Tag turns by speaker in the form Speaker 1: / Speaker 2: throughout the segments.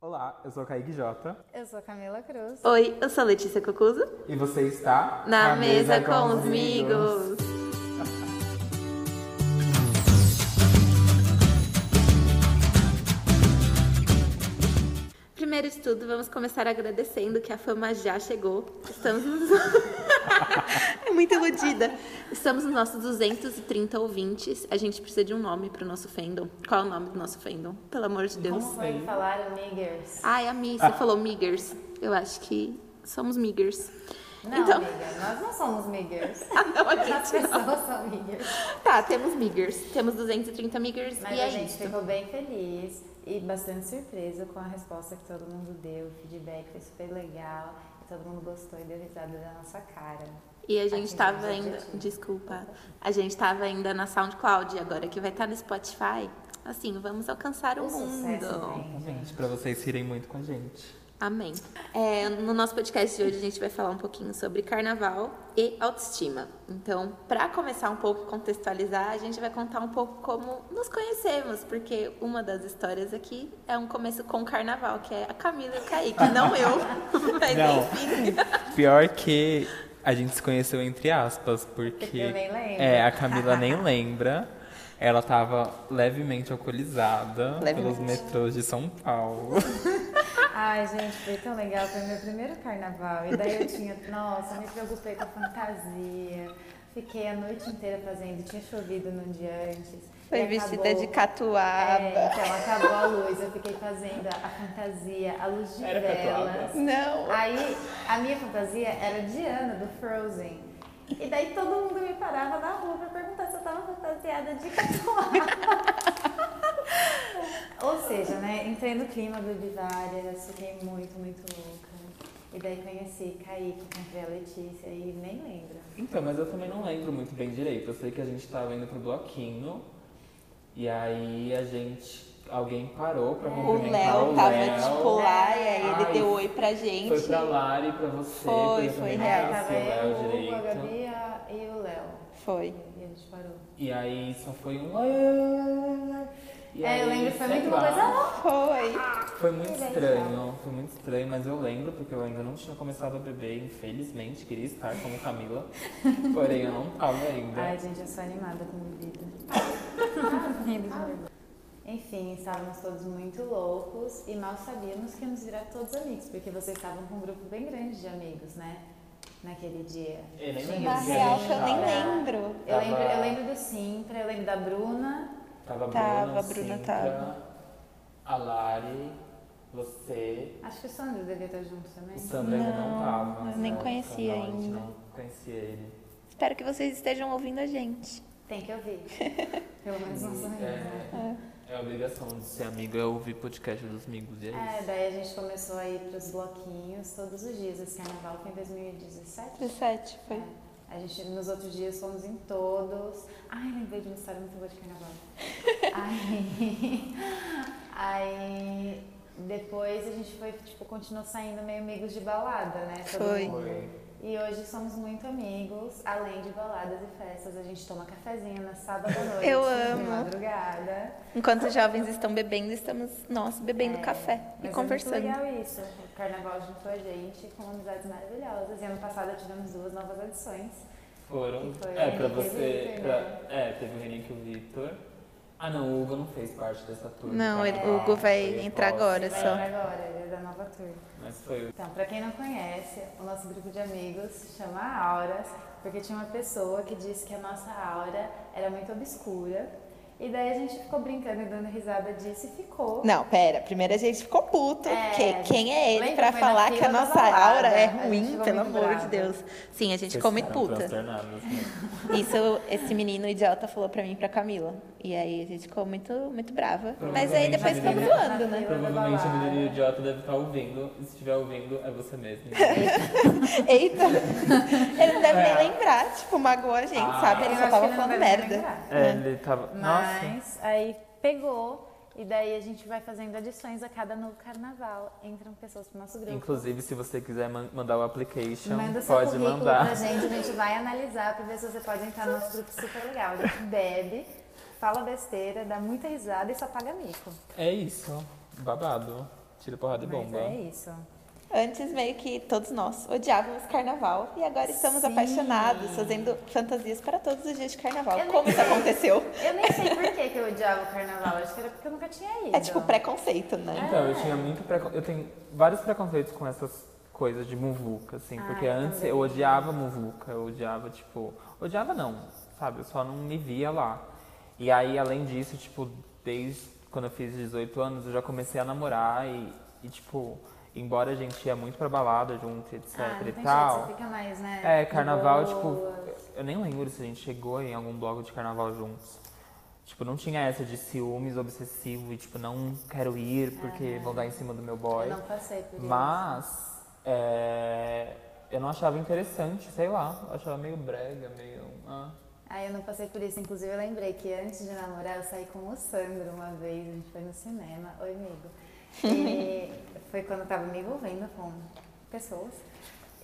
Speaker 1: Olá, eu sou Kaique Jota
Speaker 2: Eu sou Camila Cruz.
Speaker 3: Oi, eu sou Letícia Cocuso.
Speaker 1: e você está
Speaker 3: Na mesa com os amigos. Primeiro de tudo, vamos começar agradecendo que a fama já chegou. Estamos nos... é muito iludida. Estamos nos nossos 230 ouvintes. A gente precisa de um nome para o nosso fandom. Qual é o nome do nosso fandom? Pelo amor de Deus.
Speaker 2: Como foi que falaram niggers?
Speaker 3: Ai, a Mi, você falou Miggers. Eu acho que somos Miggers.
Speaker 2: Não,
Speaker 3: então,
Speaker 2: amiga, nós não somos niggers.
Speaker 3: Ah, não, a
Speaker 2: As
Speaker 3: gente não.
Speaker 2: pessoas são niggers.
Speaker 3: Tá, temos Miggers. Temos 230 Miggers
Speaker 2: Mas
Speaker 3: e
Speaker 2: a
Speaker 3: é
Speaker 2: gente
Speaker 3: isso.
Speaker 2: ficou bem feliz e bastante surpresa com a resposta que todo mundo deu. O feedback foi super legal. Todo mundo gostou e deu risada da nossa cara.
Speaker 3: E a
Speaker 2: tá Aqui,
Speaker 3: gente tava
Speaker 2: gente,
Speaker 3: ainda.
Speaker 2: objetivo.
Speaker 3: Desculpa. A gente tava ainda na SoundCloud, agora que vai estar no Spotify. Assim, vamos alcançar o,
Speaker 2: Um
Speaker 3: mundo.
Speaker 2: sucesso, vem, gente.
Speaker 1: Gente, pra vocês rirem muito com a gente.
Speaker 3: Amém. É, no nosso podcast de hoje a gente vai falar um pouquinho sobre carnaval e autoestima. Então, para começar um pouco contextualizar, a gente vai contar um pouco como nos conhecemos, porque uma das histórias aqui é um começo com carnaval, que é a Camila e o Kaique, não eu. Mas
Speaker 1: Não.
Speaker 3: enfim.
Speaker 1: Pior que a gente se conheceu entre aspas, porque.
Speaker 2: Eu nem lembro.
Speaker 1: É, a Camila nem lembra. Ela tava levemente alcoolizada pelos metrôs de São Paulo.
Speaker 2: Ai, gente, foi tão legal. Foi meu primeiro carnaval. E daí eu tinha. Nossa, me preocupei com a fantasia. Fiquei a noite inteira fazendo. Tinha chovido num dia antes. E acabou-
Speaker 3: catuaba.
Speaker 2: É, então acabou a luz, eu fiquei fazendo a, a fantasia, a luz de
Speaker 1: Era
Speaker 2: velas.
Speaker 3: Não.
Speaker 2: Aí a minha fantasia era Diana do Frozen. E daí todo mundo me parava na rua pra perguntar se eu tava fantasiada de catuaba. Ou seja, né, entrei no clima, bebi várias, fiquei muito, muito louca. E daí conheci Kaique, encontrei a Letícia e nem lembro.
Speaker 1: Então, mas eu também não lembro muito bem direito. Eu sei que a gente tava indo pro bloquinho. E aí a gente. Alguém parou pra
Speaker 2: então
Speaker 3: O
Speaker 1: cumprimentar
Speaker 2: é
Speaker 3: Léo
Speaker 1: o
Speaker 3: tava
Speaker 1: Léo.
Speaker 3: tipo lá, e aí ele
Speaker 1: Ai,
Speaker 3: deu oi pra gente.
Speaker 1: Foi pra Lari, pra você.
Speaker 3: Foi,
Speaker 1: pra
Speaker 3: foi
Speaker 1: também
Speaker 3: real.
Speaker 1: pra
Speaker 2: é, tava
Speaker 1: seu Léo
Speaker 2: eu, o Hugo, a
Speaker 1: direito.
Speaker 2: Gabi a- e o Léo.
Speaker 3: Foi.
Speaker 2: E a gente parou.
Speaker 1: E aí só foi um. "Ai, ai, ai, ai". E
Speaker 2: é, eu
Speaker 1: aí,
Speaker 2: lembro que foi
Speaker 1: sei
Speaker 2: muito uma
Speaker 1: lá,
Speaker 2: coisa louca.
Speaker 3: Foi.
Speaker 1: Foi muito
Speaker 2: Que legal.
Speaker 1: estranho, foi muito estranho, mas eu lembro porque eu ainda não tinha começado a beber, infelizmente. Queria estar como Camila, porém eu não tava ainda.
Speaker 2: Ai, gente, eu sou animada com bebida. Rindo de nervoso. Enfim, estávamos todos muito loucos e mal sabíamos que íamos virar todos amigos, porque vocês estavam com um grupo bem grande de amigos, né? Naquele dia.
Speaker 1: Eu É, nem
Speaker 2: Tinha
Speaker 1: lembro
Speaker 3: Na
Speaker 2: o
Speaker 1: do dia
Speaker 3: Tá real
Speaker 1: que a
Speaker 3: que eu nem
Speaker 1: tava.
Speaker 3: lembro.
Speaker 2: Eu lembro,
Speaker 1: Tava-
Speaker 2: eu lembro do Simpra, eu lembro da Bruna.
Speaker 1: Tava a
Speaker 3: Tava,
Speaker 1: Bruna,
Speaker 3: a Bruna
Speaker 1: Sintra,
Speaker 3: tava.
Speaker 1: a Lari, você,
Speaker 2: Acho que o Sandro devia estar junto também.
Speaker 1: o Sandro ainda não
Speaker 3: Não,
Speaker 1: tava.
Speaker 3: eu
Speaker 1: nessa
Speaker 3: nem
Speaker 1: época,
Speaker 3: conhecia
Speaker 1: não, a gente
Speaker 3: ainda.
Speaker 1: não conhecia ele.
Speaker 3: Espero que vocês estejam ouvindo a gente.
Speaker 2: Tem que ouvir. Pelo menos não sou eu, né?
Speaker 1: É, é a obrigação de ser amigo é ouvir podcast dos amigos, e é
Speaker 2: É,
Speaker 1: isso.
Speaker 2: daí a gente começou a ir pros bloquinhos todos os dias. Esse carnaval foi em 2017.
Speaker 3: 17 foi.
Speaker 2: É. A gente, nos outros dias, fomos em todos. Ai, lembrei de uma história muito boa de carnaval. aí, aí, depois a gente foi, tipo, continuou saindo meio amigos de balada, né? todo
Speaker 3: Foi.
Speaker 2: mundo.
Speaker 1: Foi.
Speaker 2: E hoje somos muito amigos, além de baladas e festas. A gente toma cafezinho na sábado à noite.
Speaker 3: Eu
Speaker 2: De
Speaker 3: amo.
Speaker 2: madrugada.
Speaker 3: Enquanto os jovens estão bebendo, estamos nós bebendo
Speaker 2: É,
Speaker 3: café e
Speaker 2: mas É
Speaker 3: conversando.
Speaker 2: muito legal isso. O carnaval juntou a gente com amizades maravilhosas. E ano passado tivemos duas novas edições.
Speaker 1: Foram.
Speaker 2: E foi
Speaker 1: é,
Speaker 2: o
Speaker 1: pra
Speaker 2: Henrique e o
Speaker 1: você.
Speaker 2: Victor,
Speaker 1: pra-
Speaker 2: né?
Speaker 1: é, teve o Henrique e o Victor. Ah, não, o Hugo não fez parte dessa turma.
Speaker 3: Não,
Speaker 1: tá?
Speaker 3: ele-
Speaker 2: o Hugo
Speaker 3: vai
Speaker 1: Foi
Speaker 3: entrar
Speaker 1: pós,
Speaker 3: agora. Olha
Speaker 2: Vai
Speaker 3: só.
Speaker 2: entrar agora, ele é da nova turma.
Speaker 1: Mas foi.
Speaker 2: Então, pra quem não conhece, o nosso grupo de amigos se chama Auras, porque tinha uma pessoa que disse que a nossa aura era muito obscura. E daí a gente ficou brincando e dando risada disso e ficou.
Speaker 3: Não, pera. Primeiro a gente ficou puto.
Speaker 2: É,
Speaker 3: porque
Speaker 2: a gente-
Speaker 3: quem é ele
Speaker 2: lembra,
Speaker 3: pra
Speaker 2: foi na
Speaker 3: falar que a
Speaker 2: fila da
Speaker 3: nossa
Speaker 2: balada,
Speaker 3: aura é
Speaker 2: a gente
Speaker 3: ruim,
Speaker 2: ficou
Speaker 3: pelo
Speaker 2: muito
Speaker 3: amor de
Speaker 2: brava.
Speaker 3: Deus. Sim, a gente ficou muito
Speaker 1: um
Speaker 3: puta.
Speaker 1: né?
Speaker 3: Isso, esse menino idiota falou pra mim e pra Camila. E aí a gente ficou muito, muito brava. Mas aí depois ficamos
Speaker 1: Provavelmente
Speaker 3: zoando,
Speaker 2: ele-
Speaker 3: né?
Speaker 1: Provavelmente o
Speaker 2: balada.
Speaker 1: menino idiota deve estar ouvindo. E se estiver ouvindo, é você mesmo.
Speaker 3: Eita! Ele não deve nem lembrar, tipo, magoou a gente,
Speaker 1: Ah.
Speaker 3: sabe?
Speaker 2: É. Eu
Speaker 3: Ele
Speaker 2: acho
Speaker 3: só
Speaker 2: que
Speaker 3: tava
Speaker 2: ele não vai
Speaker 3: falando
Speaker 2: se
Speaker 3: merda.
Speaker 2: lembrar.
Speaker 1: é, ele tava. Nossa.
Speaker 2: Mas aí pegou. E daí a gente vai fazendo adições a cada novo carnaval. Entram pessoas pro nosso grupo.
Speaker 1: Inclusive, se você quiser man- mandar o application,
Speaker 2: Manda seu
Speaker 1: pode
Speaker 2: currículo né? pra
Speaker 1: mandar.
Speaker 2: gente, a gente vai analisar pra ver se você pode entrar no nosso grupo super legal. A gente bebe, fala besteira, dá muita risada e só paga mico.
Speaker 1: É isso. Babado. Tira porrada e
Speaker 4: Mas
Speaker 1: bomba.
Speaker 4: é isso.
Speaker 3: Antes, meio que todos nós odiávamos carnaval e agora estamos
Speaker 4: Sim.
Speaker 3: apaixonados, fazendo fantasias para todos os dias de carnaval.
Speaker 2: Eu nem
Speaker 3: Como isso
Speaker 2: sei.
Speaker 3: aconteceu?
Speaker 2: Eu nem sei por que, que eu odiava o carnaval, acho que era porque eu nunca tinha ido. Ah,
Speaker 3: É tipo preconceito, né?
Speaker 1: Então, eu
Speaker 2: É.
Speaker 1: tinha muito precon... Eu tenho vários preconceitos com essas coisas de muvuca, assim.
Speaker 2: Ah,
Speaker 1: Porque
Speaker 2: eu
Speaker 1: antes
Speaker 2: também.
Speaker 1: eu odiava muvuca, eu odiava, tipo... Odiava não, sabe? Eu só não me via lá. E aí, além disso, tipo, desde quando eu fiz 18 anos, eu já comecei a namorar e, e, tipo... Embora a gente ia muito pra balada junto, etc
Speaker 2: ah, não
Speaker 1: e
Speaker 2: tem
Speaker 1: tal...
Speaker 2: jeito, você fica mais, né?
Speaker 1: É, carnaval,
Speaker 2: de
Speaker 1: tipo,
Speaker 2: boas.
Speaker 1: eu nem lembro se a gente chegou em algum bloco de carnaval juntos. Tipo, não tinha essa de ciúmes obsessivo e, tipo, não quero ir porque vão dar em cima do meu boy.
Speaker 2: Eu não passei por isso.
Speaker 1: Mas, é, eu não achava interessante, sei lá. Eu achava meio brega, meio. ah.
Speaker 2: Aí eu não passei por isso. Inclusive, eu lembrei que antes de namorar, eu saí com o Sandro uma vez. A gente foi no cinema. Oi, amigo. E foi quando eu tava me envolvendo com pessoas.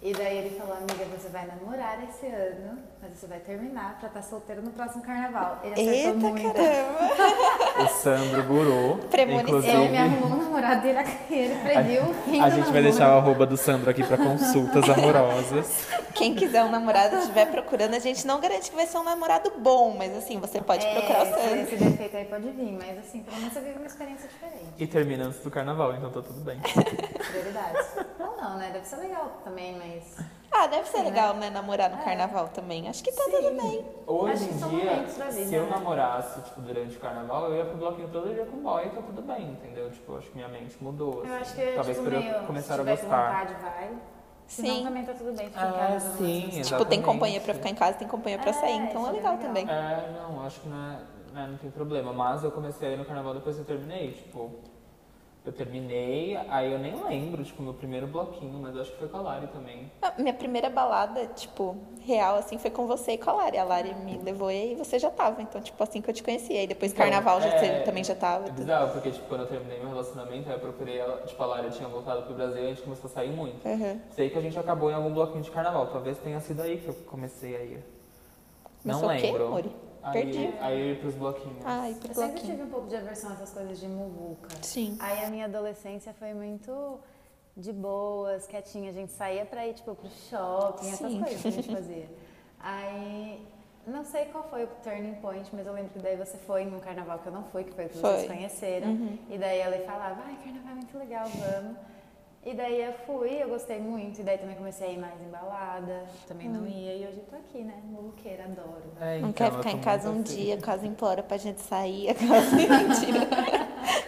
Speaker 2: E daí ele falou, amiga, você vai namorar esse ano, mas você vai terminar pra estar solteiro no próximo carnaval. Ele acertou
Speaker 3: Eita
Speaker 2: muito.
Speaker 3: caramba!
Speaker 1: O Sandro Guru.
Speaker 3: Premonição.
Speaker 2: Ele me
Speaker 1: inclusive.
Speaker 2: arrumou um namorado e ele, ele prediu o fim
Speaker 1: A
Speaker 2: do
Speaker 1: gente vai
Speaker 2: namoro.
Speaker 1: deixar o arroba do Sandro aqui pra consultas amorosas.
Speaker 3: Quem quiser um namorado e estiver procurando, a gente não garante que vai ser um namorado bom, mas assim, você pode
Speaker 2: É,
Speaker 3: procurar o
Speaker 2: esse-
Speaker 3: Sandro.
Speaker 2: Esse defeito aí pode vir, mas assim, pelo menos eu vivo uma experiência diferente.
Speaker 1: E termina antes do carnaval, então tá tudo bem.
Speaker 2: Prioridades. Ou não, né? Deve ser legal também, mas.
Speaker 3: Ah, deve ser legal, né? Namorar
Speaker 2: É.
Speaker 3: no carnaval também. Acho que tá tudo bem.
Speaker 1: Hoje
Speaker 2: Acho que
Speaker 1: em
Speaker 2: são
Speaker 1: dia,
Speaker 2: momentos da vida,
Speaker 1: se eu
Speaker 2: né?
Speaker 1: namorasse, tipo, durante o carnaval, eu ia pro bloquinho todo dia com boy e tá tudo bem, entendeu? Tipo, acho que minha mente mudou, assim.
Speaker 2: Eu acho que
Speaker 1: Talvez
Speaker 2: tipo,
Speaker 1: por
Speaker 2: meio,
Speaker 1: eu começar
Speaker 2: se
Speaker 1: a
Speaker 2: tiver com
Speaker 1: gostar.
Speaker 2: vontade, vai. Se
Speaker 3: Sim.
Speaker 2: não, também tá tudo bem ficar
Speaker 1: Ah,
Speaker 2: em casa. né?
Speaker 1: sim,
Speaker 2: não precisa-
Speaker 1: exato.
Speaker 3: Tipo, tem
Speaker 1: Exatamente.
Speaker 3: companhia pra ficar em casa, tem companhia pra
Speaker 2: É,
Speaker 3: sair, então
Speaker 2: isso
Speaker 3: é
Speaker 2: é
Speaker 3: legal
Speaker 2: legal.
Speaker 3: também.
Speaker 1: É, não, acho que não, é, né, não tem problema. Mas eu comecei a ir no carnaval depois que eu terminei, tipo... Eu terminei, aí eu nem lembro, tipo, meu primeiro bloquinho, mas acho que foi com a Lari também.
Speaker 3: Ah, Minha primeira balada, tipo, real, assim, foi com você e com a Lari. A Lari me levou e aí você já tava. Então, tipo, assim que eu te conheci. Aí depois
Speaker 1: Então,
Speaker 3: carnaval já, você
Speaker 1: é,
Speaker 3: também já tava.
Speaker 1: É
Speaker 3: tudo.
Speaker 1: bizarro, porque, tipo, quando eu terminei meu relacionamento, aí eu procurei ela, tipo, a Lari tinha voltado pro Brasil e a gente começou a sair muito.
Speaker 3: Uhum.
Speaker 1: Sei que a gente acabou em algum bloquinho de carnaval. Talvez tenha sido aí que eu comecei a ir.
Speaker 3: Mas
Speaker 1: não
Speaker 3: o quê,
Speaker 1: lembro.
Speaker 3: Mori?
Speaker 1: Aí,
Speaker 3: Perdi. Ah,
Speaker 1: Aí eu ia pros bloquinhos.
Speaker 3: Ai, pro
Speaker 2: Eu sempre
Speaker 3: bloquinho.
Speaker 2: tive um pouco de aversão a essas coisas de muvuca.
Speaker 3: Sim.
Speaker 2: Aí a minha adolescência foi muito de boas, quietinha. A gente saía pra ir, tipo, pro shopping,
Speaker 3: Sim.
Speaker 2: essas coisas que a gente fazia. Aí, não sei qual foi o turning point, mas eu lembro que daí você foi num carnaval que eu não fui, que foi o que
Speaker 3: Foi. Uhum.
Speaker 2: vocês conheceram. E daí ela falava, ai, carnaval é muito legal, vamos. E daí eu fui, eu gostei muito. E daí também comecei a ir mais em balada, também não ia. E hoje eu tô aqui, né? Muvuqueira, adoro.
Speaker 1: É,
Speaker 3: Não
Speaker 1: então,
Speaker 3: quer
Speaker 1: eu
Speaker 3: ficar
Speaker 1: tô
Speaker 3: em casa um
Speaker 1: muito assim.
Speaker 3: dia, quase implora pra gente sair, quase mentira.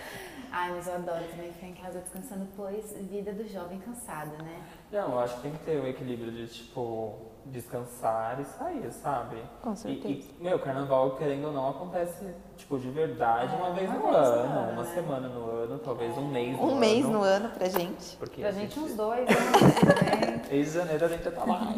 Speaker 2: Ai, mas eu adoro também ficar em casa descansando, pois vida do jovem cansada, né?
Speaker 1: Não, eu acho que tem que ter o equilíbrio de, tipo, descansar e sair, sabe?
Speaker 3: Com
Speaker 1: E,
Speaker 3: certeza.
Speaker 1: e, meu, carnaval, querendo ou não, acontece, tipo, de verdade
Speaker 2: É,
Speaker 1: uma vez no
Speaker 2: uma vez no
Speaker 1: ano,
Speaker 2: ano,
Speaker 1: uma
Speaker 2: né?
Speaker 1: semana no ano, talvez um mês no
Speaker 3: Um
Speaker 1: ano.
Speaker 3: mês no ano pra gente.
Speaker 1: Porque
Speaker 2: Pra
Speaker 1: a
Speaker 2: gente,
Speaker 1: gente
Speaker 2: uns dois, né?
Speaker 1: Em janeiro a gente já tá lá.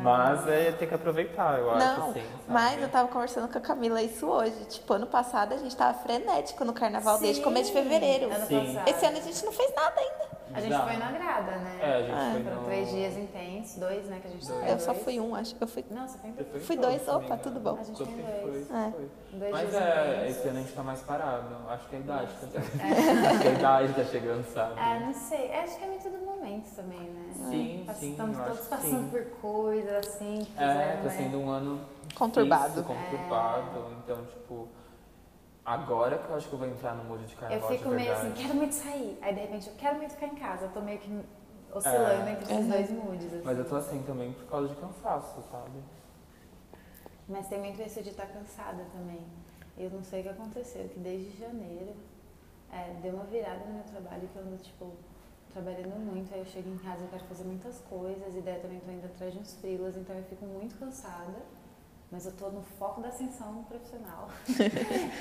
Speaker 1: Mas é ter que aproveitar, eu acho,
Speaker 3: Não,
Speaker 1: assim.
Speaker 3: mas
Speaker 1: sabe?
Speaker 3: eu tava conversando com a Camila isso hoje. Tipo, ano passado a gente tava frenético no carnaval desde
Speaker 2: Sim,
Speaker 3: começo de fevereiro.
Speaker 2: Ano
Speaker 1: Sim.
Speaker 2: passado.
Speaker 3: Esse ano a gente não fez nada ainda.
Speaker 2: A gente
Speaker 1: Bizarro.
Speaker 2: foi na grada, né?
Speaker 1: É, a gente
Speaker 3: Ah,
Speaker 1: foi
Speaker 2: Foram
Speaker 1: no...
Speaker 2: três dias intensos, dois, né? Que a gente
Speaker 1: Dois.
Speaker 2: foi
Speaker 3: Eu só
Speaker 2: dois.
Speaker 3: fui um, acho. Eu fui.
Speaker 2: Não, só tem
Speaker 1: Eu
Speaker 2: dois.
Speaker 1: fui em
Speaker 3: Fui
Speaker 1: todos, né?
Speaker 3: dois,
Speaker 1: se não me
Speaker 3: opa,
Speaker 1: engano.
Speaker 3: tudo bom.
Speaker 2: A gente
Speaker 1: Eu
Speaker 2: tem
Speaker 1: fui,
Speaker 2: dois.
Speaker 1: foi,
Speaker 3: É.
Speaker 1: foi.
Speaker 2: Dois
Speaker 1: Mas
Speaker 2: dias
Speaker 1: é,
Speaker 2: intensos.
Speaker 1: esse ano a gente tá mais parado. Acho que é a idade. tá-
Speaker 3: É.
Speaker 1: Acho que a idade tá chegando, sabe?
Speaker 2: Ah, não sei. É, Acho que é muito do momento também, né?
Speaker 1: Sim,
Speaker 2: Pass-
Speaker 1: sim,
Speaker 2: Estamos
Speaker 1: eu
Speaker 2: todos
Speaker 1: acho que
Speaker 2: passando
Speaker 1: sim.
Speaker 2: por coisas assim. que
Speaker 1: É,
Speaker 2: fizeram,
Speaker 1: tá
Speaker 2: né?
Speaker 1: sendo um ano
Speaker 3: Conturbado.
Speaker 1: difícil, conturbado. Então, tipo, agora que eu acho que eu vou entrar no mundo de
Speaker 2: Eu
Speaker 1: carnaval
Speaker 2: fico
Speaker 1: Tá, de
Speaker 2: meio
Speaker 1: verdade.
Speaker 2: assim, quero muito sair. Aí de repente eu quero muito ficar em casa. Eu tô meio que oscilando
Speaker 1: É.
Speaker 2: entre esses
Speaker 3: Uhum.
Speaker 2: dois moods. Assim.
Speaker 1: Mas eu tô assim também por causa de cansaço, sabe?
Speaker 2: Mas tem muito isso de estar cansada também. Eu não sei o que aconteceu, que desde janeiro é, deu uma virada no meu trabalho que eu ando, tipo, trabalhando muito. Aí eu chego em casa e quero fazer muitas coisas, e daí eu também tô indo atrás de uns frilas, então eu fico muito cansada. Mas eu tô no foco da ascensão profissional.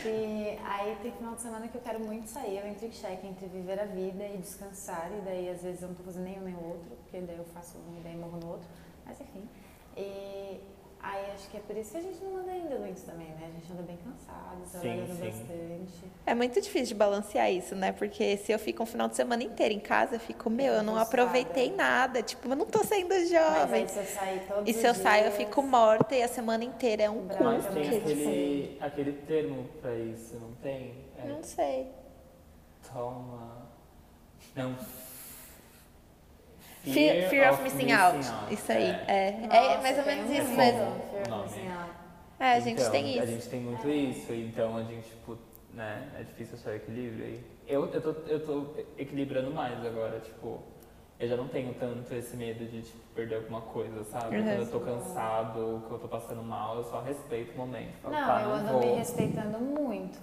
Speaker 2: e aí tem final de semana que eu quero muito sair. Eu entro em cheque entre viver a vida e descansar. E daí às vezes eu não tô fazendo nenhum nem o outro, porque daí eu faço um e daí morro no outro. Mas enfim. E aí acho que é por isso que a gente não anda ainda doente também, né? A gente anda bem cansado,
Speaker 1: Sim,
Speaker 2: trabalhando
Speaker 1: sim.
Speaker 2: bastante.
Speaker 3: É muito difícil de balancear isso, né? Porque se eu fico um final de semana inteiro em casa, eu fico, meu, eu não
Speaker 2: frustrada.
Speaker 3: aproveitei nada. Tipo, eu não tô saindo
Speaker 2: Mas é aí
Speaker 3: jovem.
Speaker 2: se eu sair todos
Speaker 3: E
Speaker 2: os
Speaker 3: se eu saio, eu
Speaker 2: dias-
Speaker 3: fico morta e a semana inteira é um
Speaker 2: Brava
Speaker 3: cu.
Speaker 1: Mas tem
Speaker 2: assim.
Speaker 3: porque,
Speaker 2: também.
Speaker 1: aquele, aquele termo pra isso, não tem? É
Speaker 3: tipo, não sei.
Speaker 1: só uma. Não.
Speaker 3: Fear, fear of, missing, out. Isso aí. É, é mais ou
Speaker 2: um
Speaker 3: menos isso mesmo.
Speaker 1: O nome.
Speaker 3: É, a gente
Speaker 1: Então,
Speaker 3: tem
Speaker 1: A
Speaker 3: isso.
Speaker 1: gente tem muito isso, então a gente, tipo, né, é difícil achar equilíbrio aí. Eu, eu, tô, eu tô equilibrando mais agora, tipo, eu já não tenho tanto esse medo de, tipo, perder alguma coisa, sabe?
Speaker 3: Uhum.
Speaker 1: Quando eu tô cansado, que eu tô passando mal, eu só respeito o momento. Falo,
Speaker 2: Não,
Speaker 1: tá,
Speaker 2: eu
Speaker 1: não
Speaker 2: ando
Speaker 1: vou.
Speaker 2: me respeitando muito,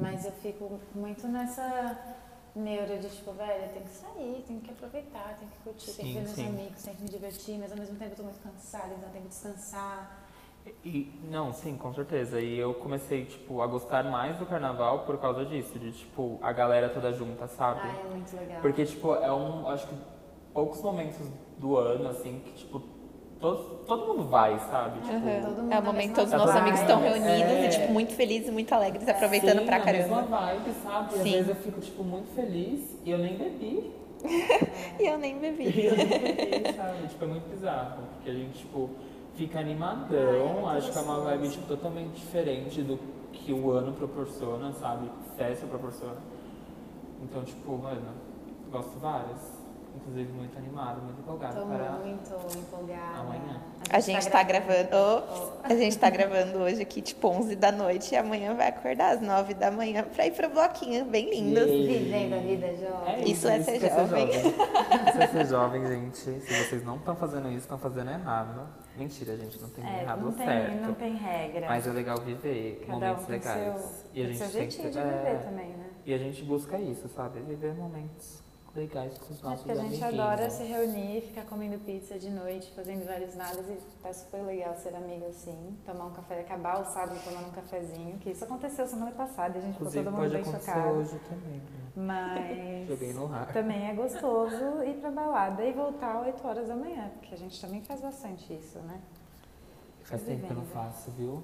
Speaker 2: mas eu fico muito nessa neura de tipo, velho, eu tenho que sair, tenho que aproveitar, tenho que curtir, tenho que ver
Speaker 1: Sim,
Speaker 2: meus
Speaker 1: sim.
Speaker 2: amigos, tenho que me divertir, mas ao mesmo tempo eu tô muito cansada, então eu tenho que descansar.
Speaker 1: E, não, sim, com certeza. E eu comecei, tipo, a gostar mais do carnaval por causa disso, de, tipo, a galera toda junta, sabe?
Speaker 2: Ai, é muito legal.
Speaker 1: Porque, tipo, é um. Acho que poucos momentos do ano, assim, que, tipo, todo, todo mundo vai, sabe? Tipo,
Speaker 3: Aham.
Speaker 2: Todo mundo
Speaker 3: É
Speaker 2: na
Speaker 3: o momento
Speaker 2: mesma
Speaker 3: que os nossos
Speaker 1: vibe.
Speaker 3: amigos estão
Speaker 1: É.
Speaker 3: reunidos e, tipo, muito felizes e muito alegres, aproveitando
Speaker 1: sim,
Speaker 3: pra
Speaker 1: na
Speaker 3: caramba.
Speaker 1: mesma vibe, sabe? Às
Speaker 3: Sim.
Speaker 1: vezes eu fico, tipo, muito feliz e eu nem bebi.
Speaker 3: E eu nem bebi.
Speaker 1: E eu nem bebi, sabe? Tipo, é muito bizarro. Porque a gente, tipo, fica animadão.
Speaker 2: Ai, é
Speaker 1: acho que é uma
Speaker 2: gostoso.
Speaker 1: vibe, tipo, totalmente diferente do que o ano proporciona, sabe? Festa proporciona. Então, tipo, mano, gosto várias. Inclusive, muito animado, muito empolgado
Speaker 2: É, Tô
Speaker 1: para
Speaker 2: muito empolgada.
Speaker 1: Amanhã.
Speaker 3: A gente tá gravando. Ops, a gente tá gravando hoje aqui, tipo, 11 da noite. E amanhã vai acordar às 9 da manhã pra ir pro bloquinho. Bem lindo.
Speaker 1: Yay.
Speaker 2: Vivendo a vida jovem.
Speaker 3: Isso é ser
Speaker 1: que
Speaker 3: jovem.
Speaker 1: Isso é ser jovem, gente. Se vocês não estão fazendo isso, estão fazendo errado. Mentira, gente, não tem
Speaker 4: É,
Speaker 1: errado
Speaker 4: não
Speaker 1: ou
Speaker 4: tem,
Speaker 1: certo.
Speaker 4: não tem regra.
Speaker 1: Mas é legal viver
Speaker 4: Cada
Speaker 1: momentos
Speaker 4: um tem
Speaker 1: legais.
Speaker 4: seu,
Speaker 1: e a
Speaker 4: tem
Speaker 1: gente
Speaker 4: seu
Speaker 1: tem que
Speaker 4: jeitinho de
Speaker 1: é,
Speaker 4: viver também, né?
Speaker 1: E a gente busca isso, sabe? É Viver momentos legais com os
Speaker 2: É
Speaker 1: nossos
Speaker 2: porque a gente
Speaker 1: amiguinhos.
Speaker 2: adora se reunir, ficar comendo pizza de noite, fazendo vários nadas e tá super legal ser amigo assim, tomar um café, acabar o sábado tomando um cafezinho, que isso aconteceu semana passada, a gente ficou
Speaker 1: Inclusive,
Speaker 2: todo mundo
Speaker 1: pode
Speaker 2: bem
Speaker 1: acontecer
Speaker 2: chocado.
Speaker 1: hoje também. né? Joguei
Speaker 2: Mas
Speaker 1: no ar.
Speaker 2: também é gostoso ir pra balada e voltar 8 horas da manhã, porque a gente também faz bastante isso, né?
Speaker 1: Faz tempo que eu não
Speaker 2: vivendo.
Speaker 1: faço, viu?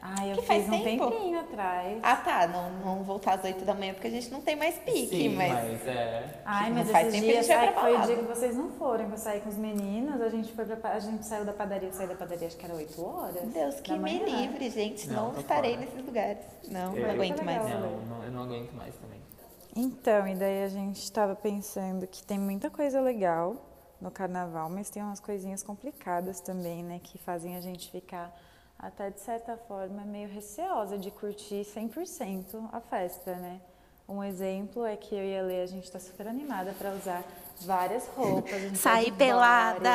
Speaker 2: Ah, eu
Speaker 3: Que faz
Speaker 2: fiz um
Speaker 3: tempo?
Speaker 2: tempinho atrás.
Speaker 3: Ah, tá. Não, não voltar às 8 da manhã porque a gente não tem mais pique,
Speaker 1: Sim,
Speaker 3: mas.
Speaker 1: é.
Speaker 2: Ai,
Speaker 3: Não
Speaker 2: mas
Speaker 3: Tipo, faz
Speaker 2: esses
Speaker 3: tempo que a
Speaker 2: dias
Speaker 3: gente vai
Speaker 2: ai,
Speaker 3: pra
Speaker 2: foi o
Speaker 3: balada.
Speaker 2: dia que vocês não foram, que eu saí com os meninos, a gente foi pra, pa- a gente saiu da padaria, eu saí da padaria acho que era 8 horas.
Speaker 3: Deus que
Speaker 2: da
Speaker 3: me
Speaker 2: manhã. né?
Speaker 3: livre, gente.
Speaker 1: Não,
Speaker 3: Não,
Speaker 1: tô
Speaker 3: estarei
Speaker 1: fora. É.
Speaker 3: nesses lugares. Não,
Speaker 1: Eu-
Speaker 3: não aguento
Speaker 2: Tá
Speaker 3: mais.
Speaker 2: legal.
Speaker 1: Não, não, eu não aguento mais também.
Speaker 4: Então, e daí a gente tava pensando que tem muita coisa legal no carnaval, mas tem umas coisinhas complicadas também, né? Que fazem a gente ficar, até de certa forma, meio receosa de curtir 100% a festa, né? Um exemplo é que eu e a Lê, a gente tá super animada pra usar várias roupas. a gente
Speaker 3: Sair
Speaker 4: tá de body
Speaker 3: pelada.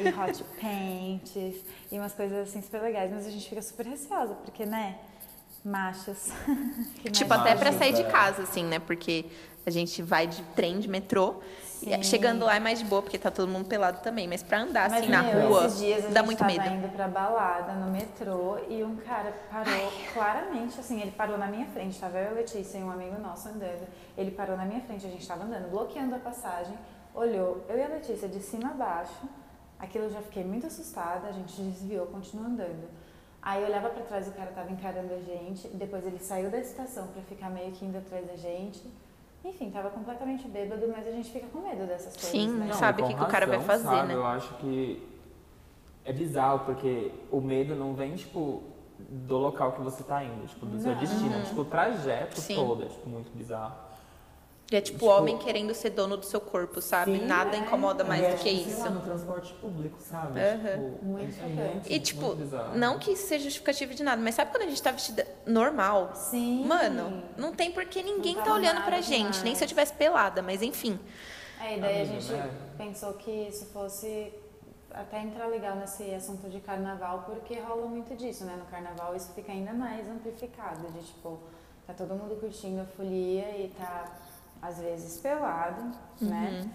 Speaker 4: E hot paints, e umas coisas assim super legais, mas a gente fica super receosa, porque, né? Machos. Que
Speaker 3: Tipo,
Speaker 4: mais
Speaker 3: até
Speaker 4: machos,
Speaker 3: pra
Speaker 1: Imagem,
Speaker 3: sair de
Speaker 1: é.
Speaker 3: casa, assim, né? Porque a gente vai de trem, de metrô. e
Speaker 4: Sim.
Speaker 3: Chegando lá é mais de boa, porque tá todo mundo pelado também. Mas pra andar,
Speaker 4: Mas,
Speaker 3: assim, na
Speaker 4: meu,
Speaker 3: rua,
Speaker 4: esses dias a gente
Speaker 3: dá muito
Speaker 4: tava
Speaker 3: medo.
Speaker 4: indo pra balada no metrô e um cara parou claramente, assim, ele parou na minha frente, tava eu, Letícia e um amigo nosso andando. Ele parou na minha frente, a gente tava andando, bloqueando a passagem, olhou, eu e a Letícia de cima a baixo. Aquilo eu já fiquei muito assustada, a gente desviou, continuou andando. Aí eu olhava pra trás, o cara tava encarando a gente, depois ele saiu da estação pra ficar meio que indo atrás da gente. Enfim, tava completamente bêbado, mas a gente fica com medo dessas coisas,
Speaker 3: Sim,
Speaker 4: né?
Speaker 3: Não,
Speaker 1: e
Speaker 3: sabe o
Speaker 1: com
Speaker 3: que que o cara vai fazer,
Speaker 1: sabe?
Speaker 3: né?
Speaker 1: Eu acho que é bizarro, porque o medo não vem, tipo, do local que você tá indo, tipo, do seu
Speaker 2: Não.
Speaker 1: destino, tipo, o trajeto
Speaker 3: Sim.
Speaker 1: todo, é, tipo, muito bizarro.
Speaker 3: E é tipo,
Speaker 1: Tipo-
Speaker 3: o homem querendo ser dono do seu corpo, sabe?
Speaker 1: Sim,
Speaker 3: Nada
Speaker 2: é.
Speaker 3: incomoda mais
Speaker 1: É,
Speaker 3: do que
Speaker 1: tipo, sei
Speaker 3: isso.
Speaker 1: lá, no transporte público, sabe?
Speaker 3: Aham.
Speaker 1: Tipo,
Speaker 2: Muito
Speaker 1: isso é
Speaker 2: chocante.
Speaker 3: E tipo,
Speaker 1: muito bizarro.
Speaker 3: não que isso seja justificativo de nada, mas sabe quando a gente tá vestida normal?
Speaker 2: Sim.
Speaker 3: Mano, não tem por que ninguém
Speaker 2: Não
Speaker 3: tá
Speaker 2: fala
Speaker 3: olhando
Speaker 2: nada
Speaker 3: pra gente, nem
Speaker 2: demais.
Speaker 3: se eu tivesse pelada, mas enfim.
Speaker 2: É, e daí a
Speaker 1: Amiga,
Speaker 2: gente
Speaker 1: né?
Speaker 2: pensou que isso fosse até entrar legal nesse assunto de carnaval, porque rola muito disso, né? No carnaval isso fica ainda mais amplificado, de tipo, tá todo mundo curtindo a folia e tá, às vezes, pelado,
Speaker 3: Uhum.
Speaker 2: né?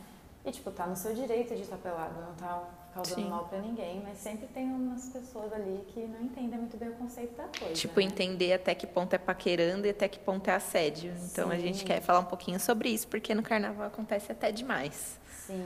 Speaker 2: E tipo, tá no seu direito de estar pelado, não tá causando
Speaker 3: Sim.
Speaker 2: mal pra ninguém, mas sempre tem umas pessoas ali que não entendem muito bem o conceito da coisa.
Speaker 3: Tipo,
Speaker 2: né?
Speaker 3: entender até que ponto é paquerando e até que ponto é assédio. Então a
Speaker 2: Sim.
Speaker 3: gente quer falar um pouquinho sobre isso, porque no carnaval acontece até demais.
Speaker 2: Sim.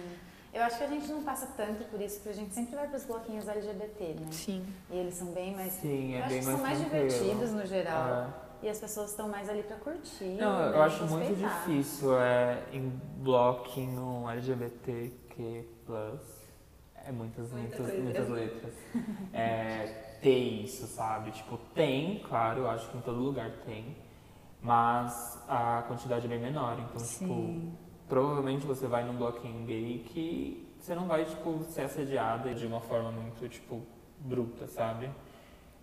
Speaker 2: Eu acho que a gente não passa tanto por isso, porque a gente sempre vai pros bloquinhos LGBT, né?
Speaker 3: Sim.
Speaker 2: E eles são bem mais.
Speaker 1: Sim, é
Speaker 2: eu acho
Speaker 1: bem
Speaker 2: que
Speaker 1: mais
Speaker 2: são mais
Speaker 1: tranquilo.
Speaker 2: divertidos então. no geral.
Speaker 1: É.
Speaker 2: E as pessoas estão mais ali pra curtir.
Speaker 1: Não,
Speaker 2: né,
Speaker 1: eu acho muito
Speaker 2: respeitar.
Speaker 1: difícil é, em um bloquinho LGBTQ+, é muitas, muitas, muitas letras, é, ter isso, sabe? Tipo, tem, claro, eu acho que em todo lugar tem, Mas a quantidade é bem menor. Então, tipo,
Speaker 5: Sim.
Speaker 1: provavelmente você vai num bloquinho gay que você não vai, tipo, ser assediada de uma forma muito, tipo, bruta, sabe?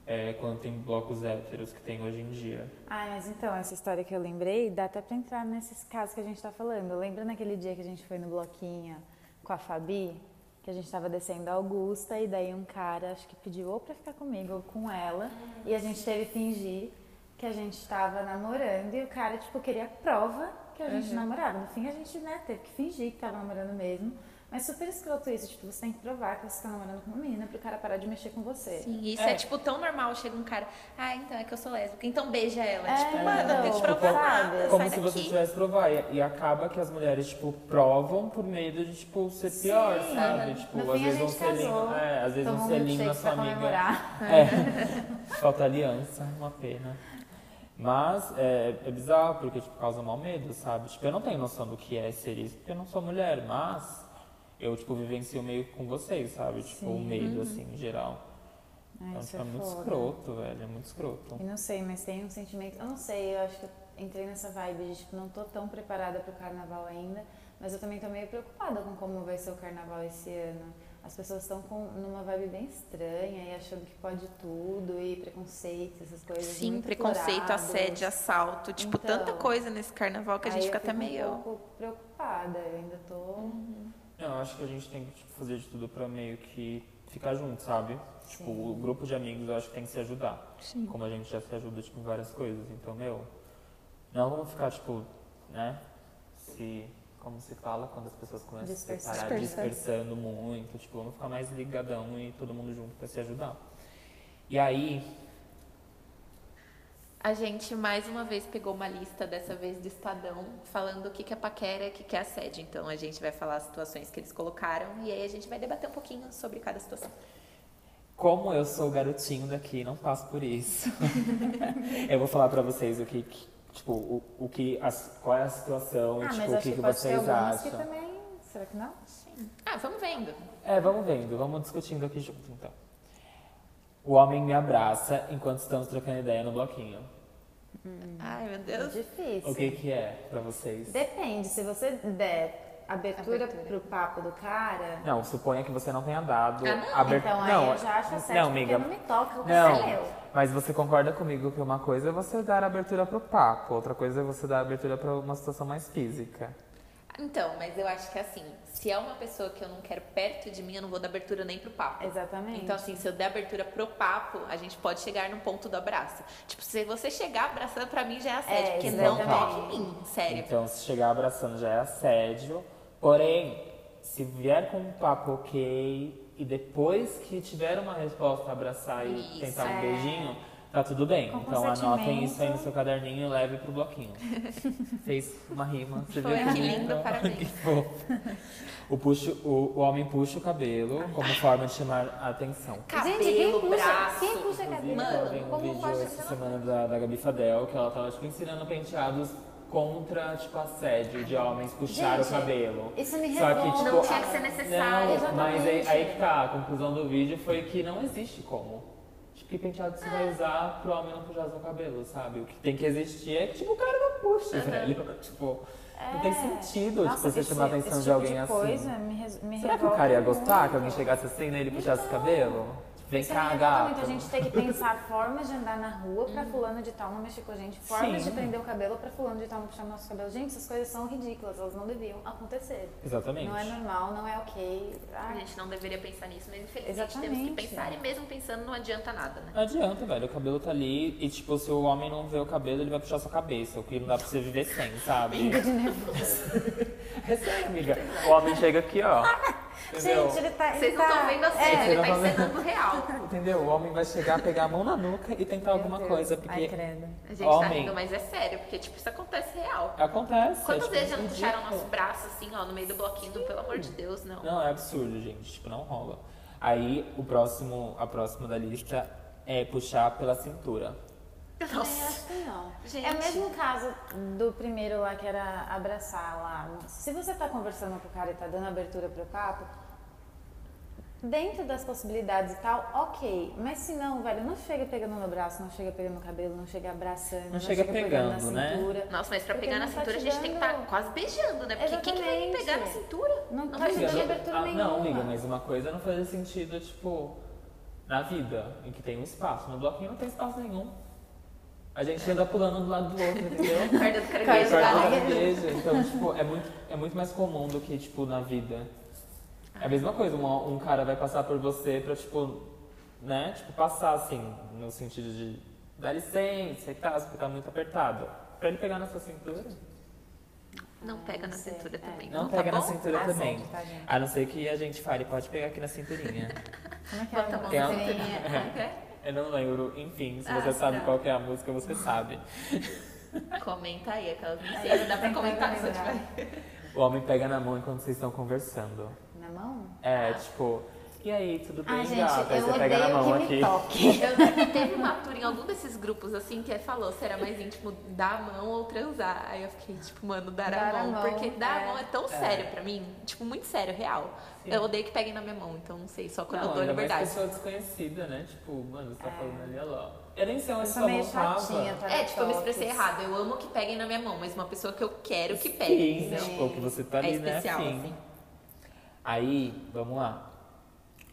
Speaker 1: É, quando tem blocos héteros que tem hoje em dia.
Speaker 2: Ai, mas então, essa história que eu lembrei, dá até pra entrar nesses casos que a gente tá falando. Lembra naquele dia que a gente foi no Bloquinha com a Fabi? Que a gente tava descendo a Augusta e daí um cara, acho que pediu ou pra ficar comigo ou com ela. E a gente teve que fingir que a gente tava namorando e o cara, tipo, queria prova que a gente namorava. No fim, a gente, né, teve que fingir que tava namorando mesmo. Mas super escroto isso, tipo, você tem que provar que você tá namorando com uma menina pro cara parar de mexer com você.
Speaker 3: Sim, isso é.
Speaker 1: É.
Speaker 3: tipo tão normal. Chega um cara, ah, então é que eu sou lésbica, então beija ela.
Speaker 2: É,
Speaker 3: tipo, mano, não tem que
Speaker 2: tipo,
Speaker 3: provar
Speaker 2: sabe?
Speaker 3: nada.
Speaker 1: Como
Speaker 3: sai
Speaker 1: se você
Speaker 3: daqui.
Speaker 1: tivesse provar. E, e acaba que as mulheres, tipo, provam por medo de, tipo, ser pior, sabe? Tipo,
Speaker 5: No
Speaker 1: às
Speaker 5: fim, a
Speaker 1: vezes um
Speaker 5: gente casou,
Speaker 1: selinho. É, às vezes
Speaker 5: tomou
Speaker 1: um
Speaker 5: um
Speaker 1: selinho na
Speaker 5: milkshake
Speaker 1: sua
Speaker 5: pra
Speaker 1: amiga.
Speaker 5: comemorar.
Speaker 1: É, falta aliança, uma pena. Mas é, é bizarro, porque tipo, causa mal medo, sabe? Tipo, eu não tenho noção do que é ser isso, porque eu não sou mulher, mas eu, tipo, vivencio meio com vocês, sabe? Tipo, o medo, assim, em geral.
Speaker 2: Ai,
Speaker 1: Então,
Speaker 2: Uhum. isso
Speaker 1: tipo,
Speaker 2: é
Speaker 1: é muito
Speaker 2: foda.
Speaker 1: escroto, velho, é muito escroto.
Speaker 2: E não sei, mas tem um sentimento. Eu não sei, eu acho que eu entrei nessa vibe de tipo, não tô tão preparada pro carnaval ainda, mas eu também tô meio preocupada com como vai ser o carnaval esse ano. As pessoas estão com numa vibe bem estranha e achando que pode tudo e preconceito, essas coisas.
Speaker 3: Sim,
Speaker 2: muito
Speaker 3: preconceito,
Speaker 2: curadas.
Speaker 3: assédio, assalto. Tipo,
Speaker 2: Então,
Speaker 3: tanta coisa nesse carnaval que a
Speaker 2: Aí
Speaker 3: gente
Speaker 2: eu
Speaker 3: fica até
Speaker 2: fico Uhum.
Speaker 3: meio.
Speaker 2: um pouco preocupada, eu ainda tô.
Speaker 1: Não, eu acho que a gente tem que tipo, fazer de tudo pra meio que ficar junto, sabe? Tipo,
Speaker 2: Sim.
Speaker 1: o grupo de amigos eu acho que tem que se ajudar.
Speaker 3: Sim.
Speaker 1: Como a gente já se ajuda, tipo, em várias coisas. Então, meu, não vamos ficar, tipo, né? Se. Como se fala quando as pessoas começam a se
Speaker 2: Dispersar.
Speaker 1: separar,
Speaker 3: Dispersar.
Speaker 1: dispersando muito. Tipo, vamos ficar mais ligadão e todo mundo junto pra se ajudar. E aí,
Speaker 3: A gente mais uma vez pegou uma lista, dessa vez do Estadão, falando o que, que é paquera e o que, que é assédio. Então a gente vai falar as situações que eles colocaram e aí a gente vai debater um pouquinho sobre cada situação.
Speaker 1: como eu sou o garotinho daqui, não passo por isso. eu vou falar pra vocês o que. que- tipo, o, o que. as- qual é a situação e
Speaker 2: Ah,
Speaker 1: tipo,
Speaker 2: mas
Speaker 1: o
Speaker 2: acho
Speaker 1: que,
Speaker 2: que,
Speaker 1: que
Speaker 2: pode ter
Speaker 1: vocês
Speaker 2: algumas que
Speaker 1: acham.
Speaker 2: também. Será que não?
Speaker 3: Ah, vamos vendo.
Speaker 1: É, vamos vendo, vamos discutindo aqui junto, então. O homem me abraça enquanto estamos trocando ideia no bloquinho.
Speaker 3: Ai, meu
Speaker 2: É
Speaker 3: Deus.
Speaker 2: difícil.
Speaker 1: O que que é pra vocês?
Speaker 2: Depende, se você der abertura,
Speaker 3: Abertura.
Speaker 2: pro papo do cara.
Speaker 1: Não, suponha que você não tenha dado
Speaker 3: Ah, não?
Speaker 1: abertura.
Speaker 2: Então aí eu já acho assédio
Speaker 1: não, amiga.
Speaker 2: porque não me toca, o que
Speaker 1: Não,
Speaker 2: é meu.
Speaker 1: mas você concorda comigo que uma coisa é você dar abertura pro papo, outra coisa é você dar abertura pra uma situação mais física.
Speaker 3: Então, mas eu acho que assim, se é uma pessoa que eu não quero perto de mim, eu não vou dar abertura nem pro papo.
Speaker 2: Exatamente.
Speaker 3: Então, assim, se eu der abertura pro papo, a gente pode chegar no ponto do abraço. Tipo, se você chegar abraçando pra mim já é assédio,
Speaker 2: É,
Speaker 3: porque não
Speaker 2: exatamente.
Speaker 3: toque em mim, sério.
Speaker 1: Então, se chegar abraçando já é assédio. Porém, se vier com um papo ok e depois que tiver uma resposta, abraçar
Speaker 3: Isso,
Speaker 1: e tentar
Speaker 2: é.
Speaker 1: um beijinho, tá tudo bem.
Speaker 2: Com
Speaker 1: então, anotem isso aí no
Speaker 2: consentimento.
Speaker 1: seu caderninho e leve pro bloquinho. Fez uma rima, você
Speaker 3: Foi,
Speaker 1: viu que
Speaker 3: que lindo,
Speaker 1: lindo?
Speaker 3: parabéns.
Speaker 1: que fofo. O, puxo, o, o homem puxa o cabelo como forma de chamar a atenção.
Speaker 3: Cabelo,
Speaker 2: Gente, quem puxa-
Speaker 3: braço.
Speaker 2: quem puxa
Speaker 1: Inclusive, eu vi
Speaker 3: Mano,
Speaker 1: um
Speaker 3: como
Speaker 1: vídeo
Speaker 3: pode
Speaker 1: essa
Speaker 3: ser?
Speaker 1: semana da, da Gabi Fadel que ela tava, tipo, ensinando penteados contra, tipo, assédio de homens puxar o
Speaker 2: Gente,
Speaker 1: cabelo.
Speaker 2: Isso me
Speaker 1: Só
Speaker 2: revolta.
Speaker 1: que, tipo,
Speaker 3: Não tinha que ser necessário.
Speaker 1: Não, mas aí,
Speaker 2: Exatamente.
Speaker 1: aí que tá, a conclusão do vídeo foi que não existe como. Tipo, que penteado você
Speaker 2: É.
Speaker 1: vai usar pro homem não puxar seu cabelo, sabe? O que tem que existir é que, tipo, o cara não puxa, velho. Tipo, não tem sentido,
Speaker 2: É. Nossa,
Speaker 1: tipo, você
Speaker 2: esse-
Speaker 1: chamar a atenção
Speaker 2: esse
Speaker 1: de
Speaker 2: tipo
Speaker 1: alguém
Speaker 2: de
Speaker 1: assim.
Speaker 2: coisa me res- me
Speaker 1: Será que o
Speaker 2: revolta
Speaker 1: cara ia gostar que alguém
Speaker 2: muito. Então,
Speaker 1: chegasse assim, né? Ele puxasse o cabelo? Vem
Speaker 2: Isso
Speaker 1: cá,
Speaker 2: me revolta
Speaker 1: gato.
Speaker 2: muito. A gente tem que pensar formas de andar na rua pra
Speaker 3: Uhum.
Speaker 2: fulano de tal não mexer com a gente, formas
Speaker 1: Sim.
Speaker 2: de prender o cabelo pra fulano de tal não puxar o nosso cabelo. Gente, essas coisas são ridículas, elas não deviam acontecer.
Speaker 1: Exatamente.
Speaker 2: Não é normal, não é ok.
Speaker 3: A
Speaker 2: Ai,
Speaker 3: gente não deveria pensar nisso, mas infelizmente temos que
Speaker 2: Exatamente.
Speaker 3: pensar e mesmo pensando não adianta nada, né?
Speaker 1: Não adianta, velho. O cabelo tá ali e, tipo, se o homem não vê o cabelo, ele vai puxar sua cabeça. O que não dá pra você viver sem, sabe? é sério, amiga. O homem chega aqui, ó. Entendeu?
Speaker 2: Gente, ele tá. ele
Speaker 3: Vocês não estão
Speaker 2: tá-
Speaker 3: vendo assim,
Speaker 2: é.
Speaker 3: ele tá
Speaker 1: Vocês não tão
Speaker 3: encenando real.
Speaker 1: Entendeu? O homem vai chegar, pegar a mão na nuca e tentar
Speaker 2: Meu
Speaker 1: alguma
Speaker 2: Deus.
Speaker 1: coisa. Porque
Speaker 2: Ai, credo.
Speaker 3: A gente tá
Speaker 1: Homem.
Speaker 3: rindo, mas é sério, porque tipo, isso acontece real.
Speaker 1: acontece.
Speaker 3: Quantas
Speaker 1: é, tipo,
Speaker 3: vezes já não
Speaker 1: ridículo.
Speaker 3: puxaram nosso braço assim, ó, no meio do bloquinho, do, pelo amor de Deus, não.
Speaker 1: Não, é absurdo, gente. Tipo, não rola. Aí, o próximo, a próxima da lista é puxar pela cintura.
Speaker 2: Eu
Speaker 3: Nossa.
Speaker 2: acho que não.
Speaker 3: Gente.
Speaker 2: É o mesmo caso do primeiro lá que era abraçar lá. Se você tá conversando com o cara e tá dando abertura pro papo, Dentro das possibilidades e tal, ok. Mas se não, velho, não chega pegando no braço, não chega pegando no cabelo, não chega abraçando, não,
Speaker 1: chega pegando,
Speaker 2: na
Speaker 1: né?
Speaker 2: cintura.
Speaker 3: Nossa, mas pra
Speaker 2: Porque
Speaker 3: pegar na
Speaker 2: não tá
Speaker 3: cintura a
Speaker 2: te
Speaker 3: gente tem que estar
Speaker 2: dando-
Speaker 3: quase beijando, né? Porque quem que vai me
Speaker 2: Exatamente.
Speaker 3: pegar na cintura?
Speaker 2: Não tá
Speaker 3: faz
Speaker 2: te dando
Speaker 1: Amiga,
Speaker 3: sentido.
Speaker 2: abertura
Speaker 1: ah, Não,
Speaker 2: nenhuma.
Speaker 1: amiga, mas uma coisa não fazia sentido, tipo, na vida, em que tem um espaço. No bloquinho não tem espaço nenhum. A gente anda pulando um do lado do outro, entendeu?
Speaker 3: Perna do
Speaker 1: Aí
Speaker 3: caranguejo,
Speaker 1: corta
Speaker 3: galera.
Speaker 1: a igreja. Então, tipo, é muito, é muito mais comum do que, tipo, na vida. É a mesma coisa, um, um cara vai passar por você pra, tipo, né? Tipo, passar, assim, no sentido de dar licença e tal, se ficar muito apertado. Pra ele pegar na sua cintura.
Speaker 3: Não pega na
Speaker 2: Não sei,
Speaker 3: cintura
Speaker 2: é.
Speaker 3: também.
Speaker 1: Não,
Speaker 3: Não,
Speaker 1: pega
Speaker 3: tá
Speaker 1: na
Speaker 3: bom?
Speaker 1: cintura
Speaker 2: Azul,
Speaker 1: também.
Speaker 2: tá, gente?
Speaker 1: A não ser que a gente fale, pode pegar aqui na cinturinha.
Speaker 2: Como é que
Speaker 3: Bota a
Speaker 2: é?
Speaker 3: mão
Speaker 1: Tem
Speaker 3: na
Speaker 1: a-
Speaker 3: cinturinha. Como que é?
Speaker 1: Eu não lembro, enfim, se
Speaker 3: Ah,
Speaker 1: você sabe
Speaker 3: tá.
Speaker 1: qual que é a música, você sabe.
Speaker 3: Comenta aí, aquelas não sei, não dá pra
Speaker 2: Tentando
Speaker 3: comentar se eu
Speaker 2: lembrar.
Speaker 3: tiver.
Speaker 1: O homem pega na mão enquanto vocês estão conversando.
Speaker 2: Na mão?
Speaker 1: É, tipo, e aí, tudo bem,
Speaker 6: Ai, gente,
Speaker 1: gata? Aí
Speaker 6: eu
Speaker 1: você pega na
Speaker 6: odeio
Speaker 1: mão
Speaker 6: que
Speaker 1: aqui.
Speaker 6: me toque.
Speaker 3: Eu teve uma altura em algum desses grupos assim que falou se era mais íntimo dar a mão ou transar. Aí eu fiquei tipo, mano, dar,
Speaker 2: Dar
Speaker 3: a
Speaker 2: a
Speaker 3: mão.
Speaker 2: mão,
Speaker 3: porque dar
Speaker 2: é.
Speaker 3: a mão é tão sério pra mim, tipo, muito sério, real.
Speaker 1: Sim.
Speaker 3: Eu odeio que peguem na minha mão, então não sei, só quando
Speaker 1: Não,
Speaker 3: eu dou
Speaker 1: ainda
Speaker 3: liberdade.
Speaker 1: mais pessoa desconhecida, né? Tipo, mano, você tá
Speaker 2: É.
Speaker 1: falando ali, olha lá. Eu nem sei
Speaker 2: Eu
Speaker 1: onde
Speaker 2: sou
Speaker 1: sua
Speaker 2: meio
Speaker 1: mão
Speaker 2: chatinha,
Speaker 1: tava.
Speaker 2: tá?
Speaker 3: É, tipo, eu me expressei
Speaker 2: Toques.
Speaker 3: errado. Eu amo que peguem na minha mão, mas uma pessoa que eu quero que pegue.
Speaker 1: Sim,
Speaker 3: entendeu?
Speaker 1: tipo, que você tá ali,
Speaker 3: é especial,
Speaker 1: né?
Speaker 3: assim.
Speaker 1: Aí, vamos lá.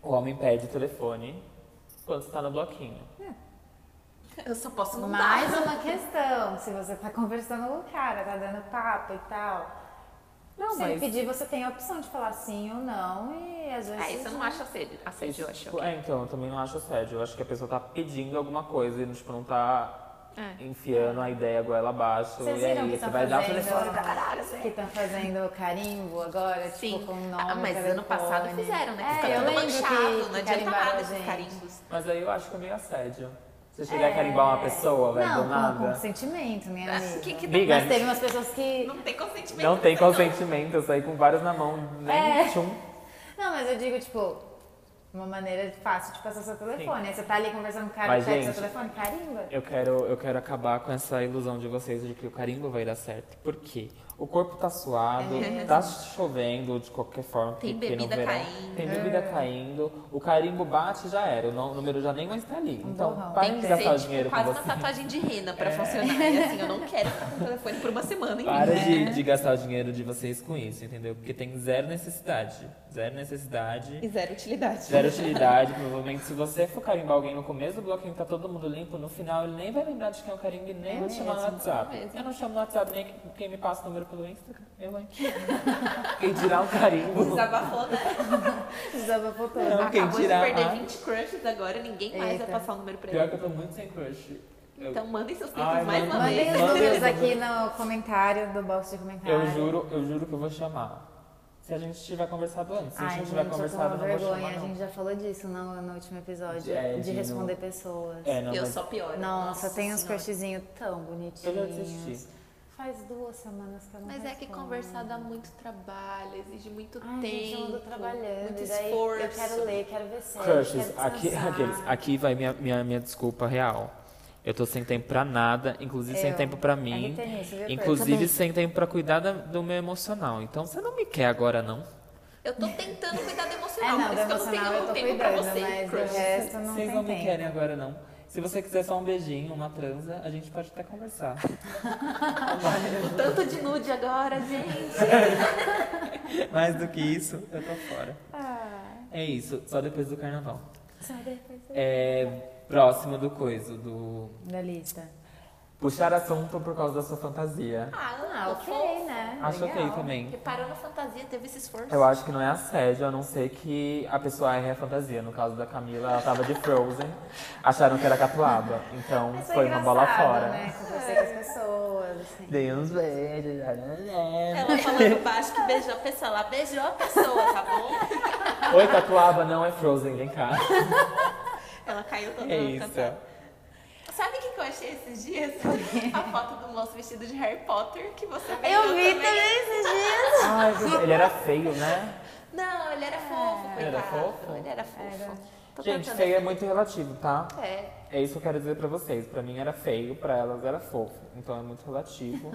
Speaker 1: O homem pede o telefone quando você tá no bloquinho.
Speaker 3: Eu só posso não
Speaker 6: Mas-
Speaker 3: dar.
Speaker 2: Mais uma questão, se você tá conversando com o cara, tá dando papo e tal.
Speaker 1: Não,
Speaker 2: se ele
Speaker 1: mas.
Speaker 2: pedir, você tem a opção de falar sim ou não e às vezes...
Speaker 3: Ah, isso eu não acho assédio, assédio eu acho.
Speaker 1: Tipo, é, então, eu também não acho assédio. Eu acho que a pessoa tá pedindo alguma coisa e, tipo, não tá
Speaker 3: É.
Speaker 1: enfiando a ideia goela abaixo.
Speaker 2: Vocês
Speaker 1: e aí,
Speaker 2: viram que
Speaker 1: você
Speaker 2: estão
Speaker 1: vai
Speaker 2: fazendo,
Speaker 1: dar o telefone. assim.
Speaker 2: que estão fazendo carimbo agora,
Speaker 3: Sim,
Speaker 2: tipo, com o nome,
Speaker 3: ah, mas ano
Speaker 2: telefone.
Speaker 3: passado fizeram, né? Que
Speaker 2: É,
Speaker 3: fica
Speaker 2: eu
Speaker 3: tudo
Speaker 2: lembro
Speaker 3: manchado,
Speaker 2: que, que
Speaker 3: não adianta
Speaker 2: carimbaram
Speaker 3: nada
Speaker 2: a
Speaker 3: esses
Speaker 2: gente.
Speaker 3: carimbos.
Speaker 1: Mas aí eu acho que é meio assédio. Você chegar a
Speaker 2: É.
Speaker 1: carimbar uma pessoa, velho,
Speaker 2: Não,
Speaker 1: do
Speaker 2: com, com
Speaker 1: nada.
Speaker 2: consentimento, minha
Speaker 3: Ah,
Speaker 2: amiga.
Speaker 3: que que-
Speaker 1: Amiga,
Speaker 2: Mas teve umas pessoas que...
Speaker 3: Não tem consentimento.
Speaker 1: Não tem
Speaker 3: disso,
Speaker 1: consentimento, eu saí com vários na mão, nem
Speaker 2: É.
Speaker 1: tchum.
Speaker 2: Não, mas eu digo, tipo, uma maneira fácil de passar seu telefone. Aí você tá ali conversando com o cara,
Speaker 1: Mas,
Speaker 2: pega seu
Speaker 1: gente,
Speaker 2: telefone, carimba.
Speaker 1: Eu quero, eu quero acabar com essa ilusão de vocês de que o carimbo vai dar certo. Por quê? O corpo tá suado, tá chovendo de qualquer forma.
Speaker 3: Tem
Speaker 1: porque no
Speaker 3: bebida
Speaker 1: verão
Speaker 3: caindo.
Speaker 1: Tem bebida caindo. O carimbo bate e já era. O no- número já nem mais tá ali. então,
Speaker 2: borrão.
Speaker 1: parem
Speaker 3: Tem
Speaker 1: de
Speaker 3: que
Speaker 1: gastar
Speaker 3: ser
Speaker 1: o
Speaker 3: tipo,
Speaker 1: dinheiro com
Speaker 3: quase uma
Speaker 1: você. É.
Speaker 3: tatuagem de rena pra funcionar. E assim, eu não quero ficar com o telefone por uma semana em
Speaker 1: Para
Speaker 3: mim.
Speaker 1: de, de gastar o dinheiro de vocês com isso, entendeu? Porque tem zero necessidade. Zero necessidade.
Speaker 3: E zero utilidade.
Speaker 1: Zero utilidade, provavelmente. Se você for carimbar alguém no começo do bloquinho, tá todo mundo limpo, no final ele nem vai lembrar de quem é o carimbo e nem vai te chamar no
Speaker 2: é
Speaker 1: WhatsApp. Eu não chamo no WhatsApp nem que- quem me passa o número pelo Instagram. Eu, hein? Quem dirá um carimbo?
Speaker 3: Desabafou, né?
Speaker 2: Desabafou todo.
Speaker 1: Não, quem
Speaker 3: Acabou de
Speaker 1: dirá.
Speaker 3: perder
Speaker 1: ah,
Speaker 3: 20 crushes agora, ninguém mais vai
Speaker 2: Eita.
Speaker 3: passar o número pra
Speaker 1: Pior
Speaker 3: ele.
Speaker 1: que eu tô muito sem crush. Eu,
Speaker 3: Então mandem seus
Speaker 1: Ai, é
Speaker 3: tempos mais
Speaker 1: mano.
Speaker 3: uma
Speaker 2: Mandem
Speaker 3: vez.
Speaker 2: os
Speaker 1: Mandem
Speaker 2: números
Speaker 1: os
Speaker 2: aqui no comentário do box de comentário.
Speaker 1: eu juro, eu juro que eu vou chamar. Se a gente tiver conversado antes, se a
Speaker 2: Ai,
Speaker 1: gente
Speaker 2: gente,
Speaker 1: tiver
Speaker 2: eu tô com uma
Speaker 1: conversado, eu não vou
Speaker 2: vergonha.
Speaker 1: chamar.
Speaker 2: A gente
Speaker 1: Não.
Speaker 2: já falou disso no, no último episódio,
Speaker 1: É, de
Speaker 2: de responder
Speaker 1: não-
Speaker 2: pessoas.
Speaker 1: É, não,
Speaker 3: Eu
Speaker 1: mas
Speaker 3: só pioro.
Speaker 2: Nossa, tem uns
Speaker 3: Senhora.
Speaker 2: crushzinhos tão
Speaker 1: eu já
Speaker 2: bonitinhos.
Speaker 1: desisti.
Speaker 2: Faz duas semanas que eu não
Speaker 3: Mas é que
Speaker 2: respondo.
Speaker 3: conversar dá muito trabalho, exige muito
Speaker 2: Ai,
Speaker 3: tempo,
Speaker 2: gente, eu ando trabalhando.
Speaker 3: muito
Speaker 2: e daí
Speaker 3: esforço.
Speaker 2: Eu quero ler, quero ver série,
Speaker 1: Crushes,
Speaker 2: quero
Speaker 1: aqui,
Speaker 2: descansar.
Speaker 1: aqueles, aqui vai minha, minha, minha desculpa real. Eu tô sem tempo pra nada, inclusive sem
Speaker 2: Eu.
Speaker 1: tempo pra
Speaker 2: É
Speaker 1: mim.
Speaker 2: que tem isso, viu,
Speaker 1: inclusive sem tempo pra cuidar da- do meu emocional. Então você não me quer agora, não.
Speaker 3: Eu tô tentando cuidar do
Speaker 2: É,
Speaker 3: emocional,
Speaker 2: não,
Speaker 3: por
Speaker 2: do
Speaker 3: isso que eu não
Speaker 2: emocional
Speaker 3: tenho
Speaker 2: eu
Speaker 3: um
Speaker 2: tô
Speaker 3: tempo pra
Speaker 2: cuidando,
Speaker 3: você,
Speaker 2: mas do
Speaker 3: crush.
Speaker 2: resto É, não
Speaker 1: Vocês
Speaker 2: tem
Speaker 1: não me
Speaker 2: tempo.
Speaker 1: querem agora, não. Se você quiser só um beijinho, uma transa, a gente pode até conversar.
Speaker 3: O tanto de nude agora, gente.
Speaker 1: Mais do que isso, eu tô fora.
Speaker 2: Ah.
Speaker 1: É isso, só depois do carnaval.
Speaker 2: Só depois
Speaker 1: É próximo do coiso, do.
Speaker 2: da lista.
Speaker 1: Puxar assunto por causa da sua fantasia.
Speaker 3: Ah,
Speaker 2: Ah, ok, né?
Speaker 1: Acho ok
Speaker 2: Legal.
Speaker 1: também.
Speaker 3: Reparou na fantasia, teve esse esforço.
Speaker 1: Eu acho que não é assédio, a não ser que a pessoa erre a fantasia. No caso da Camila, ela tava de Frozen, acharam que era catuaba. Então
Speaker 2: Mas é
Speaker 1: foi uma bola
Speaker 2: engraçado,
Speaker 1: fora.
Speaker 2: Né? Conversei com as pessoas, assim.
Speaker 1: Dei uns beijos. né,
Speaker 3: Ela
Speaker 1: é.
Speaker 3: falando baixo que beijou a pessoa. Ela beijou a pessoa, tá bom?
Speaker 1: Oi, catuaba, não é Frozen, vem cá.
Speaker 3: Ela caiu toda
Speaker 1: É isso.
Speaker 3: cantada. Sabe o que que eu achei esses dias? A foto do moço vestido de Harry Potter que você beijou
Speaker 2: Eu vi também esses dias.
Speaker 1: Ai, gente, ele era feio, né?
Speaker 3: Não,
Speaker 2: É.
Speaker 3: ele era fofo,
Speaker 1: Ele era
Speaker 3: coitado.
Speaker 1: fofo?
Speaker 3: Ele era fofo. Tô
Speaker 1: Gente,
Speaker 3: tentando-
Speaker 1: feio é muito relativo, tá?
Speaker 3: É.
Speaker 1: É isso que eu quero dizer pra vocês. Pra mim era feio, pra elas era fofo. Então é muito relativo.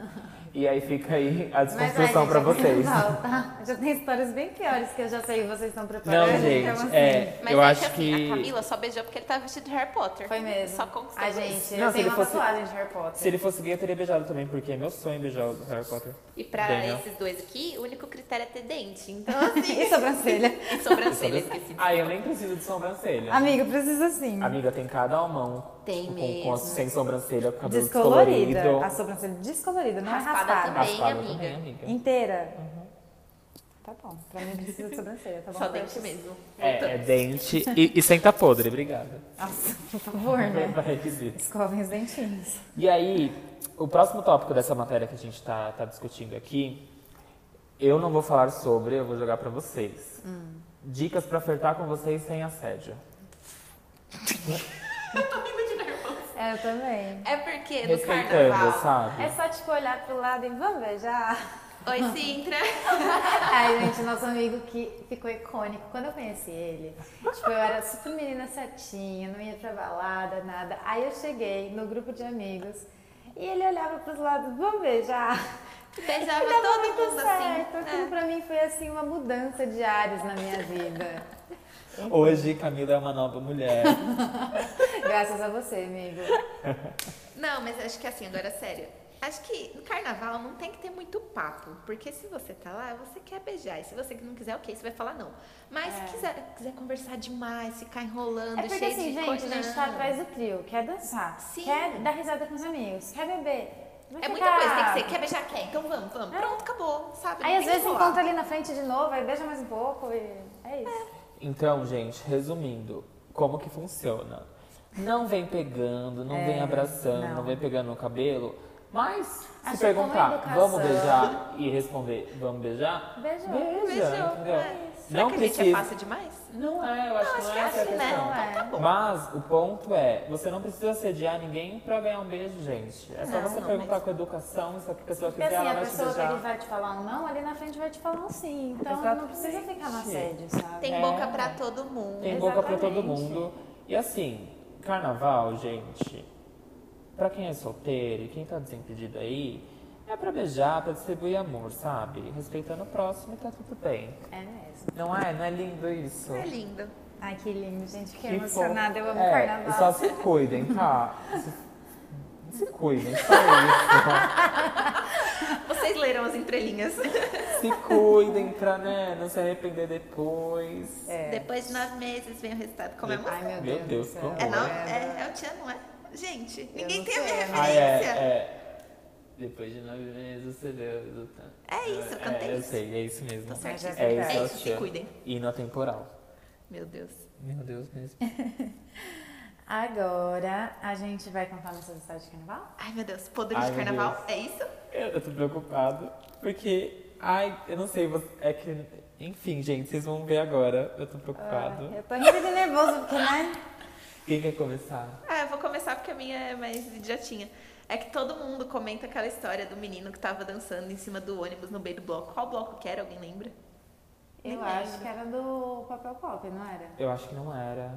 Speaker 1: e aí fica aí a desconstrução
Speaker 3: é
Speaker 1: pra vocês.
Speaker 2: Volta. Já tem histórias bem piores que eu já sei, vocês estão
Speaker 1: Não,
Speaker 2: preparados. então,
Speaker 1: gente,
Speaker 2: assim,
Speaker 1: é,
Speaker 3: Mas
Speaker 1: eu
Speaker 3: é
Speaker 1: acho
Speaker 3: que, assim,
Speaker 1: que.
Speaker 3: a Camila só beijou porque ele tava vestido de Harry Potter.
Speaker 2: Foi mesmo.
Speaker 3: Só conquistou
Speaker 2: Ai,
Speaker 3: isso.
Speaker 2: gente,
Speaker 1: Não,
Speaker 2: eu
Speaker 1: se
Speaker 2: tenho
Speaker 1: ele
Speaker 2: uma
Speaker 1: fosse-
Speaker 2: tatuagem de Harry Potter.
Speaker 1: Se ele fosse gay, eu teria beijado também, porque é meu sonho beijar o Harry Potter.
Speaker 3: E pra
Speaker 1: Daniel.
Speaker 3: esses dois aqui, o único critério é ter dente. Então, assim,
Speaker 2: E sobrancelha?
Speaker 3: e sobrancelha, esqueci.
Speaker 1: Ah, eu nem preciso de sobrancelha.
Speaker 2: Amiga, precisa assim, sim.
Speaker 1: Amiga, tem cada almão.
Speaker 3: Tem
Speaker 1: com,
Speaker 3: mesmo.
Speaker 1: com- sem sobrancelha, com cabelo
Speaker 4: Descolorida.
Speaker 1: descolorido.
Speaker 4: A sobrancelha descolorida, não
Speaker 3: Raspada
Speaker 4: raspada. raspada.
Speaker 3: também,
Speaker 1: Raspada
Speaker 3: Ah, amiga.
Speaker 1: também,
Speaker 3: Então,
Speaker 1: amiga.
Speaker 4: Inteira.
Speaker 1: Uhum.
Speaker 4: Tá bom. Pra mim precisa de sobrancelha, tá bom?
Speaker 3: Só dente mesmo.
Speaker 1: É, é dente e, e sem tá podre, obrigada.
Speaker 2: Nossa, por favor,
Speaker 3: É.
Speaker 2: né?
Speaker 1: Vai, requisito.
Speaker 2: Escovem os dentinhos.
Speaker 1: E aí, o próximo tópico dessa matéria que a gente tá, tá discutindo aqui, eu não vou falar sobre, eu vou jogar pra vocês.
Speaker 3: Hum.
Speaker 1: Dicas pra flertar com vocês sem assédio.
Speaker 2: É, eu também.
Speaker 3: É porque no
Speaker 1: Respeitando,
Speaker 3: carnaval.
Speaker 1: sabe?
Speaker 2: É só, tipo, olhar pro lado e vamos beijar.
Speaker 3: Oi, Sintra.
Speaker 2: Ai, gente, nosso amigo que ficou icônico. Quando eu conheci ele, tipo, eu era super menina setinha, não ia pra balada, nada. Aí eu cheguei no grupo de amigos e ele olhava pros lados, vamos beijar.
Speaker 3: Beijava
Speaker 2: E dava
Speaker 3: todo
Speaker 2: muito
Speaker 3: mundo
Speaker 2: certo.
Speaker 3: assim.
Speaker 2: Aquilo pra mim foi, assim, uma mudança de ares na minha vida.
Speaker 1: Hoje, Camila é uma nova mulher.
Speaker 2: Graças a você, amigo.
Speaker 3: Não, mas acho que assim, agora sério. Acho que no carnaval não tem que ter muito papo, porque se você tá lá, você quer beijar. E se você não quiser, ok, você vai falar não. Mas se quiser, quiser conversar demais, ficar enrolando,
Speaker 2: É porque
Speaker 3: cheio
Speaker 2: assim,
Speaker 3: de
Speaker 2: gente,
Speaker 3: coisa.
Speaker 2: a gente tá
Speaker 3: não.
Speaker 2: atrás do trio, quer dançar,
Speaker 3: Sim.
Speaker 2: quer dar risada com os amigos, quer beber. tá Vai
Speaker 3: É muita
Speaker 2: ficar- É.
Speaker 3: coisa, tem que ser. Quer beijar, quer? Então vamos, vamos. Pronto, acabou, sabe?
Speaker 2: Aí às
Speaker 3: Não tem que
Speaker 2: vezes
Speaker 3: enrolar.
Speaker 2: encontra ali na frente de novo, aí beija mais um pouco e é isso.
Speaker 1: Então, gente, resumindo, como que funciona? Não vem pegando, não vem abraçando, não.
Speaker 2: não.
Speaker 1: vem pegando no cabelo, mas
Speaker 2: Acho
Speaker 1: se
Speaker 2: que com
Speaker 1: perguntar,
Speaker 2: educação.
Speaker 1: vamos beijar e responder, vamos beijar?
Speaker 2: Beijou.
Speaker 1: É. Beija,
Speaker 3: Beijou,
Speaker 1: entendeu?
Speaker 3: é. Será
Speaker 1: Não
Speaker 3: que a gente é
Speaker 1: precisa.
Speaker 3: fácil demais?
Speaker 1: não é, eu acho que não é essa a
Speaker 3: assim, né?
Speaker 1: questão.
Speaker 2: não é.
Speaker 3: Então tá bom.
Speaker 1: Mas o ponto é, você não precisa assediar ninguém pra ganhar um beijo, gente. É só
Speaker 3: Não,
Speaker 1: você
Speaker 3: não
Speaker 1: perguntar com educação, se a pessoa
Speaker 2: Porque
Speaker 1: quiser,
Speaker 2: assim,
Speaker 1: ela
Speaker 2: a
Speaker 1: vai te
Speaker 2: pessoa que
Speaker 1: beijar.
Speaker 2: ele vai te falar um não, ali na frente vai te falar um sim. Então não precisa ficar no assédio, sabe?
Speaker 3: Tem
Speaker 1: É.
Speaker 3: boca pra todo mundo.
Speaker 1: Tem boca pra todo
Speaker 2: Exatamente.
Speaker 1: mundo. E assim, carnaval, gente, pra quem é solteiro e quem tá desimpedido aí, é pra beijar, pra distribuir amor, sabe? Respeitando o próximo e tá tudo bem.
Speaker 2: É mesmo.
Speaker 1: Não é? Não é lindo isso?
Speaker 3: É lindo.
Speaker 2: Ai, que lindo, gente. Fiquei
Speaker 1: Que
Speaker 2: emocionada.
Speaker 1: fofo.
Speaker 2: Eu amo
Speaker 1: é,
Speaker 2: carnaval.
Speaker 1: Só se cuidem, tá? Se- Se cuidem, só isso.
Speaker 3: Vocês leram as entrelinhas.
Speaker 1: se cuidem pra né, não se arrepender depois.
Speaker 2: É.
Speaker 3: Depois de nove meses vem o resultado
Speaker 2: Ai,
Speaker 3: comemorado.
Speaker 2: meu,
Speaker 1: É. Meu Deus,
Speaker 2: do céu.
Speaker 1: que horror.
Speaker 3: É não?
Speaker 2: É,
Speaker 3: É, é o Tchan, não é? Gente, ninguém
Speaker 2: não
Speaker 3: tem a minha
Speaker 2: sei,
Speaker 3: referência.
Speaker 2: mas-
Speaker 1: Ah, é, é. Depois de nove meses você vê o resultado.
Speaker 3: É isso, eu cantei
Speaker 1: é, Eu
Speaker 3: isso.
Speaker 1: sei, é isso mesmo.
Speaker 3: Tá certo.
Speaker 2: Mas
Speaker 1: É
Speaker 2: é
Speaker 1: isso,
Speaker 3: É
Speaker 1: eu
Speaker 3: isso, se
Speaker 1: achei.
Speaker 3: cuidem.
Speaker 1: E no temporal.
Speaker 3: Meu Deus.
Speaker 1: Meu Deus mesmo.
Speaker 3: É.
Speaker 2: Agora a gente vai contar nossas histórias de carnaval?
Speaker 3: Ai, meu Deus. Podre
Speaker 1: Ai,
Speaker 3: de
Speaker 1: meu
Speaker 3: carnaval,
Speaker 1: Deus.
Speaker 3: é isso?
Speaker 1: Eu, eu tô preocupado, porque. Ai, eu não sei, você- é que. Enfim, gente, vocês vão ver agora. Eu tô preocupado.
Speaker 2: Ai, Ah,
Speaker 3: Ah.
Speaker 2: eu tô rindo de nervoso, porque, né?
Speaker 1: Quem quer começar?
Speaker 3: Ah, eu vou começar porque a minha é mais idiotinha. É que todo mundo comenta aquela história do menino que tava dançando em cima do ônibus no meio do bloco. Qual bloco que era? Alguém lembra? Nem
Speaker 2: Eu
Speaker 3: lembro.
Speaker 2: acho que era do papel pop, não era?
Speaker 1: Eu acho que não era.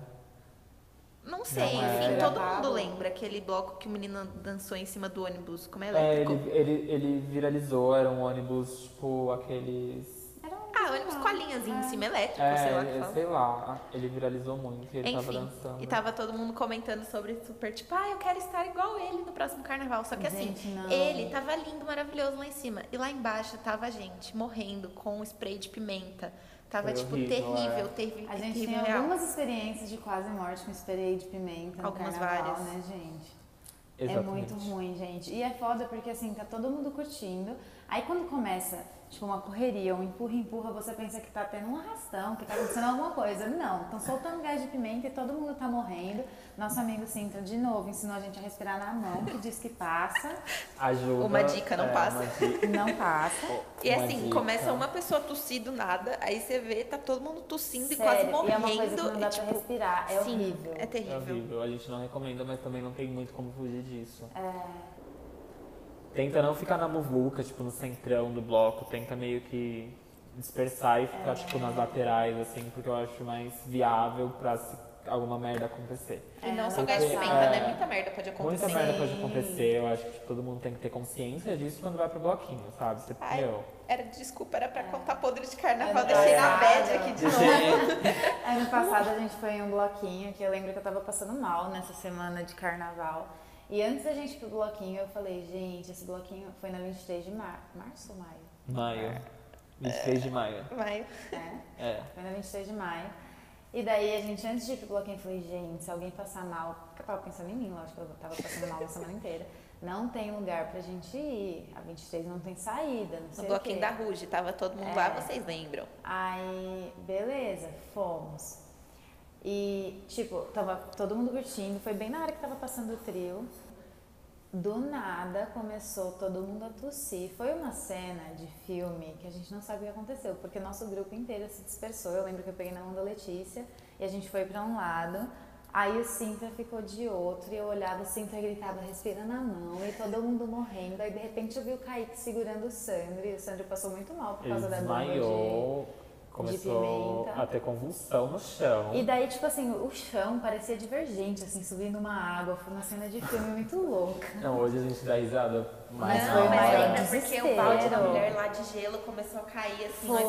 Speaker 3: Não sei,
Speaker 1: Não é.
Speaker 3: enfim,
Speaker 2: é
Speaker 1: era.
Speaker 3: todo mundo lembra aquele bloco que o menino dançou em cima do ônibus, como é
Speaker 1: É,
Speaker 3: elétrico.
Speaker 1: ele, ele, ele viralizou, era um ônibus, tipo, aqueles.
Speaker 2: Era um
Speaker 3: Ah, ônibus com a linhazinha
Speaker 2: É.
Speaker 3: em cima elétrico, Tipo, sei lá o que
Speaker 1: É,
Speaker 3: fala.
Speaker 1: sei lá. Ele viralizou muito, ele tava
Speaker 3: Enfim,
Speaker 1: dançando.
Speaker 3: e tá- tava todo mundo comentando sobre super, tipo, ah, eu quero estar igual ele no próximo carnaval. Só que
Speaker 2: Gente,
Speaker 3: assim,
Speaker 2: não.
Speaker 3: ele tava lindo, maravilhoso lá em cima. E lá embaixo tava a gente morrendo com um spray de pimenta. Tava,
Speaker 1: Foi
Speaker 3: tipo,
Speaker 1: horrível,
Speaker 3: terrível,
Speaker 1: é.
Speaker 3: terrível,
Speaker 2: A gente tem
Speaker 3: terrível real.
Speaker 2: algumas experiências de quase morte com spray de pimenta no
Speaker 3: Algumas
Speaker 2: carnaval,
Speaker 3: várias.
Speaker 2: né, gente? É
Speaker 1: Exatamente.
Speaker 2: muito ruim, gente. E é foda porque assim, tá todo mundo curtindo. Aí quando começa, tipo, uma correria, um empurra, empurra, você pensa que tá tendo um arrastão, que tá acontecendo alguma coisa. Não, estão soltando gás de pimenta e todo mundo tá morrendo. Nosso amigo Sintra, de novo, ensinou a gente a respirar na mão, que diz que passa,
Speaker 1: Ajuda.
Speaker 3: Uma dica, não
Speaker 1: é,
Speaker 3: passa.
Speaker 1: uma dica.
Speaker 2: não passa.
Speaker 3: E
Speaker 1: Uma
Speaker 3: assim,
Speaker 1: dica.
Speaker 3: começa uma pessoa tossir do nada, aí você vê, tá todo mundo tossindo e
Speaker 2: Sério,
Speaker 3: quase
Speaker 2: e é uma
Speaker 3: morrendo.
Speaker 2: coisa que não dá
Speaker 3: e, tipo,
Speaker 2: pra respirar, é
Speaker 3: sim,
Speaker 2: horrível.
Speaker 3: É
Speaker 1: É
Speaker 3: terrível.
Speaker 1: horrível. A gente não recomenda, mas também não tem muito como fugir disso.
Speaker 2: É.
Speaker 1: Tenta não ficar na muvuca, tipo, no centrão do bloco. Tenta meio que dispersar e ficar, tipo, nas laterais, assim, porque eu acho mais viável pra se alguma merda acontecer.
Speaker 3: E não só
Speaker 1: porque,
Speaker 3: gás de pimenta,
Speaker 1: é,
Speaker 3: né? Muita merda pode acontecer.
Speaker 1: Muita merda pode acontecer, eu acho que todo mundo tem que ter consciência disso quando vai pro bloquinho, sabe? Você,
Speaker 3: Ai,
Speaker 1: meu,
Speaker 3: Era, desculpa, era pra contar podre de carnaval.
Speaker 2: É,
Speaker 3: Deixei
Speaker 2: é.
Speaker 3: na bad aqui de novo.
Speaker 1: gente,
Speaker 2: Ano passado a gente foi em um bloquinho que eu lembro que eu tava passando mal nessa semana de carnaval. E antes da gente ir pro bloquinho, eu falei, gente, esse bloquinho foi na 23 de mar... março ou maio?
Speaker 1: maio. 23 de maio.
Speaker 3: Mas
Speaker 2: É,
Speaker 1: É.
Speaker 2: foi na 23 de maio. E daí a gente, antes de ir pro bloquinho, eu falei, gente, se alguém passar mal, porque eu tava pensando em mim, lógico, eu tava passando mal a semana inteira. Não tem lugar pra gente ir. A 23 não tem saída, não sei
Speaker 3: no
Speaker 2: o
Speaker 3: bloquinho
Speaker 2: quê.
Speaker 3: da Ruge, tava todo mundo
Speaker 2: É.
Speaker 3: lá, vocês lembram.
Speaker 2: Aí, beleza, fomos. E, tipo, tava todo mundo curtindo, foi bem na hora que tava passando o trio. Do nada começou todo mundo a tossir. Foi uma cena de filme que a gente não sabe o que aconteceu, porque nosso grupo inteiro se dispersou. Eu lembro que eu peguei na mão da Letícia e a gente foi pra um lado. Aí o Sintra ficou de outro e eu olhava o Sintra gritava, respira na mão, e todo mundo morrendo. Aí de repente eu vi o Kaique segurando o Sandro e o Sandro passou muito mal por
Speaker 1: Ele
Speaker 2: causa da bomba de...
Speaker 1: desmaiou, começou
Speaker 2: pimenta.
Speaker 1: a ter convulsão no chão.
Speaker 2: E daí, tipo assim, o chão parecia divergente, assim, subindo uma água. Foi uma cena de filme muito louca.
Speaker 1: Não, hoje a gente dá risada, mas
Speaker 2: Não,
Speaker 1: não,
Speaker 2: mas
Speaker 1: era- tipo,
Speaker 2: ainda- desespero.
Speaker 3: lá de gelo começou a cair assim
Speaker 2: Foi.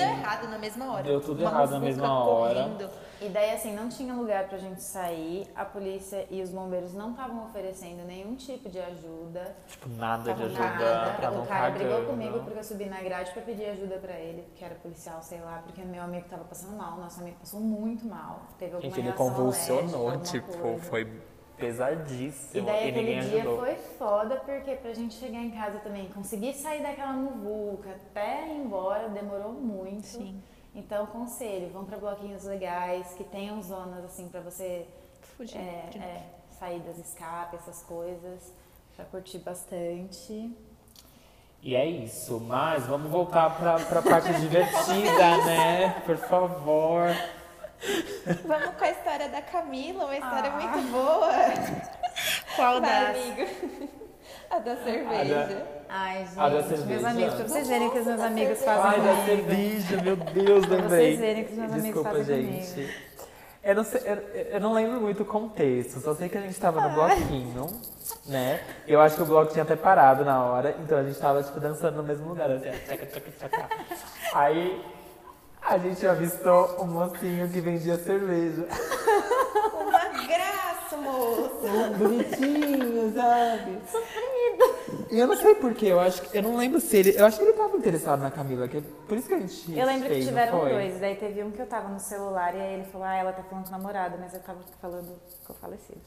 Speaker 3: errado na mesma
Speaker 1: Deu tudo
Speaker 3: Uma
Speaker 1: errado na mesma
Speaker 3: muvuca
Speaker 1: hora.
Speaker 2: E daí, assim, não tinha lugar pra gente sair. A polícia e os bombeiros não estavam oferecendo nenhum tipo de ajuda.
Speaker 1: tipo, nada de
Speaker 2: Estavam
Speaker 1: ajuda,
Speaker 2: nada.
Speaker 1: estavam
Speaker 2: O cara brigou
Speaker 1: cagando.
Speaker 2: comigo porque eu subi na grade pra pedir ajuda pra ele, porque era policial, sei lá, porque meu amigo tava passando mal. Nosso amigo passou muito mal. Teve alguma
Speaker 1: Gente, ele
Speaker 2: reação
Speaker 1: convulsionou,
Speaker 2: alérgica, alguma
Speaker 1: tipo,
Speaker 2: coisa.
Speaker 1: foi
Speaker 2: E
Speaker 1: pesadíssimo
Speaker 2: daí
Speaker 1: e ninguém
Speaker 2: aquele dia
Speaker 1: ajudou.
Speaker 2: foi foda, porque pra gente chegar em casa também, conseguir sair daquela muvuca até ir embora, demorou muito.
Speaker 3: Sim.
Speaker 2: Então, conselho, vão pra bloquinhos legais, que tenham zonas assim pra você
Speaker 3: Fugir.
Speaker 2: é, é, sair das escape, essas coisas, pra curtir bastante.
Speaker 1: E é isso, mas vamos voltar pra, pra parte divertida, né? Por favor.
Speaker 3: Vamos com a história da Camila, uma história muito boa.
Speaker 2: Qual
Speaker 3: Vai,
Speaker 2: das?
Speaker 3: amigo. A da cerveja.
Speaker 1: A da-
Speaker 2: Ai,
Speaker 1: Ah, da
Speaker 2: gente, meus
Speaker 1: cerveja.
Speaker 2: amigos, pra vocês verem o que os meus amigos
Speaker 1: Ai,
Speaker 2: fazem
Speaker 1: da
Speaker 2: comigo.
Speaker 1: cerveja, meu Deus, lembrei.
Speaker 2: vocês verem que os meus amigos
Speaker 1: Desculpa,
Speaker 2: fazem
Speaker 1: gente. Eu não, sei- eu, eu não lembro muito o contexto, só sei que a gente tava no bloquinho, né? Eu acho que o bloco tinha até parado na hora, então a gente tava, tipo, dançando no mesmo lugar, assim, tchaca, tchaca, tchaca. Aí a gente avistou um mocinho que vendia cerveja.
Speaker 3: Uma graça, moço.
Speaker 1: Um Bonitinho, sabe? E eu não sei porquê, eu acho que. Eu não lembro se ele. Eu acho que ele tava interessado na Camila, que é por isso que a gente.
Speaker 4: Eu lembro
Speaker 1: fez,
Speaker 4: que
Speaker 1: não
Speaker 4: tiveram
Speaker 1: foi?
Speaker 4: dois, daí teve um que eu tava no celular e aí ele falou, ah, ela tá falando com o namorado, mas eu tava falando com o falecido.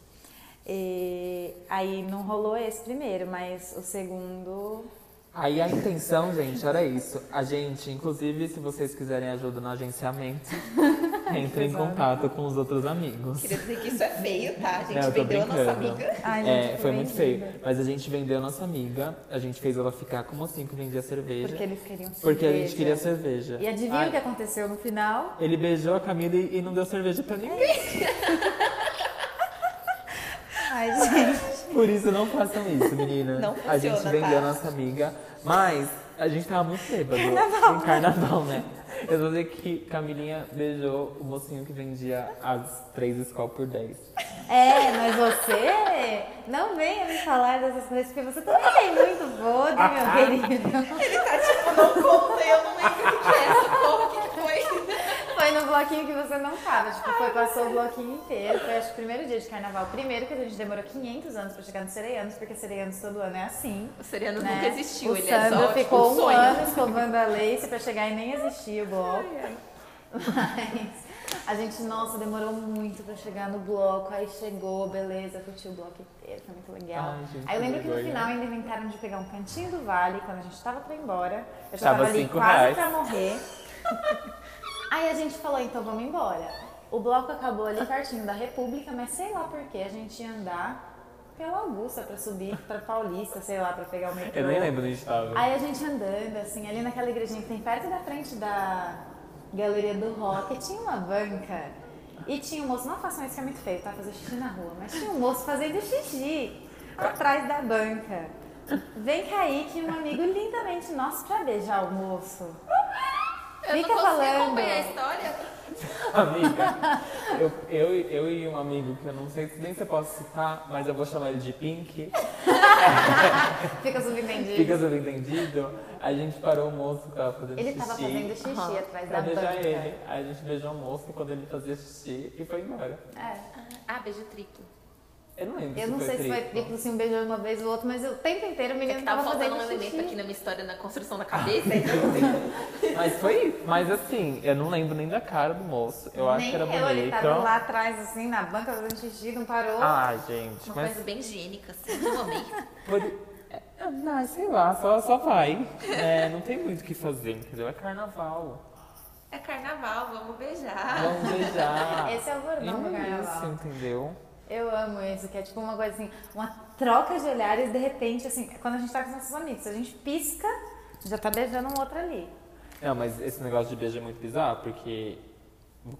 Speaker 4: E aí não rolou esse primeiro, mas o segundo.
Speaker 1: Aí a intenção, gente, era isso. A gente, inclusive, se vocês quiserem ajuda no agenciamento, entre em contato com os outros amigos.
Speaker 3: Queria dizer que isso é feio, tá? A gente
Speaker 1: Não, eu tô
Speaker 3: vendeu a nossa
Speaker 1: brincando.
Speaker 3: amiga.
Speaker 4: Ai,
Speaker 1: é,
Speaker 4: que
Speaker 1: foi muito
Speaker 4: bem-vinda.
Speaker 1: feio. Mas a gente vendeu a nossa amiga, a gente fez ela ficar como assim que vendia cerveja.
Speaker 4: Porque eles queriam
Speaker 1: porque a gente
Speaker 4: cerveja.
Speaker 1: queria cerveja.
Speaker 2: E adivinha
Speaker 1: Ai,
Speaker 2: o que aconteceu no final?
Speaker 1: Ele beijou a Camila e, e não deu cerveja pra ninguém.
Speaker 4: Ai, gente.
Speaker 1: Por isso não façam isso, menina.
Speaker 3: Não
Speaker 1: a gente
Speaker 3: funciona,
Speaker 1: vendeu
Speaker 3: tá?
Speaker 1: a nossa amiga, mas a gente tava muito bêbado em carnaval, né? Eu vou dizer que Camilinha beijou o mocinho que vendia as três Skol por 10.
Speaker 2: É, mas você não venha me falar dessas coisas, porque você também
Speaker 4: é
Speaker 2: tem muito
Speaker 4: Ah,
Speaker 2: podre, meu querido.
Speaker 3: Ele tá tipo, não conta, eu não lembro o que que é essa porra, o que que foi.
Speaker 2: Foi no bloquinho que você não tava, tipo, foi, passou o bloquinho inteiro. Foi, acho, o primeiro dia de carnaval. Primeiro que a gente demorou 500 anos pra chegar nos Sereianos, porque Sereianos todo ano é assim.
Speaker 3: O Seriano
Speaker 2: né?
Speaker 3: nunca existiu,
Speaker 2: o
Speaker 3: ele é
Speaker 2: Sandro
Speaker 3: só
Speaker 2: ficou
Speaker 3: tipo, um
Speaker 2: um
Speaker 3: sonho.
Speaker 2: ano escovando a lace pra chegar e nem existia o bloco. Mas a gente, nossa, demorou muito pra chegar no bloco. Aí chegou, beleza, curtiu o bloco inteiro, foi muito legal.
Speaker 1: Ai, gente,
Speaker 2: aí eu
Speaker 1: que
Speaker 2: lembro que no
Speaker 1: vergonha.
Speaker 2: final ainda inventaram de pegar um cantinho do vale quando a gente tava pra ir embora. Eu já
Speaker 1: Tava
Speaker 2: tava ali
Speaker 1: cinco
Speaker 2: quase
Speaker 1: reais.
Speaker 2: pra morrer. Aí a gente falou, então vamos embora. O bloco acabou ali pertinho da República, mas sei lá por que a gente ia andar pela Augusta pra subir pra Paulista, sei lá, pra pegar o metrô.
Speaker 1: Eu nem lembro onde a gente tava.
Speaker 2: Aí a gente andando, assim, ali naquela igrejinha que tem perto da frente da galeria do rock, tinha uma banca. E tinha um moço, não façam isso que é muito feio, tá? Fazer xixi na rua. Mas tinha um moço fazendo xixi atrás da banca. Vem cair que um amigo lindamente nosso pra beijar o moço.
Speaker 3: Eu
Speaker 2: Fica
Speaker 3: não consigo
Speaker 2: falando.
Speaker 3: acompanhar a história.
Speaker 1: Amiga, eu, eu, eu e um amigo que eu não sei se nem se eu posso citar, mas eu vou chamar ele de Pink,
Speaker 2: Fica subentendido.
Speaker 1: fica subentendido. A gente parou o moço que tava fazendo
Speaker 2: Ele
Speaker 1: xixi.
Speaker 2: tava fazendo xixi
Speaker 3: Aham.
Speaker 2: atrás da
Speaker 1: Pra beijar
Speaker 2: banca. É.
Speaker 1: ele. Aí a gente beijou o moço quando ele fazia xixi e foi embora.
Speaker 2: É.
Speaker 3: Ah, beijo triplo.
Speaker 1: Eu não lembro
Speaker 2: Eu
Speaker 1: se
Speaker 2: não
Speaker 1: foi
Speaker 2: sei se foi
Speaker 1: triplo.
Speaker 2: triplo, se um beijou uma vez ou outro, mas o tempo inteiro o
Speaker 3: É
Speaker 2: menino
Speaker 3: que
Speaker 2: tava,
Speaker 3: tava faltando um
Speaker 2: fazendo xixi.
Speaker 3: elemento aqui na minha história, na construção da cabeça. então,
Speaker 1: Mas foi isso. Mas assim, eu não lembro nem da cara do moço. Eu acho
Speaker 2: Nem
Speaker 1: que era
Speaker 2: eu, ele
Speaker 1: bonito.
Speaker 2: tava lá atrás, assim, na banca, fazendo xixi, não parou.
Speaker 1: Ah, gente,
Speaker 3: uma
Speaker 1: mas.
Speaker 3: coisa bem higiênica, assim, eu amei.
Speaker 1: Por... é, Não, sei lá, só, só vai. É, não tem muito o que fazer, entendeu? É carnaval.
Speaker 3: É carnaval, vamos beijar.
Speaker 1: Vamos beijar.
Speaker 2: Ah. Esse é o bordão do
Speaker 1: E é
Speaker 2: carnaval.
Speaker 1: isso, entendeu?
Speaker 2: Eu amo isso, que é tipo uma coisa assim, uma troca de olhares, de repente, assim, quando a gente tá com os nossos amigos, a gente pisca, já tá beijando um outro ali.
Speaker 1: Não, mas esse negócio de beijo é muito bizarro, porque.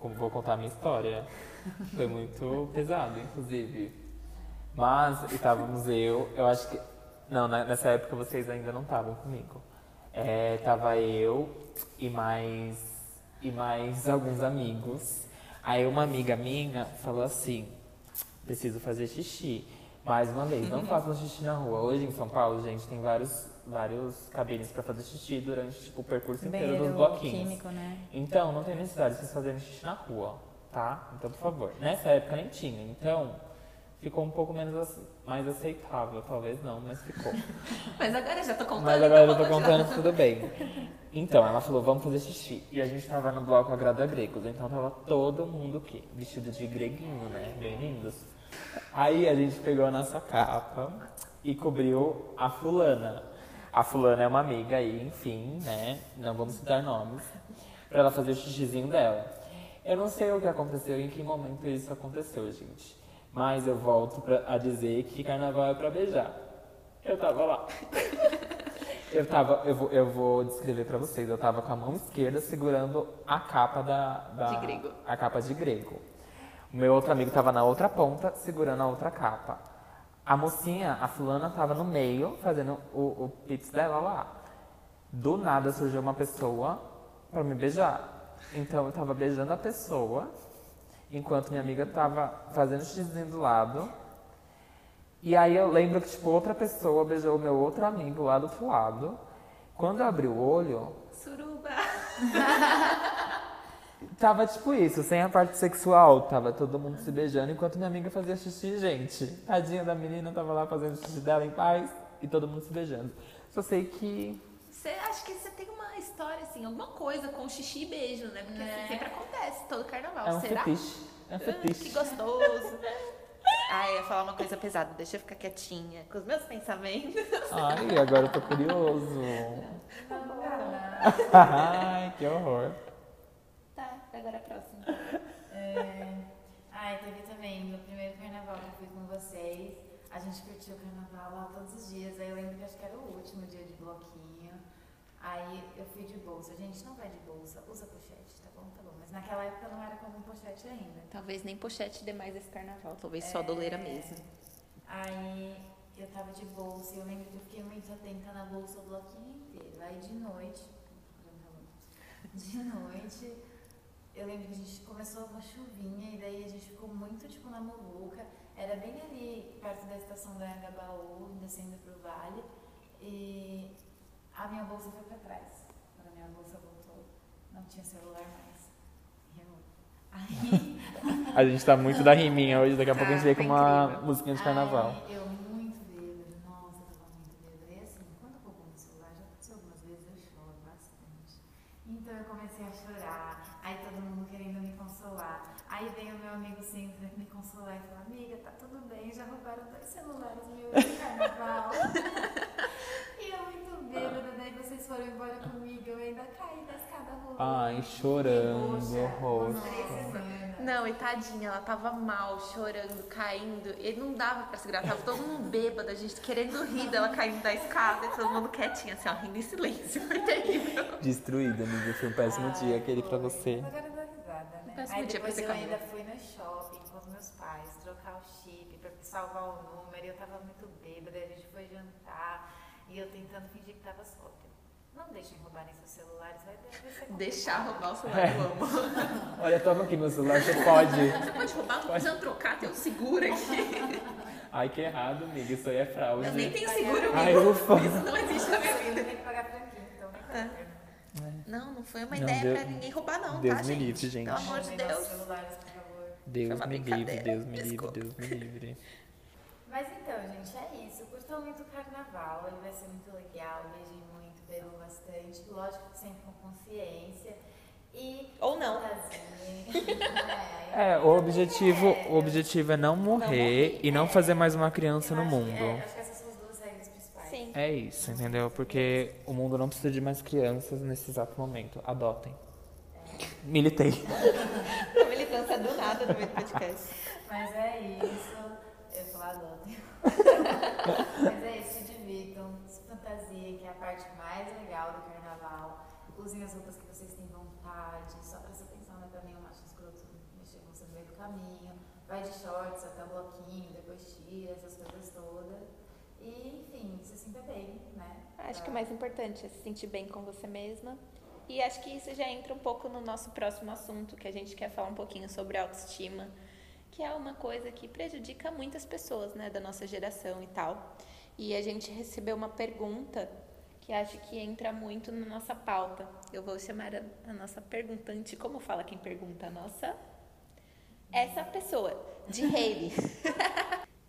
Speaker 1: Como vou contar a minha história. Foi muito pesado, inclusive. Mas estávamos eu, eu acho que. Não, na- nessa época vocês ainda não estavam comigo. É, tava eu e mais. e mais alguns amigos. Aí uma amiga minha falou assim: preciso fazer xixi. Mais uma vez, não façam xixi na rua. Hoje em São Paulo, gente, tem vários, vários cabines para fazer xixi durante tipo, o percurso inteiro dos bloquinhos.
Speaker 2: químico, né?
Speaker 1: Então, não tem necessidade de vocês fazerem xixi na rua, tá? Então, por favor. Nessa época nem tinha, então ficou um pouco menos ace- mais aceitável, talvez não, mas ficou.
Speaker 3: Mas agora eu já tô contando.
Speaker 1: Mas agora eu
Speaker 3: então
Speaker 1: tô
Speaker 3: vou
Speaker 1: contando,
Speaker 3: continuar.
Speaker 1: tudo bem. Então, ela falou, vamos fazer xixi. E a gente tava no bloco Agrada Gregos, então tava todo mundo o quê? Vestido de greguinho, né? Bem lindos. Aí a gente pegou a nossa capa e cobriu a fulana. A fulana é uma amiga aí, enfim, né? Não vamos citar nomes. Pra ela fazer o xixizinho dela. Eu não sei o que aconteceu e em que momento isso aconteceu, gente. Mas eu volto pra, a dizer que carnaval é pra beijar. Eu tava lá. Eu tava, eu vou, eu vou descrever pra vocês. Eu tava com a mão esquerda segurando a capa da, da-
Speaker 3: De grego.
Speaker 1: a capa de grego. O meu outro amigo tava na outra ponta segurando a outra capa. A mocinha, a fulana, tava no meio fazendo o, o pips dela lá. Do nada surgiu uma pessoa pra me beijar. Então eu tava beijando a pessoa enquanto minha amiga tava fazendo xizinho do lado. E aí eu lembro que, tipo, outra pessoa beijou o meu outro amigo lá do outro lado. Quando eu abri o olho,
Speaker 3: Suruba.
Speaker 1: tava tipo isso, sem a parte sexual. Tava todo mundo se beijando enquanto minha amiga fazia xixi, gente. Tadinha da menina, tava lá fazendo xixi dela em paz e todo mundo se beijando. Só sei que.
Speaker 3: Você acha que você tem uma história, assim, alguma coisa com xixi e beijo, né? Porque assim, sempre acontece, todo carnaval.
Speaker 1: É um
Speaker 3: Será?
Speaker 1: fetiche. É um
Speaker 3: Ah, Que
Speaker 1: fetiche.
Speaker 3: gostoso. Ai, eu ia falar uma coisa pesada, deixa eu ficar quietinha com os meus pensamentos.
Speaker 1: Ai, agora eu tô curioso.
Speaker 2: Tá
Speaker 1: Ai, que horror.
Speaker 3: Tá, agora a próxima.
Speaker 2: É... Ai, teve também, no primeiro carnaval que eu fui com vocês, a gente curtiu o carnaval lá todos os dias. Aí eu lembro que acho que era o último dia de bloquinho. Aí eu fui de bolsa. Gente, não vai de bolsa, usa pochete, tá bom? Tá bom. Mas naquela época não era comum pochete ainda.
Speaker 3: Talvez nem pochete dê mais esse carnaval, talvez
Speaker 2: É.
Speaker 3: só doleira mesmo.
Speaker 2: Aí eu tava de bolsa e eu lembro que eu fiquei muito atenta na bolsa o bloquinho inteiro. Aí de noite, de noite, eu lembro que a gente começou uma chuvinha e daí a gente ficou muito tipo na muvuca. Era bem ali perto da estação da Angabaú, descendo pro vale. E a minha bolsa foi pra trás. Quando a minha bolsa voltou, não tinha celular mais. E eu- Aí.
Speaker 1: A gente tá muito da riminha hoje, daqui a
Speaker 3: Tá,
Speaker 1: pouco a gente vem com
Speaker 3: tá
Speaker 1: uma
Speaker 3: incrível.
Speaker 1: musiquinha de carnaval.
Speaker 2: Ai, Ah, eu muito bêbada. Nossa, eu tava muito bêbada. E assim, quando eu compro no celular, já aconteceu algumas vezes, eu choro bastante. Então eu comecei a chorar. Aí todo mundo querendo me consolar. Aí veio meu amigo sempre me consolar e falar: Amiga, tá tudo bem, já roubaram dois celulares meus no carnaval. e eu muito bêbada. Daí vocês foram embora comigo. Eu ainda caí da escada rolando.
Speaker 1: Ai, chorando, rosto.
Speaker 3: Não, e tadinha, ela tava mal, chorando, caindo. E não dava pra segurar, tava todo mundo bêbado, a gente querendo rir dela caindo da escada e todo mundo quietinho, assim, ó, rindo em silêncio. Foi terrível.
Speaker 1: Destruída, amiga. Foi um péssimo dia aquele pra você.
Speaker 2: Agora dá risada, né?
Speaker 3: Péssimo
Speaker 2: Aí
Speaker 3: dia pra
Speaker 2: depois
Speaker 3: ser
Speaker 2: eu
Speaker 3: cabelo.
Speaker 2: ainda fui no shopping com os meus pais, trocar o chip, pra salvar o número, e eu tava muito bêbada, a gente foi jantar, e eu tentando fingir que tava sóbria. Não deixem roubarem seus celulares, vai deve ser complicado.
Speaker 3: Deixar roubar o celular, eu amo.
Speaker 1: Olha, toma aqui meu celular, você pode.
Speaker 3: Você pode roubar, não precisa trocar, tem um seguro aqui.
Speaker 1: Ai, que errado, amiga, isso aí é fraude.
Speaker 3: Ah, Eu nem tenho seguro,
Speaker 1: Ai,
Speaker 3: amigo.
Speaker 1: ufa.
Speaker 3: Isso não existe na minha vida.
Speaker 2: Tem que pagar franquia, então. né?
Speaker 3: Não, não foi uma
Speaker 1: Não,
Speaker 3: ideia
Speaker 1: Deus-
Speaker 3: pra ninguém roubar, não,
Speaker 1: Deus
Speaker 3: tá,
Speaker 1: me
Speaker 3: gente?
Speaker 1: livre, gente.
Speaker 3: Pelo amor de
Speaker 2: Arrumem nossos
Speaker 3: Deus.
Speaker 2: celulares, por favor.
Speaker 3: Foi
Speaker 1: Deus
Speaker 3: uma
Speaker 1: me livre,
Speaker 3: brincadeira,
Speaker 1: Deus me livre,
Speaker 3: desculpa.
Speaker 1: Deus me livre.
Speaker 2: Mas então, gente, é isso. Curtam muito o carnaval, ele vai ser muito legal. Beijem muito, bebam bastante. Lógico que sempre com consciência. E.
Speaker 3: Ou não.
Speaker 2: fantasia.
Speaker 1: É, o objetivo, o objetivo é não morrer e não fazer mais uma criança no
Speaker 2: Eu acho que-
Speaker 1: mundo.
Speaker 2: é, acho que essas são as duas regras principais.
Speaker 3: Sim.
Speaker 1: É isso, entendeu? Porque o mundo não precisa de mais crianças nesse exato momento. Adotem. Militei.
Speaker 3: A militância do nada no meio do podcast.
Speaker 2: Mas é isso. Eu ia falar adotem. Mas é isso, se divirtam, se fantasiem, que é a parte mais legal do carnaval. Usem as roupas que vocês têm vontade, só presta atenção, né? Pra nenhum macho escroto mexer com você no meio do caminho. Vai de shorts até o bloquinho, depois tira, essas coisas todas. E, enfim, se sinta bem, né?
Speaker 3: Acho
Speaker 2: Pra-
Speaker 3: que o mais importante é se sentir bem com você mesma. E acho que isso já entra um pouco no nosso próximo assunto, que a gente quer falar um pouquinho sobre autoestima, que é uma coisa que prejudica muitas pessoas, né, da nossa geração e tal. E a gente recebeu uma pergunta que acho que entra muito na nossa pauta. Eu vou chamar a, a nossa perguntante, como fala quem pergunta? A nossa. Essa pessoa, de Hailey.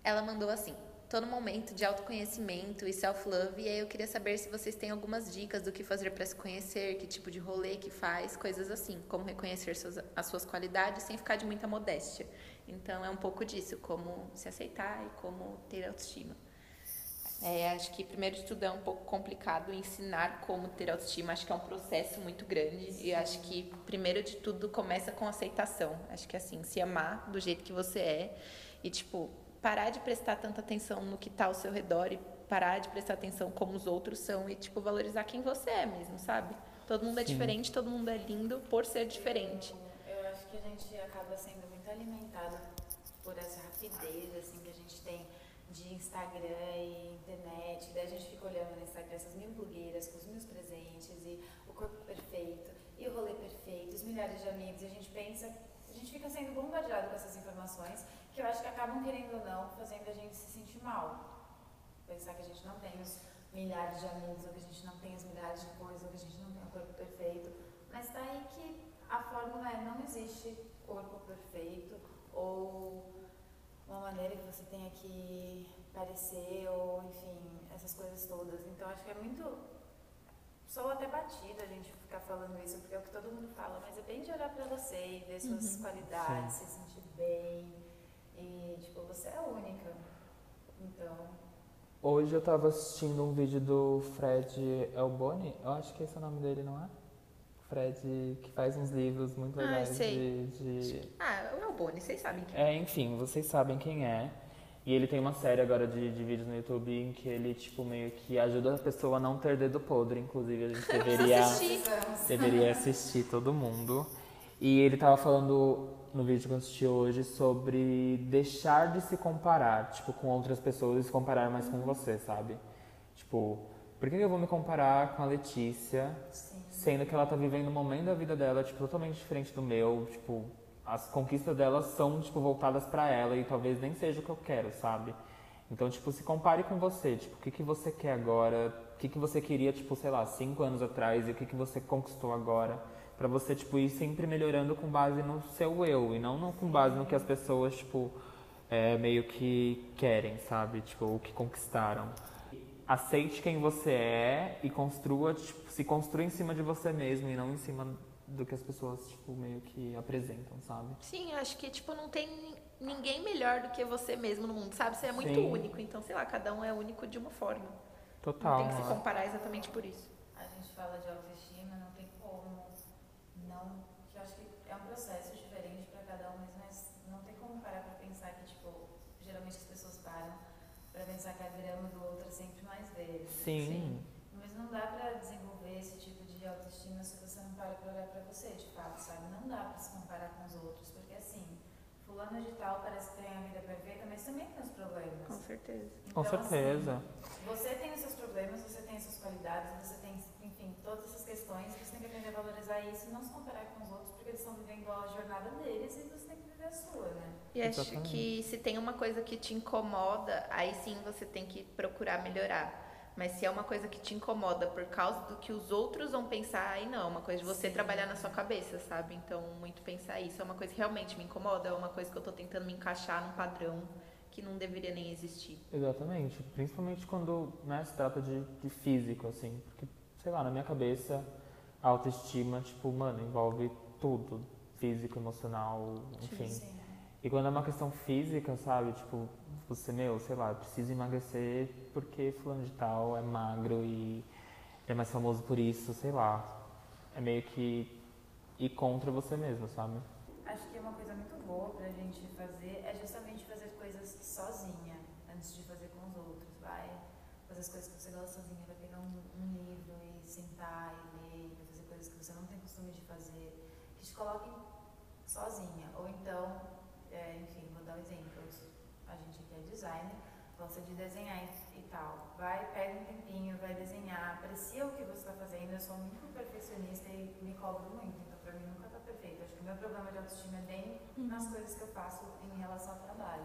Speaker 3: Ela mandou assim: tô no momento de autoconhecimento e self-love, e aí eu queria saber se vocês têm algumas dicas do que fazer pra se conhecer, que tipo de rolê que faz, coisas assim, como reconhecer suas, as suas qualidades sem ficar de muita modéstia. Então é um pouco disso, como se aceitar e como ter autoestima. É, acho que primeiro de tudo é um pouco complicado ensinar como ter autoestima, acho que é um processo muito grande e acho que primeiro de tudo começa com aceitação. Acho que assim, se amar do jeito que você é e tipo, parar de prestar tanta atenção no que tá ao seu redor e parar de prestar atenção como os outros são e tipo valorizar quem você é mesmo, sabe? Todo mundo é diferente, todo mundo é lindo por ser diferente.
Speaker 2: Eu acho que a gente acaba sendo muito alimentado por essa rapidez assim que a gente tem de Instagram e internet. Daí a gente fica olhando no Instagram essas mil blogueiras com os meus presentes e o corpo perfeito e o rolê perfeito, os milhares de amigos. E a gente pensa, a gente fica sendo bombardeado com essas informações que eu acho que acabam querendo ou não fazendo a gente se sentir mal. Pensar que a gente não tem os milhares de amigos, ou que a gente não tem as milhares de coisas, ou que a gente não tem o corpo perfeito. Mas tá aí que a fórmula é não existe corpo perfeito ou uma maneira que você tenha que parecer ou enfim, essas coisas todas. Então acho que é muito sou até batida a gente ficar falando isso, porque é o que todo mundo fala, mas é bem de olhar pra você e ver suas qualidades, se sentir bem e tipo, você é única. Então,
Speaker 1: Hoje eu tava assistindo um vídeo do Fred Elboni, eu acho que esse é o nome dele, não é? Fred que faz uns livros muito
Speaker 3: Ah,
Speaker 1: legais
Speaker 3: sei.
Speaker 1: de- de...
Speaker 3: Ah, o Alboni, vocês sabem que
Speaker 1: É, enfim, vocês sabem quem é. E ele tem uma série agora de, de vídeos no YouTube em que ele, tipo, meio que ajuda a pessoa a não ter dedo podre. Inclusive, é a gente deveria, deveria assistir todo mundo. E ele tava falando no vídeo que eu assisti hoje sobre deixar de se comparar, tipo, com outras pessoas e se comparar mais com você, sabe? Tipo, por que que eu vou me comparar com a Letícia
Speaker 2: sim.
Speaker 1: Sendo que ela tá vivendo um momento da vida dela, tipo, totalmente diferente do meu. Tipo, as conquistas dela são, tipo, voltadas pra ela e talvez nem seja o que eu quero, sabe? Então, tipo, se compare com você. Tipo, o que, que você quer agora? O que, que você queria, tipo, sei lá, cinco anos atrás e o que, que você conquistou agora? Pra você, tipo, ir sempre melhorando com base no seu eu e não no- com base no que as pessoas, tipo, é, meio que querem, sabe? Tipo, o que conquistaram aceite quem você é e construa, tipo, se construa em cima de você mesmo e não em cima do que as pessoas, tipo, meio que apresentam, sabe?
Speaker 3: Sim, eu acho que, tipo, não tem ninguém melhor do que você mesmo no mundo, sabe? Você é muito
Speaker 1: Sim.
Speaker 3: único, então, sei lá, cada um é único de uma forma.
Speaker 1: Total.
Speaker 3: não tem que se
Speaker 1: né?
Speaker 3: comparar exatamente por isso.
Speaker 2: A gente fala de autoestima, não tem como não. Que eu acho que é um processo diferente para cada um, mas- mas não tem como parar para pensar que, tipo, geralmente as pessoas param para pensar que a grama do outro é sempre mais verde.
Speaker 1: Sim.
Speaker 2: Mas não dá para desenvolver esse tipo de autoestima se você não para para olhar para você, de fato, sabe? Não dá para se comparar com os outros, porque assim, fulano de tal parece que tem a vida perfeita, mas também tem os problemas.
Speaker 7: Com certeza.
Speaker 1: Com
Speaker 2: Então,
Speaker 1: certeza.
Speaker 2: assim, você tem os seus problemas, você tem as suas qualidades, você tem, enfim, todas essas questões, você tem que aprender a valorizar isso e não se comparar com os outros, porque eles estão vivendo a jornada deles e você tem que viver a sua, né?
Speaker 3: E acho
Speaker 1: Exatamente.
Speaker 3: que se tem uma coisa que te incomoda, aí sim você tem que procurar melhorar. Mas se é uma coisa que te incomoda por causa do que os outros vão pensar, aí não, é uma coisa de você trabalhar na sua cabeça, sabe? Então, muito pensar isso. É uma coisa que realmente me incomoda, é uma coisa que eu tô tentando me encaixar num padrão que não deveria nem existir.
Speaker 1: Exatamente, principalmente quando né, se trata de, de físico, assim, porque, sei lá, na minha cabeça, a autoestima, tipo, mano, envolve tudo, físico, emocional, enfim. E quando é uma questão física, sabe, tipo, você, meu, sei lá, eu preciso emagrecer porque fulano de tal é magro e é mais famoso por isso, sei lá. É meio que ir contra você mesmo, sabe?
Speaker 2: Acho que é uma coisa muito boa pra gente fazer é justamente fazer coisas sozinha, antes de fazer com os outros. Vai fazer as coisas que você gosta sozinha, vai pegar um, um livro e sentar e ler, vai fazer coisas que você não tem costume de fazer, que te coloquem sozinha. Ou então, é, enfim, vou dar um exemplo. A gente que é designer gosta de desenhar e, e tal. Vai, pega um tempinho, vai desenhar, aprecia o que você está fazendo. Eu sou muito perfeccionista e me cobro muito, então pra mim nunca tá perfeito. Acho que o meu problema de autoestima é bem nas coisas que eu faço em relação ao trabalho.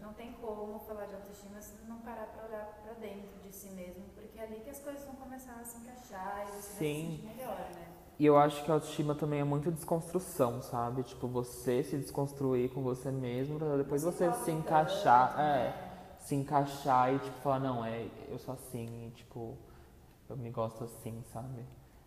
Speaker 2: Não tem como falar de autoestima se não parar pra olhar pra dentro de si mesmo, porque é ali que as coisas vão começar a se encaixar e você
Speaker 1: Sim.
Speaker 2: vai se sentir melhor, né?
Speaker 1: E eu acho que a autoestima também é muito desconstrução, sabe? Tipo, você se desconstruir com você mesmo pra depois você se encaixar. É, se encaixar e tipo, falar, não, é, eu sou assim, e, tipo, eu me gosto assim, sabe?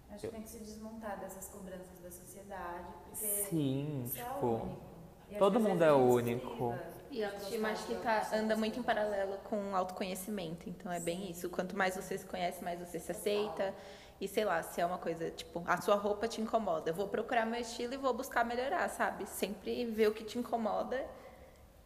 Speaker 2: Acho que tem que se desmontar dessas cobranças da sociedade, porque
Speaker 1: Sim,
Speaker 2: você é
Speaker 1: tipo.
Speaker 2: único. E às
Speaker 1: todo
Speaker 2: vezes
Speaker 1: mundo é
Speaker 2: gente se
Speaker 1: único.
Speaker 2: priva.
Speaker 3: E a autoestima acho que tá, anda muito em paralelo com o autoconhecimento. Então é bem isso. Quanto mais você se conhece, mais você se aceita. E sei lá, se é uma coisa, tipo, a sua roupa te incomoda. Eu vou procurar meu estilo e vou buscar melhorar, sabe? Sempre ver o que te incomoda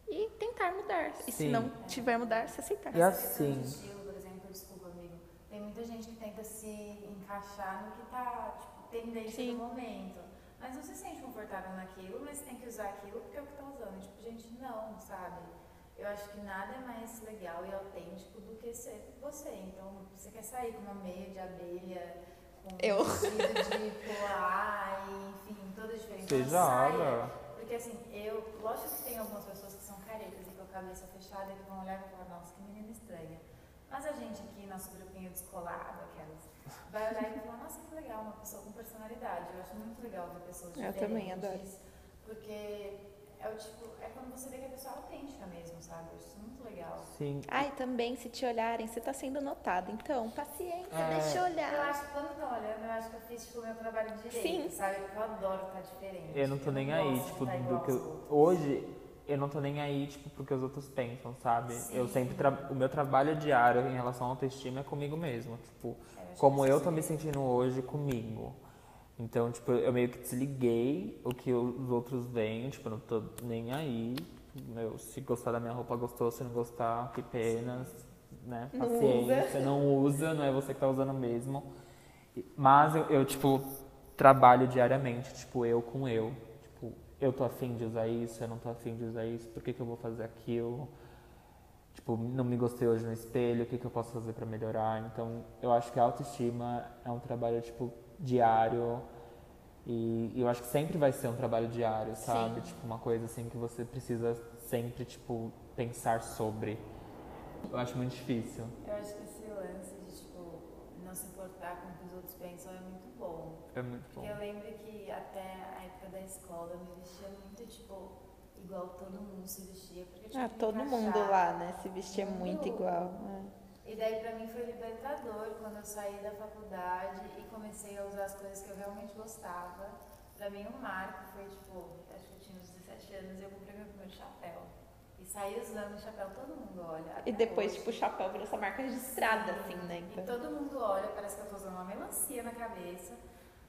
Speaker 3: e tentar mudar. E se
Speaker 1: Sim.
Speaker 3: não tiver mudar, se aceitar.
Speaker 1: E
Speaker 2: Essa questão
Speaker 1: assim.
Speaker 2: de estilo, por exemplo, desculpa, amigo. Tem muita gente que tenta se encaixar no que tá, tipo, tendência do
Speaker 3: Sim.
Speaker 2: momento. Mas não se sente confortável naquilo, mas tem que usar aquilo porque é o que tá usando. Tipo, gente, não, sabe? Eu acho que nada é mais legal e autêntico do que ser você. Então, você quer sair com uma meia de abelha, com
Speaker 3: Eu.
Speaker 2: um vestido de poá, e, enfim, toda diferente. Então,
Speaker 1: Se
Speaker 2: Saia,
Speaker 1: joga.
Speaker 2: porque assim, eu, lógico que tem algumas pessoas que são caretas e com a cabeça fechada que vão olhar e vão falar, nossa, que menina estranha. Mas a gente aqui, nosso grupinho descolado, aquelas, vai olhar e falar, nossa, que legal, uma pessoa com personalidade. Eu acho muito legal ver pessoas
Speaker 3: Eu
Speaker 2: diferentes.
Speaker 3: também adoro.
Speaker 2: Porque é o tipo, é quando você vê que a pessoa é autêntica mesmo, sabe? Eu acho isso muito legal.
Speaker 1: Sim.
Speaker 3: Ai, também, se te olharem, você tá sendo notada. Então, paciência,
Speaker 1: É.
Speaker 3: deixa eu
Speaker 2: Eu
Speaker 3: olhar.
Speaker 2: acho que quando estão olhando, eu acho que eu fiz tipo, o meu trabalho direito,
Speaker 3: Sim.
Speaker 2: sabe? Porque eu adoro estar diferente.
Speaker 1: Eu não tô nem aí,
Speaker 2: gosto de
Speaker 1: tipo,
Speaker 2: tá
Speaker 1: do
Speaker 2: igual
Speaker 1: que.
Speaker 2: aos
Speaker 1: eu-
Speaker 2: outros.
Speaker 1: Hoje, eu não tô nem aí, tipo, pro que os outros pensam, sabe? Eu
Speaker 2: Sim.
Speaker 1: sempre. tra- O meu trabalho diário em relação à autoestima é comigo mesmo. Tipo,
Speaker 2: É, acho
Speaker 1: como
Speaker 2: que
Speaker 1: eu
Speaker 2: isso
Speaker 1: tô me sentindo hoje comigo. Então, tipo, eu meio que desliguei o que eu- os outros veem, tipo, eu não tô nem aí. Meu, se gostar da minha roupa, gostou, se não gostar, que pena, né?
Speaker 3: Não
Speaker 1: Paciência, não usa, não é você que tá usando mesmo. E- Mas eu, eu, tipo, trabalho diariamente, tipo, eu com eu. Tipo, eu tô afim de usar isso, eu não tô afim de usar isso, por que, que eu vou fazer aquilo? Tipo, não me gostei hoje no espelho, o que, que eu posso fazer pra melhorar? Então, eu acho que a autoestima é um trabalho, tipo, diário. E, e eu acho que sempre vai ser um trabalho diário, sabe? Tipo, uma coisa assim que você precisa sempre, tipo, pensar sobre. Eu acho muito difícil.
Speaker 2: Eu acho que esse lance de, tipo, não se importar com o que os outros pensam é muito bom.
Speaker 1: É muito
Speaker 2: Porque eu lembro que até a época da escola eu me vestia muito, tipo, igual todo mundo se vestia. Porque eu tinha
Speaker 3: Ah,
Speaker 2: que me
Speaker 3: todo mundo
Speaker 2: encaixar.
Speaker 3: lá, né? Se vestir é muito
Speaker 2: Mundo.
Speaker 3: igual. é.
Speaker 2: E daí pra mim foi libertador quando eu saí da faculdade e comecei a usar as coisas que eu realmente gostava. Pra mim o marco foi tipo, acho que eu tinha uns 17 anos e eu comprei meu primeiro chapéu. E saí usando o chapéu, todo mundo olha. até
Speaker 3: E depois,
Speaker 2: hoje.
Speaker 3: tipo, o chapéu virou essa marca registrada, assim, né?
Speaker 2: E
Speaker 3: Então,
Speaker 2: todo mundo olha, parece que eu tô usando uma melancia na cabeça.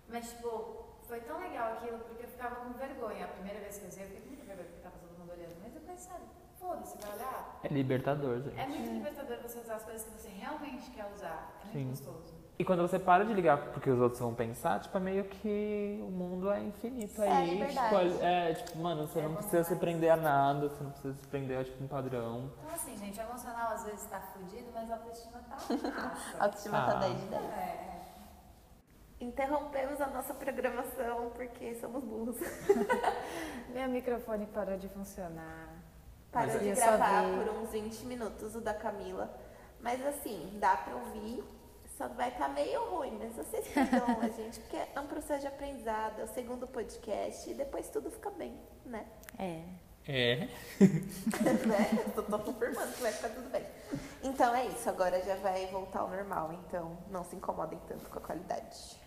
Speaker 2: Mas, tipo, foi tão legal aquilo, porque eu ficava com vergonha. A primeira vez que eu usei, eu fiquei com muita vergonha, porque tava todo mundo olhando. Mas depois, sabe, foda-se, vai olhar.
Speaker 1: É libertador, gente.
Speaker 2: É muito libertador você usar as coisas que você realmente quer usar. É muito
Speaker 1: Sim.
Speaker 2: gostoso.
Speaker 1: E E quando você para de ligar porque os outros vão pensar, tipo, é meio que o mundo é infinito
Speaker 3: É,
Speaker 1: aí.
Speaker 3: liberdade.
Speaker 1: tipo, é, é, tipo, mano, você
Speaker 2: É
Speaker 1: não
Speaker 2: bom
Speaker 1: precisa se
Speaker 2: demais.
Speaker 1: prender a nada, você não precisa se prender a tipo, um padrão.
Speaker 2: Então assim, gente, o emocional às vezes tá fudido, mas a autoestima tá massa.
Speaker 3: Autoestima tá
Speaker 1: Ah.
Speaker 3: 10 de 10.
Speaker 2: É.
Speaker 3: Interrompemos a nossa programação porque somos burros.
Speaker 4: Meu microfone parou de funcionar.
Speaker 3: Parou
Speaker 1: Mas
Speaker 3: de
Speaker 4: eu só
Speaker 3: gravar
Speaker 4: vi.
Speaker 3: por uns 20 minutos o da Camila. Mas assim, dá pra ouvir. Só vai estar meio ruim, mas vocês perdoam a gente, porque é um processo de aprendizado, é o segundo podcast e depois tudo fica bem, né?
Speaker 4: É.
Speaker 1: É.
Speaker 3: né? Tô, tô confirmando que vai ficar tudo bem. Então é isso, agora já vai voltar ao normal, então não se incomodem tanto com a qualidade.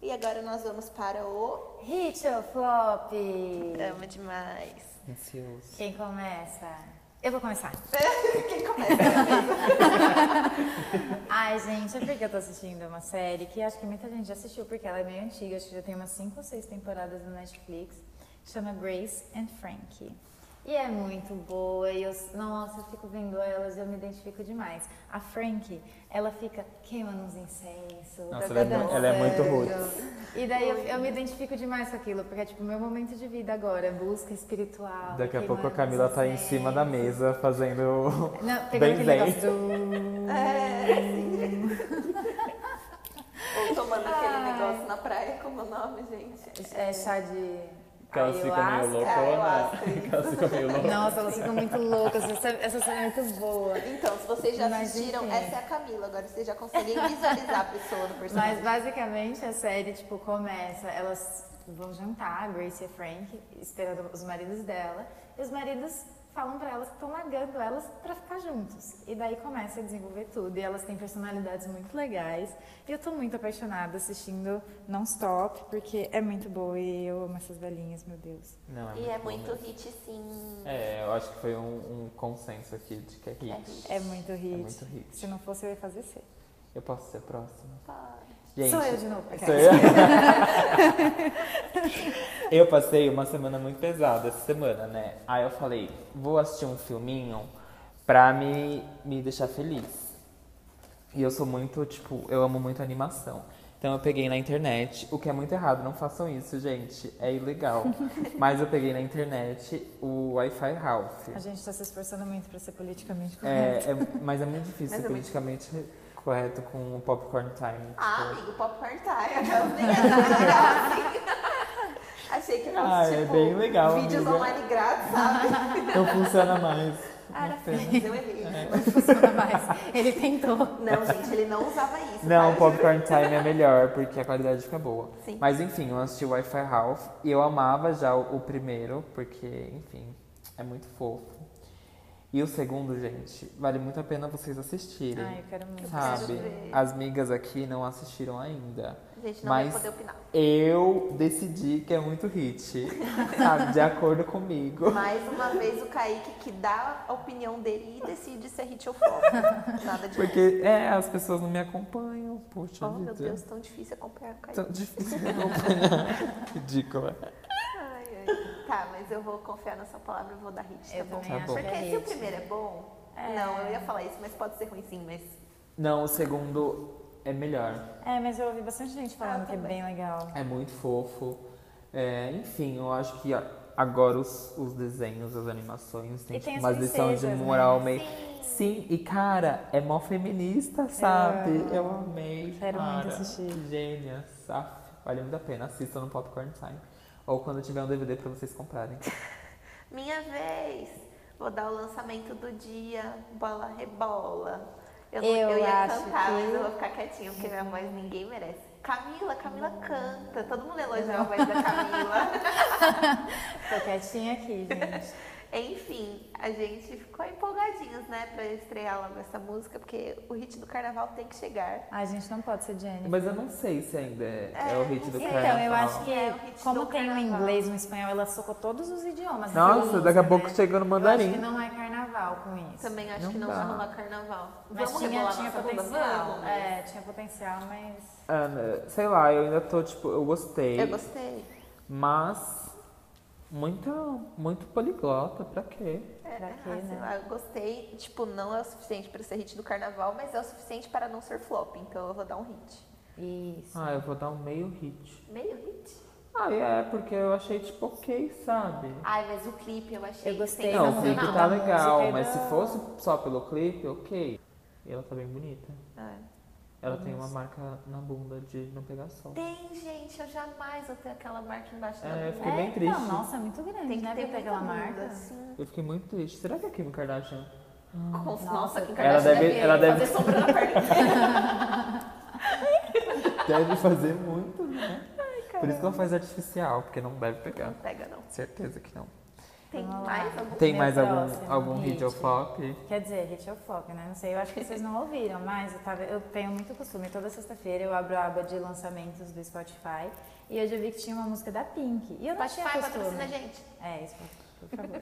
Speaker 3: E agora nós vamos para o
Speaker 2: Hit ou flop?
Speaker 3: Amo Demais.
Speaker 1: Ansioso.
Speaker 2: Quem começa? Eu vou começar.
Speaker 3: Quem começa?
Speaker 2: Ai, gente, é porque eu tô assistindo uma série que acho que muita gente já assistiu, porque ela é meio antiga, acho que já tem umas 5 ou 6 temporadas no Netflix. Chama Grace and Frankie. E é muito boa, e eu, nossa, eu fico vendo elas e eu me identifico demais. A Frankie, ela fica queimando uns incensos.
Speaker 1: Nossa,
Speaker 2: tá
Speaker 1: ela é mu- ela é muito
Speaker 2: dançando.
Speaker 1: roots.
Speaker 2: E daí eu, eu me identifico demais com aquilo, porque é tipo meu momento de vida agora, busca espiritual.
Speaker 1: Daqui a pouco a
Speaker 2: queimando
Speaker 1: Camila
Speaker 2: uns
Speaker 1: tá em cima da
Speaker 2: incensos.
Speaker 1: mesa fazendo.
Speaker 2: Não,
Speaker 1: Bem,
Speaker 2: pegando é aquele
Speaker 1: bem.
Speaker 2: negócio do... É,
Speaker 3: Ou tomando aquele
Speaker 2: Ai.
Speaker 3: negócio na praia, como é o nome, gente?
Speaker 2: É chá de
Speaker 1: Que elas ficam meio
Speaker 2: ayahuasca.
Speaker 1: loucas, né? Que elas ficam meio loucas.
Speaker 2: Nossa, elas ficam muito loucas. Essa, essa cena é muito boa.
Speaker 3: Então, se vocês já
Speaker 2: Mas,
Speaker 3: assistiram,
Speaker 2: enfim.
Speaker 3: essa é a Camila. Agora vocês já conseguem visualizar a pessoa no
Speaker 2: Mas
Speaker 3: personagem.
Speaker 2: basicamente a série, tipo, começa, elas vão jantar, a Grace e a Frank, esperando os maridos dela, e os maridos falam pra elas que estão largando elas pra ficar juntos. E daí começa a desenvolver tudo, e elas têm personalidades muito legais, e eu tô muito apaixonada assistindo non-stop, porque é muito boa e eu amo essas velhinhas, meu Deus.
Speaker 1: Não,
Speaker 3: E é
Speaker 1: bom
Speaker 3: muito
Speaker 1: mesmo.
Speaker 3: hit, sim.
Speaker 1: É, eu acho que foi um, um consenso aqui de que é hit.
Speaker 3: É hit.
Speaker 2: É muito hit.
Speaker 1: muito hit.
Speaker 2: Se não fosse, eu ia fazer ser.
Speaker 1: Eu posso ser a próxima?
Speaker 3: Pode.
Speaker 1: Gente,
Speaker 2: Sou eu de novo.
Speaker 1: Sou eu? eu passei uma semana muito pesada essa semana, né? Aí eu falei, vou assistir um filminho pra me, me deixar feliz. E eu sou muito, tipo, eu amo muito animação. Então eu peguei na internet, o que é muito errado, não façam isso, gente, é ilegal. Mas eu peguei na internet o Wi-Fi Ralph.
Speaker 2: A gente tá se esforçando muito pra ser politicamente correto.
Speaker 1: É, é- mas é muito difícil
Speaker 3: Mas é
Speaker 1: ser
Speaker 3: muito
Speaker 1: politicamente correto com o popcorn time.
Speaker 3: Ah,
Speaker 1: tipo.
Speaker 3: amigo, popcorn time. Aquelas brincadeiras é assim. Achei que fosse,
Speaker 1: Ah, é
Speaker 3: tipo,
Speaker 1: bem legal,
Speaker 3: vídeos
Speaker 1: amiga.
Speaker 3: online grátis, sabe?
Speaker 1: Não funciona mais.
Speaker 3: Ah, era
Speaker 1: Uma pena.
Speaker 3: feliz, eu errei.
Speaker 1: É.
Speaker 2: Funciona mais. Ele tentou.
Speaker 3: Não, gente, ele não usava
Speaker 1: Não,
Speaker 3: isso.
Speaker 1: o
Speaker 3: tá? Eu juro.
Speaker 1: Popcorn Time é melhor, porque a qualidade fica boa.
Speaker 3: Sim.
Speaker 1: Mas enfim, eu assisti Wi-Fi Ralph e eu amava já o, o primeiro, porque, enfim, é muito fofo. E o segundo, gente, vale muito a pena vocês assistirem.
Speaker 2: Ai, eu quero muito.
Speaker 1: sabe?
Speaker 3: ver.
Speaker 1: As migas aqui não assistiram ainda.
Speaker 3: A gente não
Speaker 1: Mas-
Speaker 3: vai poder opinar.
Speaker 1: Eu decidi que é muito hit, sabe? De acordo comigo.
Speaker 3: Mais uma vez o Kaique que dá a opinião dele e decide se é hit ou flop. Nada de
Speaker 1: Porque, é, as pessoas não me acompanham, poxa
Speaker 3: Oh, meu
Speaker 1: vida.
Speaker 3: Deus, tão difícil acompanhar o Kaique.
Speaker 1: Tão difícil me acompanhar. Ridícula.
Speaker 3: Ai, ai. Tá, mas eu vou confiar na sua palavra e vou dar hit, tá
Speaker 2: Eu
Speaker 3: bom?
Speaker 2: também
Speaker 1: Tá
Speaker 2: acho
Speaker 1: bom.
Speaker 2: que
Speaker 3: Porque
Speaker 2: é
Speaker 3: se o
Speaker 2: hit.
Speaker 3: primeiro é bom.
Speaker 2: É.
Speaker 3: Não, eu ia falar isso, mas pode ser ruim sim, mas.
Speaker 1: Não, o segundo é melhor.
Speaker 2: É, mas eu ouvi bastante gente falando
Speaker 3: Ah,
Speaker 2: que é
Speaker 3: também.
Speaker 2: bem legal.
Speaker 1: É muito fofo. É, enfim, eu acho que a- agora os, os desenhos, as animações têm
Speaker 2: E tem
Speaker 1: tipo,
Speaker 2: as
Speaker 1: umas lições de
Speaker 2: princesas, né?
Speaker 1: moral meio. Sim, e cara, é mó feminista, sabe?
Speaker 2: amo.
Speaker 1: Eu amei.
Speaker 2: Quero
Speaker 1: cara.
Speaker 2: muito assistir.
Speaker 1: Gênia, saf. Vale muito a pena. Assista no Popcorn Time. Ou quando tiver um DVD pra vocês comprarem.
Speaker 3: Minha vez! Vou dar o lançamento do dia, bola rebola. Eu, não-
Speaker 2: Eu
Speaker 3: eu ia
Speaker 2: acho
Speaker 3: cantar,
Speaker 2: que-
Speaker 3: mas eu vou ficar quietinha, porque minha voz ninguém merece. Camila, Camila canta. Todo mundo elogia a voz da Camila.
Speaker 2: Tô é quietinha aqui, gente.
Speaker 3: Enfim, a gente ficou empolgadinhos, né, pra estrear logo essa música, porque o hit do carnaval tem que chegar.
Speaker 2: Ah, A gente não pode ser Jennifer.
Speaker 1: Mas eu não sei se ainda é, é o hit do
Speaker 3: não sei.
Speaker 1: carnaval.
Speaker 2: É. Então, eu acho
Speaker 3: É, o hit
Speaker 2: que, como
Speaker 3: do
Speaker 2: tem o
Speaker 3: carnaval.
Speaker 2: inglês, o espanhol, ela socou todos os idiomas. essa
Speaker 1: Nossa,
Speaker 2: música,
Speaker 1: daqui a
Speaker 2: né?
Speaker 1: pouco chegando
Speaker 2: Eu acho que
Speaker 1: mandarim.
Speaker 2: não é carnaval com isso.
Speaker 3: Também acho
Speaker 1: Não
Speaker 3: que não
Speaker 1: dá.
Speaker 3: vai rolar carnaval.
Speaker 2: Mas
Speaker 3: Vamos
Speaker 2: tinha,
Speaker 3: rebolar
Speaker 2: tinha
Speaker 3: nossa bunda?
Speaker 2: potencial.
Speaker 3: Vamos.
Speaker 2: É, tinha potencial, mas.
Speaker 1: Ana, sei lá, eu ainda tô, tipo, eu gostei.
Speaker 3: Eu gostei.
Speaker 1: Mas muita, muito poliglota, pra quê?
Speaker 3: É,
Speaker 4: Pra
Speaker 3: ah,
Speaker 4: quê,
Speaker 3: sei
Speaker 4: né?
Speaker 3: lá, eu gostei. Tipo, não é o suficiente pra ser hit do carnaval, mas é o suficiente para não ser flop. Então eu vou dar um hit.
Speaker 2: Isso.
Speaker 1: Ah, eu vou dar um meio hit.
Speaker 3: Meio hit?
Speaker 1: Ah, é, porque eu achei tipo ok, sabe?
Speaker 3: Ai, mas o clipe eu achei.
Speaker 2: Eu gostei.
Speaker 1: Não, o
Speaker 2: não,
Speaker 1: clipe
Speaker 2: não,
Speaker 1: tá
Speaker 2: da
Speaker 1: legal,
Speaker 2: música e
Speaker 1: mas
Speaker 2: da-
Speaker 1: se fosse só pelo clipe, ok. E Ela tá bem bonita.
Speaker 3: Ah.
Speaker 1: Ela tem uma marca na bunda de não pegar sol.
Speaker 3: Tem, gente, eu jamais vou ter aquela marca embaixo da
Speaker 1: É, eu
Speaker 3: bunda.
Speaker 1: fiquei bem
Speaker 2: então,
Speaker 1: triste.
Speaker 2: nossa, é muito grande,
Speaker 3: Tem que
Speaker 2: né?
Speaker 3: ter
Speaker 2: Pra ter aquela
Speaker 3: muita bunda,
Speaker 2: marca.
Speaker 3: Sim.
Speaker 1: Eu fiquei muito triste. Será que é a Kim Kardashian
Speaker 2: Ah.
Speaker 3: Com, nossa,
Speaker 2: Nossa,
Speaker 3: que
Speaker 1: ela
Speaker 3: Kardashian
Speaker 1: deve- ela deve-
Speaker 3: fazer sombra na perna inteira.
Speaker 1: deve fazer muito, né? Por isso que ela
Speaker 2: É.
Speaker 1: faz artificial, porque não deve pegar.
Speaker 3: Não pega, não.
Speaker 1: Certeza que não.
Speaker 3: Tem
Speaker 2: Vamos lá.
Speaker 3: mais algum?
Speaker 1: Tem
Speaker 2: Meu
Speaker 1: mais algum,
Speaker 2: próximo
Speaker 1: algum
Speaker 2: hit.
Speaker 1: vídeo pop?
Speaker 4: Quer dizer, hit é o foco, né? Não sei, eu acho que vocês não ouviram, mas eu, tava- eu tenho muito costume. Toda sexta-feira eu abro a aba de lançamentos do Spotify e hoje eu vi que tinha uma música da Pink. E eu não
Speaker 3: Spotify
Speaker 4: tinha costume.
Speaker 3: patrocina a gente.
Speaker 4: É, isso, por favor.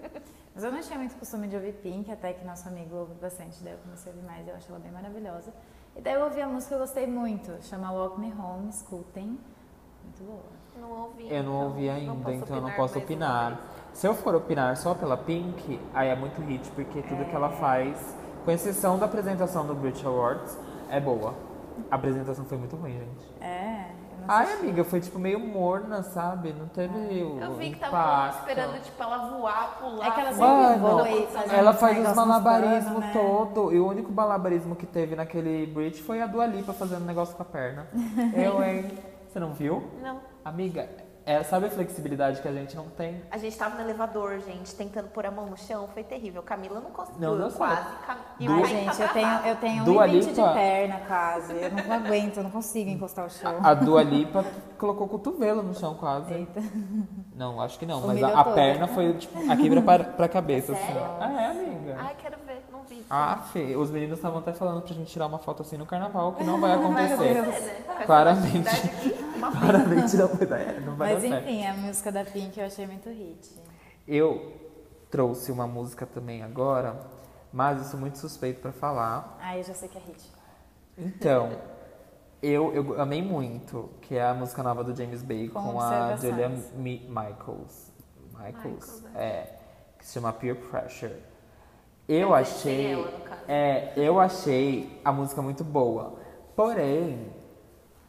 Speaker 4: Mas eu não tinha muito costume de ouvir Pink, até que nosso amigo ouve bastante, daí eu comecei a ouvir mais, eu acho ela bem maravilhosa. E daí eu ouvi a música que eu gostei muito, chama Walk Me Home, escutem. Muito boa.
Speaker 3: Não ouvi.
Speaker 1: Eu não ouvi ainda, então eu não posso
Speaker 3: mais um uma
Speaker 1: opinar. Se eu for opinar só pela Pink, aí é muito hit, porque tudo que ela faz, com exceção da apresentação do Brit Awards, é boa. A apresentação foi muito ruim, gente.
Speaker 4: É, eu não
Speaker 1: Ai, amiga, foi tipo meio morna, sabe? Não teve o
Speaker 8: É. Eu vi que tava
Speaker 1: impacto.
Speaker 8: esperando, tipo, ela voar, pular.
Speaker 4: É que ela sempre
Speaker 1: Mano,
Speaker 4: foi fazendo
Speaker 3: é né?
Speaker 1: ela
Speaker 4: uns
Speaker 1: faz os
Speaker 4: negócios nos
Speaker 1: malabarismos
Speaker 4: planos, né?
Speaker 1: todo. E o único malabarismo que teve naquele Brit foi a Dua Lipa fazendo negócio com a perna. Eu, hein? Você não viu?
Speaker 3: Não.
Speaker 1: Amiga, é, sabe a flexibilidade que a gente não tem?
Speaker 3: A gente tava no elevador, gente, tentando pôr a mão no chão, foi terrível. Camila não conseguiu,
Speaker 1: Não deu
Speaker 3: eu quase. Cam... E o
Speaker 4: Ai,
Speaker 3: Kaique
Speaker 4: gente,
Speaker 3: tá
Speaker 4: eu tenho,
Speaker 3: travado.
Speaker 4: eu tenho
Speaker 1: Dua
Speaker 4: 1,20 de
Speaker 1: Lipa?
Speaker 4: perna quase. Eu não aguento, eu não consigo encostar o chão.
Speaker 1: A Dua Lipa colocou o cotovelo no chão quase.
Speaker 4: Eita.
Speaker 1: Não, acho que não, mas
Speaker 4: Humilhou
Speaker 1: a, a
Speaker 4: toda.
Speaker 1: perna foi tipo, a quebra pra, pra cabeça. Assim,
Speaker 3: Sério?
Speaker 1: ó. Ah, é, amiga.
Speaker 3: Ai, quero ver, não vi.
Speaker 1: Ah, Fê, os meninos estavam até falando pra gente tirar uma foto assim no carnaval, que não vai acontecer.
Speaker 3: É, né? Com essa
Speaker 1: Claramente.
Speaker 3: velocidade aqui, uma
Speaker 1: Claramente não vai dar, é, não vai
Speaker 4: Mas
Speaker 1: dar certo.
Speaker 4: enfim, a música da Pink eu achei muito hit.
Speaker 1: Eu trouxe uma música também agora, mas eu sou muito suspeito pra falar.
Speaker 4: Ai, eu já sei que é hit.
Speaker 1: Então, eu, eu amei muito, que é a música nova do James Bay
Speaker 4: Com
Speaker 1: com, a
Speaker 4: observações.
Speaker 1: Julia Mi- Michaels. Michaels, é. Que se chama Peer Pressure. Eu
Speaker 3: Mas é
Speaker 1: achei.
Speaker 3: ela, no caso.
Speaker 1: É, eu achei a música muito boa. Porém,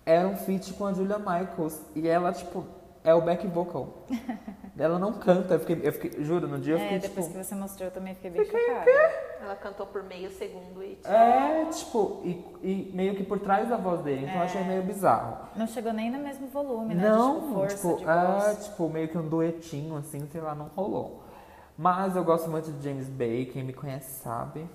Speaker 1: era um feat com a Julia Michaels. E ela, tipo, é o back vocal. ela não canta. Eu fiquei, eu fiquei- juro, no dia eu fiquei
Speaker 4: É, depois
Speaker 1: tipo.
Speaker 4: que você mostrou eu também fiquei bem chocada.
Speaker 3: Ela cantou por meio segundo e tipo,
Speaker 1: É, tipo, e, e meio que por trás da voz dele. Então eu achei meio bizarro.
Speaker 4: Não chegou nem no mesmo volume, né? de, É. tipo,
Speaker 1: Não,
Speaker 4: força
Speaker 1: tipo,
Speaker 4: de
Speaker 1: é,
Speaker 4: voz.
Speaker 1: tipo, meio que um duetinho, assim, sei lá, não rolou. Mas eu gosto muito de James Bay, quem me conhece sabe.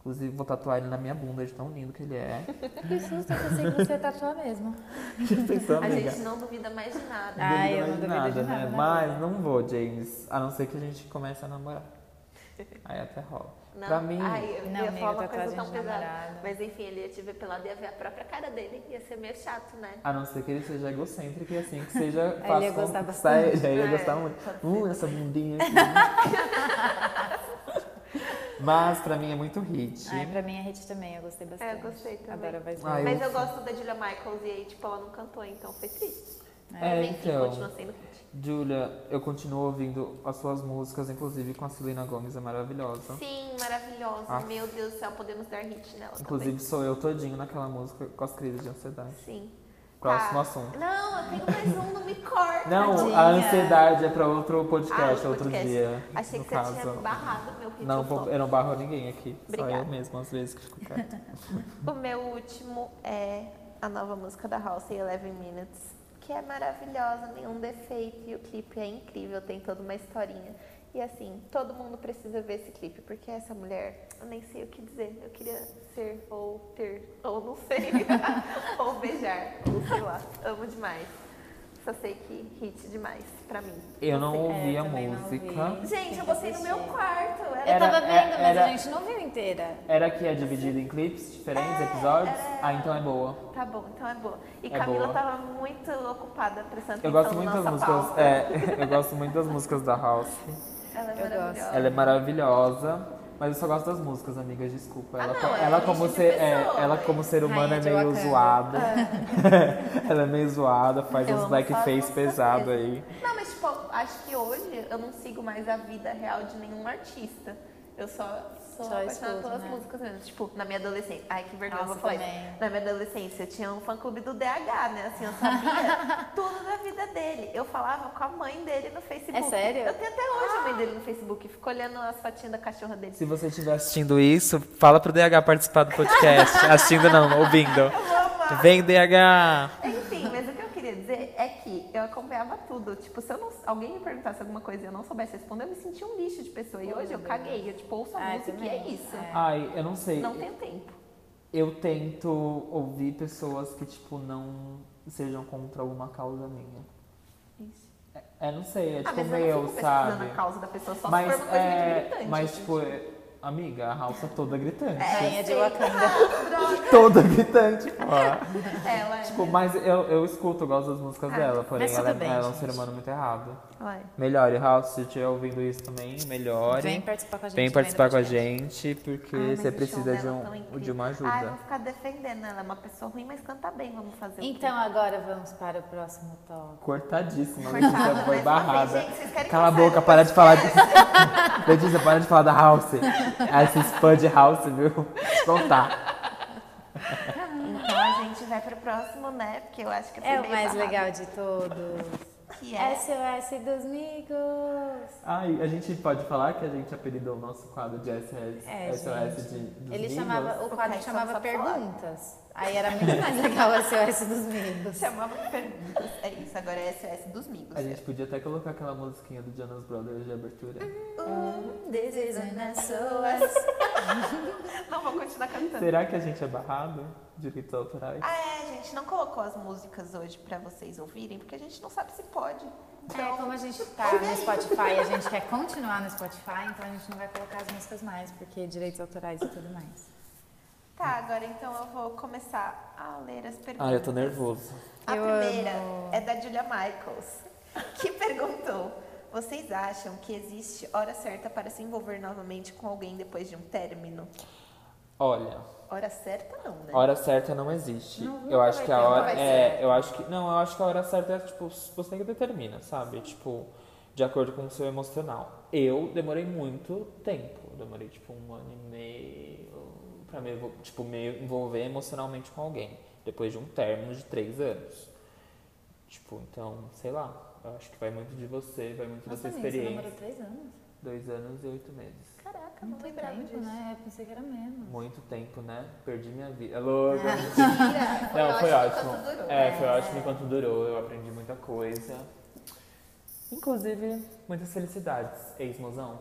Speaker 1: Inclusive, vou tatuar ele na minha bunda, de tão lindo que ele é.
Speaker 4: Que susto, eu pensei que você tatuou mesmo.
Speaker 1: Já pensou,
Speaker 3: a
Speaker 1: amiga?
Speaker 3: gente não duvida mais de nada.
Speaker 1: Não
Speaker 4: Ai,
Speaker 1: duvido
Speaker 4: eu não
Speaker 1: mais de
Speaker 4: duvido de nada, né?
Speaker 1: Mas não vou, James. A não ser que a gente comece a namorar. Aí até rola.
Speaker 3: Não,
Speaker 1: pra mim,
Speaker 3: Ai, eu
Speaker 4: Não,
Speaker 3: ia
Speaker 4: amigo,
Speaker 3: falar uma coisa
Speaker 4: tatuagem
Speaker 3: tão
Speaker 4: de
Speaker 3: pesada.
Speaker 4: namorada.
Speaker 3: Mas enfim, ele ia te ver pelado e ia ver a própria cara dele. Ia ser meio chato, né?
Speaker 1: a não ser que ele seja egocêntrico e assim, que
Speaker 4: Aí
Speaker 1: seja
Speaker 4: ele
Speaker 1: fácil
Speaker 4: ia gostar Ah,
Speaker 1: conquistar ele. Aí ele ia
Speaker 3: É,
Speaker 1: gostar muito. Uh, essa bundinha aqui. Mas pra mim é muito hit.
Speaker 4: Ai, pra mim é hit também, eu gostei bastante.
Speaker 3: É, eu gostei também.
Speaker 4: Adoro a voz dela.
Speaker 1: Ai,
Speaker 3: Mas
Speaker 1: Ah, eu-
Speaker 3: eu gosto da Julia Michaels e aí, tipo, ela não cantou, então foi triste.
Speaker 1: É,
Speaker 3: Mas, enfim,
Speaker 1: então.
Speaker 3: continua sendo hit.
Speaker 1: Julia, eu continuo ouvindo as suas músicas, inclusive com a Selena Gomes, é maravilhosa.
Speaker 3: Sim, maravilhosa.
Speaker 1: Ah.
Speaker 3: Meu Deus do céu, podemos dar hit nela
Speaker 1: Inclusive né? sou eu todinho naquela música com as crises de ansiedade.
Speaker 3: também. Sim.
Speaker 1: Próximo
Speaker 3: Tá.
Speaker 1: assunto.
Speaker 3: Não, eu tenho mais um, não me corta.
Speaker 1: Não,
Speaker 4: Tadinha.
Speaker 1: a ansiedade é pra outro
Speaker 3: Ah,
Speaker 1: podcast,
Speaker 3: outro
Speaker 1: outro
Speaker 3: podcast.
Speaker 1: dia.
Speaker 3: Achei
Speaker 1: no
Speaker 3: que você
Speaker 1: caso.
Speaker 3: tinha barrado meu hit
Speaker 1: Não,
Speaker 3: ou flop.
Speaker 1: eu não barro ninguém aqui. Só
Speaker 3: Obrigada.
Speaker 1: eu mesmo, às vezes, que fico quieta.
Speaker 3: O meu último é a nova música da Halsey, 11 Minutes, que é maravilhosa, nenhum defeito, e o clipe é incrível, tem toda uma historinha. E assim, todo mundo precisa ver esse clipe, porque essa mulher, eu nem sei o que dizer, eu queria ser ou ter, ou não sei, ou beijar, ou sei lá, amo demais. Só sei que hit demais pra mim.
Speaker 1: Eu não
Speaker 3: sei.
Speaker 1: ouvi
Speaker 4: eu
Speaker 1: a
Speaker 4: também não
Speaker 1: música.
Speaker 4: ouvi.
Speaker 3: Gente, eu botei no meu quarto. Era...
Speaker 1: É.
Speaker 4: Eu tava
Speaker 1: Era-
Speaker 4: vendo, mas
Speaker 1: era-
Speaker 4: a gente não viu inteira.
Speaker 1: Era que é dividida em clipes, diferentes
Speaker 3: É,
Speaker 1: episódios?
Speaker 3: era-
Speaker 1: Ah, então é boa.
Speaker 3: Tá bom, então é boa. E
Speaker 1: É
Speaker 3: Camila
Speaker 1: boa.
Speaker 3: tava muito ocupada prestando
Speaker 1: Eu
Speaker 3: atenção
Speaker 1: gosto
Speaker 3: na
Speaker 1: muito das
Speaker 3: Então, nossa
Speaker 1: músicas.
Speaker 3: pauta.
Speaker 1: É, eu gosto muito das músicas da House.
Speaker 3: Ela é
Speaker 4: Eu gosto.
Speaker 3: maravilhosa.
Speaker 1: Ela é maravilhosa, mas eu só gosto das músicas, amigas, desculpa.
Speaker 3: Ah,
Speaker 1: Ela,
Speaker 3: não,
Speaker 1: co-
Speaker 3: é
Speaker 1: ela
Speaker 3: gente
Speaker 1: como
Speaker 3: de
Speaker 1: ser, é,
Speaker 3: pessoa,
Speaker 1: ela
Speaker 3: né?
Speaker 1: como ser humano
Speaker 4: Rainha
Speaker 1: é
Speaker 4: de
Speaker 1: meio
Speaker 4: Wakanda.
Speaker 1: zoada. ela é meio zoada, faz
Speaker 3: Eu
Speaker 1: uns
Speaker 3: Ah. amo só as
Speaker 1: blackface
Speaker 3: músicas
Speaker 1: pesado
Speaker 3: mesmo.
Speaker 1: aí.
Speaker 2: é
Speaker 3: Não, mas tipo, a acho que hoje eu não sigo mais a vida real de nenhum artista. Eu só sou
Speaker 2: Só
Speaker 3: apaixonada
Speaker 2: escuto,
Speaker 3: pelas
Speaker 2: né?
Speaker 3: músicas mesmo. Tipo, na minha adolescência. Ai, que vergonha,
Speaker 2: Nossa,
Speaker 3: eu vou falar
Speaker 2: também.
Speaker 3: isso. Na minha adolescência, eu tinha um fã-clube do DH, né? Assim, eu sabia tudo da vida dele. Eu falava com a mãe dele no Facebook.
Speaker 2: É sério? Ah.
Speaker 3: Eu tenho até hoje a mãe dele no Facebook. Fico olhando as fotinhas da cachorra dele.
Speaker 1: Se você estiver assistindo isso, fala pro DH participar do podcast. assistindo não, ouvindo. Vem, DH!
Speaker 3: Enfim, mas o que eu queria dizer é que eu acompanhava tudo. Tipo, se eu não, alguém me perguntasse alguma coisa e eu não soubesse responder, eu me sentia um lixo de pessoa. E hoje eu caguei. Eu, tipo, ouço a
Speaker 2: Ah, eu
Speaker 3: música e
Speaker 2: também.
Speaker 3: é isso.
Speaker 1: Ai, eu não sei.
Speaker 3: Não tenho tempo.
Speaker 1: Eu tento ouvir pessoas que, tipo, não sejam contra alguma causa minha.
Speaker 3: Isso.
Speaker 1: É, não sei, é
Speaker 3: Ah,
Speaker 1: tipo
Speaker 3: mas eu não
Speaker 1: meu,
Speaker 3: fico
Speaker 1: sabe?
Speaker 3: pesquisando a causa da pessoa, só
Speaker 1: mas,
Speaker 3: se for uma coisa
Speaker 1: é,
Speaker 3: muito gritante. assim.
Speaker 1: mas tipo, é- amiga, a Ralph é toda gritante.
Speaker 2: Rainha de
Speaker 3: tipo,
Speaker 2: Wakanda.
Speaker 1: Toda gritante, porra.
Speaker 3: Ela ah, é.
Speaker 1: Tipo, mas eu, eu escuto, eu gosto das
Speaker 3: Ah,
Speaker 1: músicas dela, porém
Speaker 2: mas
Speaker 1: ela,
Speaker 2: tudo bem,
Speaker 1: ela é um
Speaker 2: gente.
Speaker 1: ser humano muito errado.
Speaker 3: ela é.
Speaker 1: Melhore, Ralph, se estiver ouvindo isso também, melhore.
Speaker 2: Vem participar com a gente.
Speaker 1: Vem
Speaker 2: do
Speaker 1: participar com a
Speaker 2: podcast.
Speaker 1: gente, porque
Speaker 3: Ai, Ah, mas
Speaker 1: você
Speaker 3: o show
Speaker 1: precisa de,
Speaker 3: dela
Speaker 1: um-
Speaker 3: tão incrível.
Speaker 1: de uma
Speaker 3: Ai, Ah, vou
Speaker 1: ajuda.
Speaker 3: ficar defendendo ela. É uma pessoa ruim, mas canta bem. Vamos fazer o quê?
Speaker 2: Então agora vamos para o próximo tópico.
Speaker 1: Cortadíssima,
Speaker 3: Cortada,
Speaker 1: Letícia foi
Speaker 3: mas
Speaker 1: barrada.
Speaker 3: vocês, gente, vocês querem
Speaker 1: Cala a
Speaker 3: que eu
Speaker 1: boca,
Speaker 3: saia?
Speaker 1: para de falar disso. Letícia, para de falar da House. Essa spam de House, viu? Vou te Contar.
Speaker 3: Então a gente vai pro próximo, né? Porque eu acho que eu fui
Speaker 2: É o
Speaker 3: meio
Speaker 2: mais
Speaker 3: barrada.
Speaker 2: legal de todos.
Speaker 3: Que é.
Speaker 2: SOS dos Migos.
Speaker 1: Ai, a gente pode falar que a gente apelidou o nosso quadro de SOS,
Speaker 2: É,
Speaker 1: SOS de, dos
Speaker 2: Ele
Speaker 1: Migos?
Speaker 2: chamava, o quadro
Speaker 3: Ok,
Speaker 2: chamava
Speaker 3: só- só falar.
Speaker 2: Perguntas. Aí era muito mais legal o SOS dos Migos.
Speaker 3: Chamava perguntas. É isso, agora é SOS dos migos.
Speaker 1: A gente podia até colocar aquela musiquinha do Jonas Brothers de abertura.
Speaker 3: Um Não vou continuar cantando.
Speaker 1: Será que a gente é barrado? Direitos autorais?
Speaker 3: Ah, é, a gente não colocou as músicas hoje pra vocês ouvirem, porque a gente não sabe se pode.
Speaker 2: É, como a gente tá no Spotify e a gente quer continuar no Spotify, então a gente não vai colocar as músicas mais, porque direitos autorais e tudo mais.
Speaker 3: Tá, agora então eu vou começar a ler as perguntas.
Speaker 1: Ai, Ah, eu tô nervoso.
Speaker 3: A
Speaker 2: Eu
Speaker 3: primeira
Speaker 2: amo.
Speaker 3: é da Julia Michaels, que perguntou: Vocês acham que existe hora certa para se envolver novamente com alguém depois de um término?
Speaker 1: Olha,
Speaker 3: Hora certa não, né?
Speaker 1: hora certa não existe. eu acho que a hora é, eu acho que não, eu acho que a hora certa é tipo você que determina, sabe? Tipo, de acordo com o seu emocional. Eu demorei muito tempo, eu demorei tipo um ano e meio pra me envol- tipo me envolver emocionalmente com alguém depois de um término de três anos. Tipo, então, sei lá. Eu acho que vai muito de você, vai muito da sua
Speaker 2: amiga, você
Speaker 1: experiência.
Speaker 2: namorou três anos?
Speaker 1: Dois anos e oito meses.
Speaker 3: Caraca, não
Speaker 2: Muito
Speaker 3: lembrava
Speaker 2: tempo,
Speaker 3: disso.
Speaker 2: né? Eu pensei que era menos.
Speaker 1: Muito tempo, né? Perdi minha vida. É louco.
Speaker 3: Mentira,
Speaker 1: Não, foi ótimo.
Speaker 3: enquanto durou.
Speaker 1: É, foi ótimo enquanto durou, eu aprendi muita coisa. Inclusive, muitas felicidades, ex-mozão.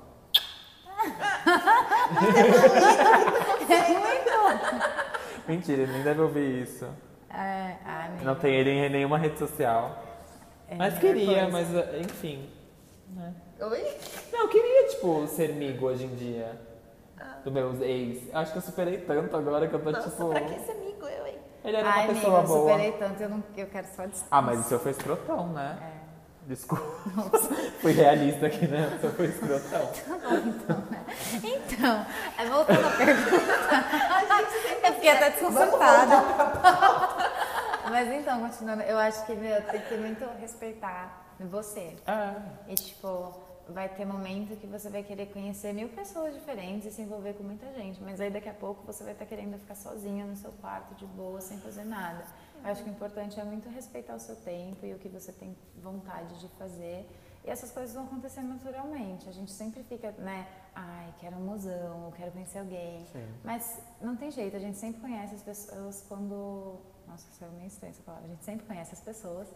Speaker 1: Mentira, ele nem deve ouvir isso.
Speaker 2: É, ai,
Speaker 1: Não tem ele em nenhuma rede social.
Speaker 2: é a
Speaker 1: mas
Speaker 2: melhor
Speaker 1: queria,
Speaker 2: coisa.
Speaker 1: mas eh, enfim. né?
Speaker 3: Oi?
Speaker 1: Não, eu queria, tipo, ser amigo hoje em dia. Do meus ex. Acho que eu superei tanto agora que eu tô,
Speaker 3: Nossa,
Speaker 1: É. tipo.
Speaker 3: pra que esse amigo eu, hein?
Speaker 1: Ele era uma
Speaker 2: Ai, amiga,
Speaker 1: pessoa
Speaker 2: eu
Speaker 1: boa.
Speaker 2: superei tanto, eu, não, eu quero só É. distância.
Speaker 1: Ah, mas o seu foi escrotão, né? Desculpa. Fui realista aqui, né? O seu foi escrotão.
Speaker 2: Então, é, voltando à pergunta, eu fiquei até desconcertada. Mas então, continuando, eu acho que meu, tem que muito respeitar você.
Speaker 1: Ah,
Speaker 2: E tipo, vai ter momento que você vai querer conhecer mil pessoas diferentes e se envolver com muita gente. Mas aí daqui a pouco você vai estar querendo ficar sozinha no seu quarto, de boa, sem fazer nada. Eu acho que o importante é muito respeitar o seu tempo e o que você tem vontade de fazer. E essas coisas vão acontecer naturalmente. A gente sempre fica, né? Ai, quero um museu, ou quero conhecer alguém.
Speaker 1: sim.
Speaker 2: Mas não tem jeito, a gente sempre conhece as pessoas quando. Nossa, saiu meio estranho essa palavra. A gente sempre conhece as pessoas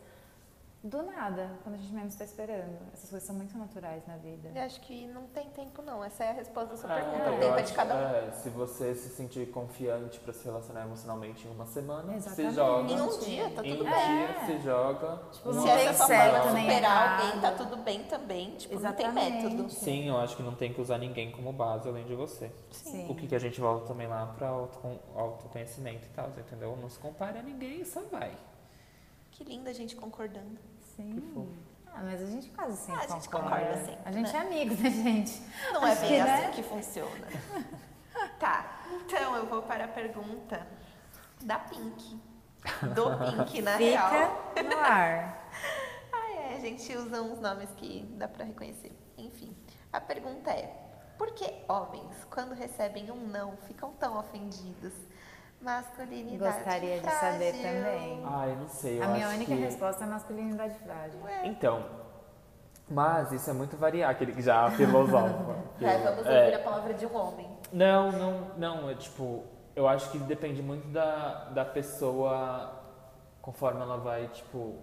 Speaker 2: do nada, quando a gente menos está esperando. Essas coisas são muito naturais na vida.
Speaker 3: Eu acho que não tem tempo, não. Essa é a resposta da sua
Speaker 1: Ah,
Speaker 3: pergunta.
Speaker 1: eu
Speaker 3: O tempo é de
Speaker 1: acho-
Speaker 3: cada um.
Speaker 1: é, se você se sentir confiante pra se relacionar emocionalmente em uma semana, se
Speaker 2: Exatamente.
Speaker 1: joga.
Speaker 3: Em um dia, tá
Speaker 1: em
Speaker 3: tudo
Speaker 1: um
Speaker 3: bem.
Speaker 1: dia, se joga.
Speaker 2: Tipo,
Speaker 1: uma tá
Speaker 2: É. não
Speaker 3: Se
Speaker 2: tem
Speaker 3: essa
Speaker 1: outra
Speaker 3: é sua
Speaker 2: certo,
Speaker 3: forma
Speaker 1: semana.
Speaker 3: de
Speaker 2: nem
Speaker 3: superar
Speaker 2: errado.
Speaker 3: alguém, tá tudo bem também. Tipo, não tem
Speaker 2: Exatamente.
Speaker 3: método.
Speaker 1: Sim, eu acho que não tem que usar ninguém como base além de você.
Speaker 2: Sim.
Speaker 1: O que, é? que a gente volta também lá pra autocon- autoconhecimento e tal, entendeu? Não se compara a ninguém, só vai.
Speaker 3: Que linda a gente concordando.
Speaker 2: Sim. Ah, mas a gente quase sempre
Speaker 3: Ah, a gente concorda sempre,
Speaker 2: A gente
Speaker 3: né?
Speaker 2: é amigo, né, gente?
Speaker 3: Não é
Speaker 2: Acho
Speaker 3: bem
Speaker 2: que,
Speaker 3: assim
Speaker 2: né?
Speaker 3: que funciona. tá, então eu vou para a pergunta da Pink. Do Pink, na real.
Speaker 2: Fica no ar.
Speaker 3: Ah, é, gente usa uns nomes que dá pra reconhecer. Enfim, a pergunta é: por que homens, quando recebem um não, ficam tão ofendidos? Masculinidade.
Speaker 2: Gostaria de saber
Speaker 3: frágil.
Speaker 2: também.
Speaker 1: Ai, não sei. Eu
Speaker 2: a minha
Speaker 1: acho
Speaker 2: única
Speaker 1: que...
Speaker 2: resposta é masculinidade frágil.
Speaker 3: É.
Speaker 1: Então, mas isso é muito variar, aquele que já filosofa.
Speaker 3: Vai, vamos
Speaker 1: É.
Speaker 3: ouvir a palavra de um homem.
Speaker 1: Não, não, não. É tipo, eu acho que depende muito da, da pessoa conforme ela vai, tipo,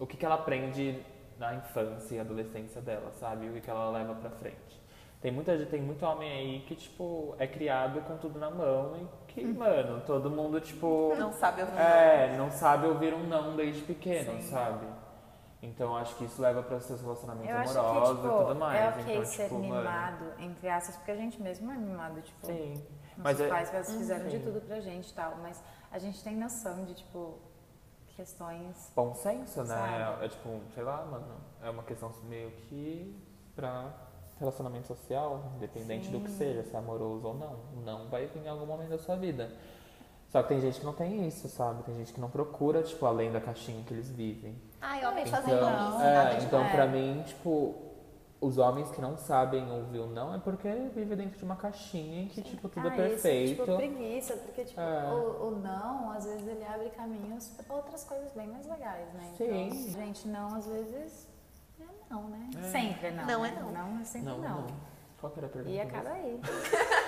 Speaker 1: o que, que ela aprende na infância e adolescência dela, sabe? O que, que ela leva pra frente. Tem muita gente, tem muito homem aí que, tipo, é criado com tudo na mão e que,
Speaker 2: Hum.
Speaker 1: mano, todo mundo, tipo.
Speaker 3: Não sabe ouvir.
Speaker 1: É, não sabe ouvir um não desde pequeno, sabe? Então acho que isso leva para seus relacionamentos
Speaker 2: Eu acho
Speaker 1: amorosos
Speaker 2: que,
Speaker 1: e tudo
Speaker 2: tipo,
Speaker 1: mais.
Speaker 2: é ok
Speaker 1: então,
Speaker 2: ser
Speaker 1: tipo, mano,
Speaker 2: mimado, entre aspas, porque a gente mesmo é mimado, tipo,
Speaker 1: sim. Mas
Speaker 2: nossos
Speaker 1: é-
Speaker 2: pais elas fizeram de
Speaker 1: Sim.
Speaker 2: tudo pra gente e tal, mas a gente tem noção de, tipo, questões...
Speaker 1: bom senso, né?
Speaker 2: Sabe?
Speaker 1: É, é tipo, sei lá, mano, é uma questão meio que pra relacionamento social, independente do que seja, se é amoroso ou não. Não vai vir em algum momento da sua vida. Só que tem gente que não tem isso, sabe? Tem gente que não procura, tipo, além da caixinha que eles vivem.
Speaker 3: Ai, homem fazendo isso,
Speaker 1: Então,
Speaker 3: nada
Speaker 1: é,
Speaker 3: de
Speaker 1: então
Speaker 2: demais.
Speaker 1: pra mim, tipo, os homens que não sabem ouvir o não é porque vive dentro de uma caixinha em que, tipo, tudo é
Speaker 2: Ah,
Speaker 1: perfeito.
Speaker 2: Isso, tipo, preguiça, porque, tipo,
Speaker 1: É.
Speaker 2: o, o não, às vezes, ele abre caminhos pra outras coisas bem mais legais, né?
Speaker 1: Sim.
Speaker 2: Então, gente, não, às vezes, é não, né?
Speaker 1: É.
Speaker 2: Sempre é não,
Speaker 3: Não
Speaker 2: né?
Speaker 3: é não.
Speaker 2: Não é sempre
Speaker 1: não,
Speaker 2: não.
Speaker 1: não. é Qual que era a pergunta?
Speaker 2: E
Speaker 1: mesmo?
Speaker 2: acaba aí.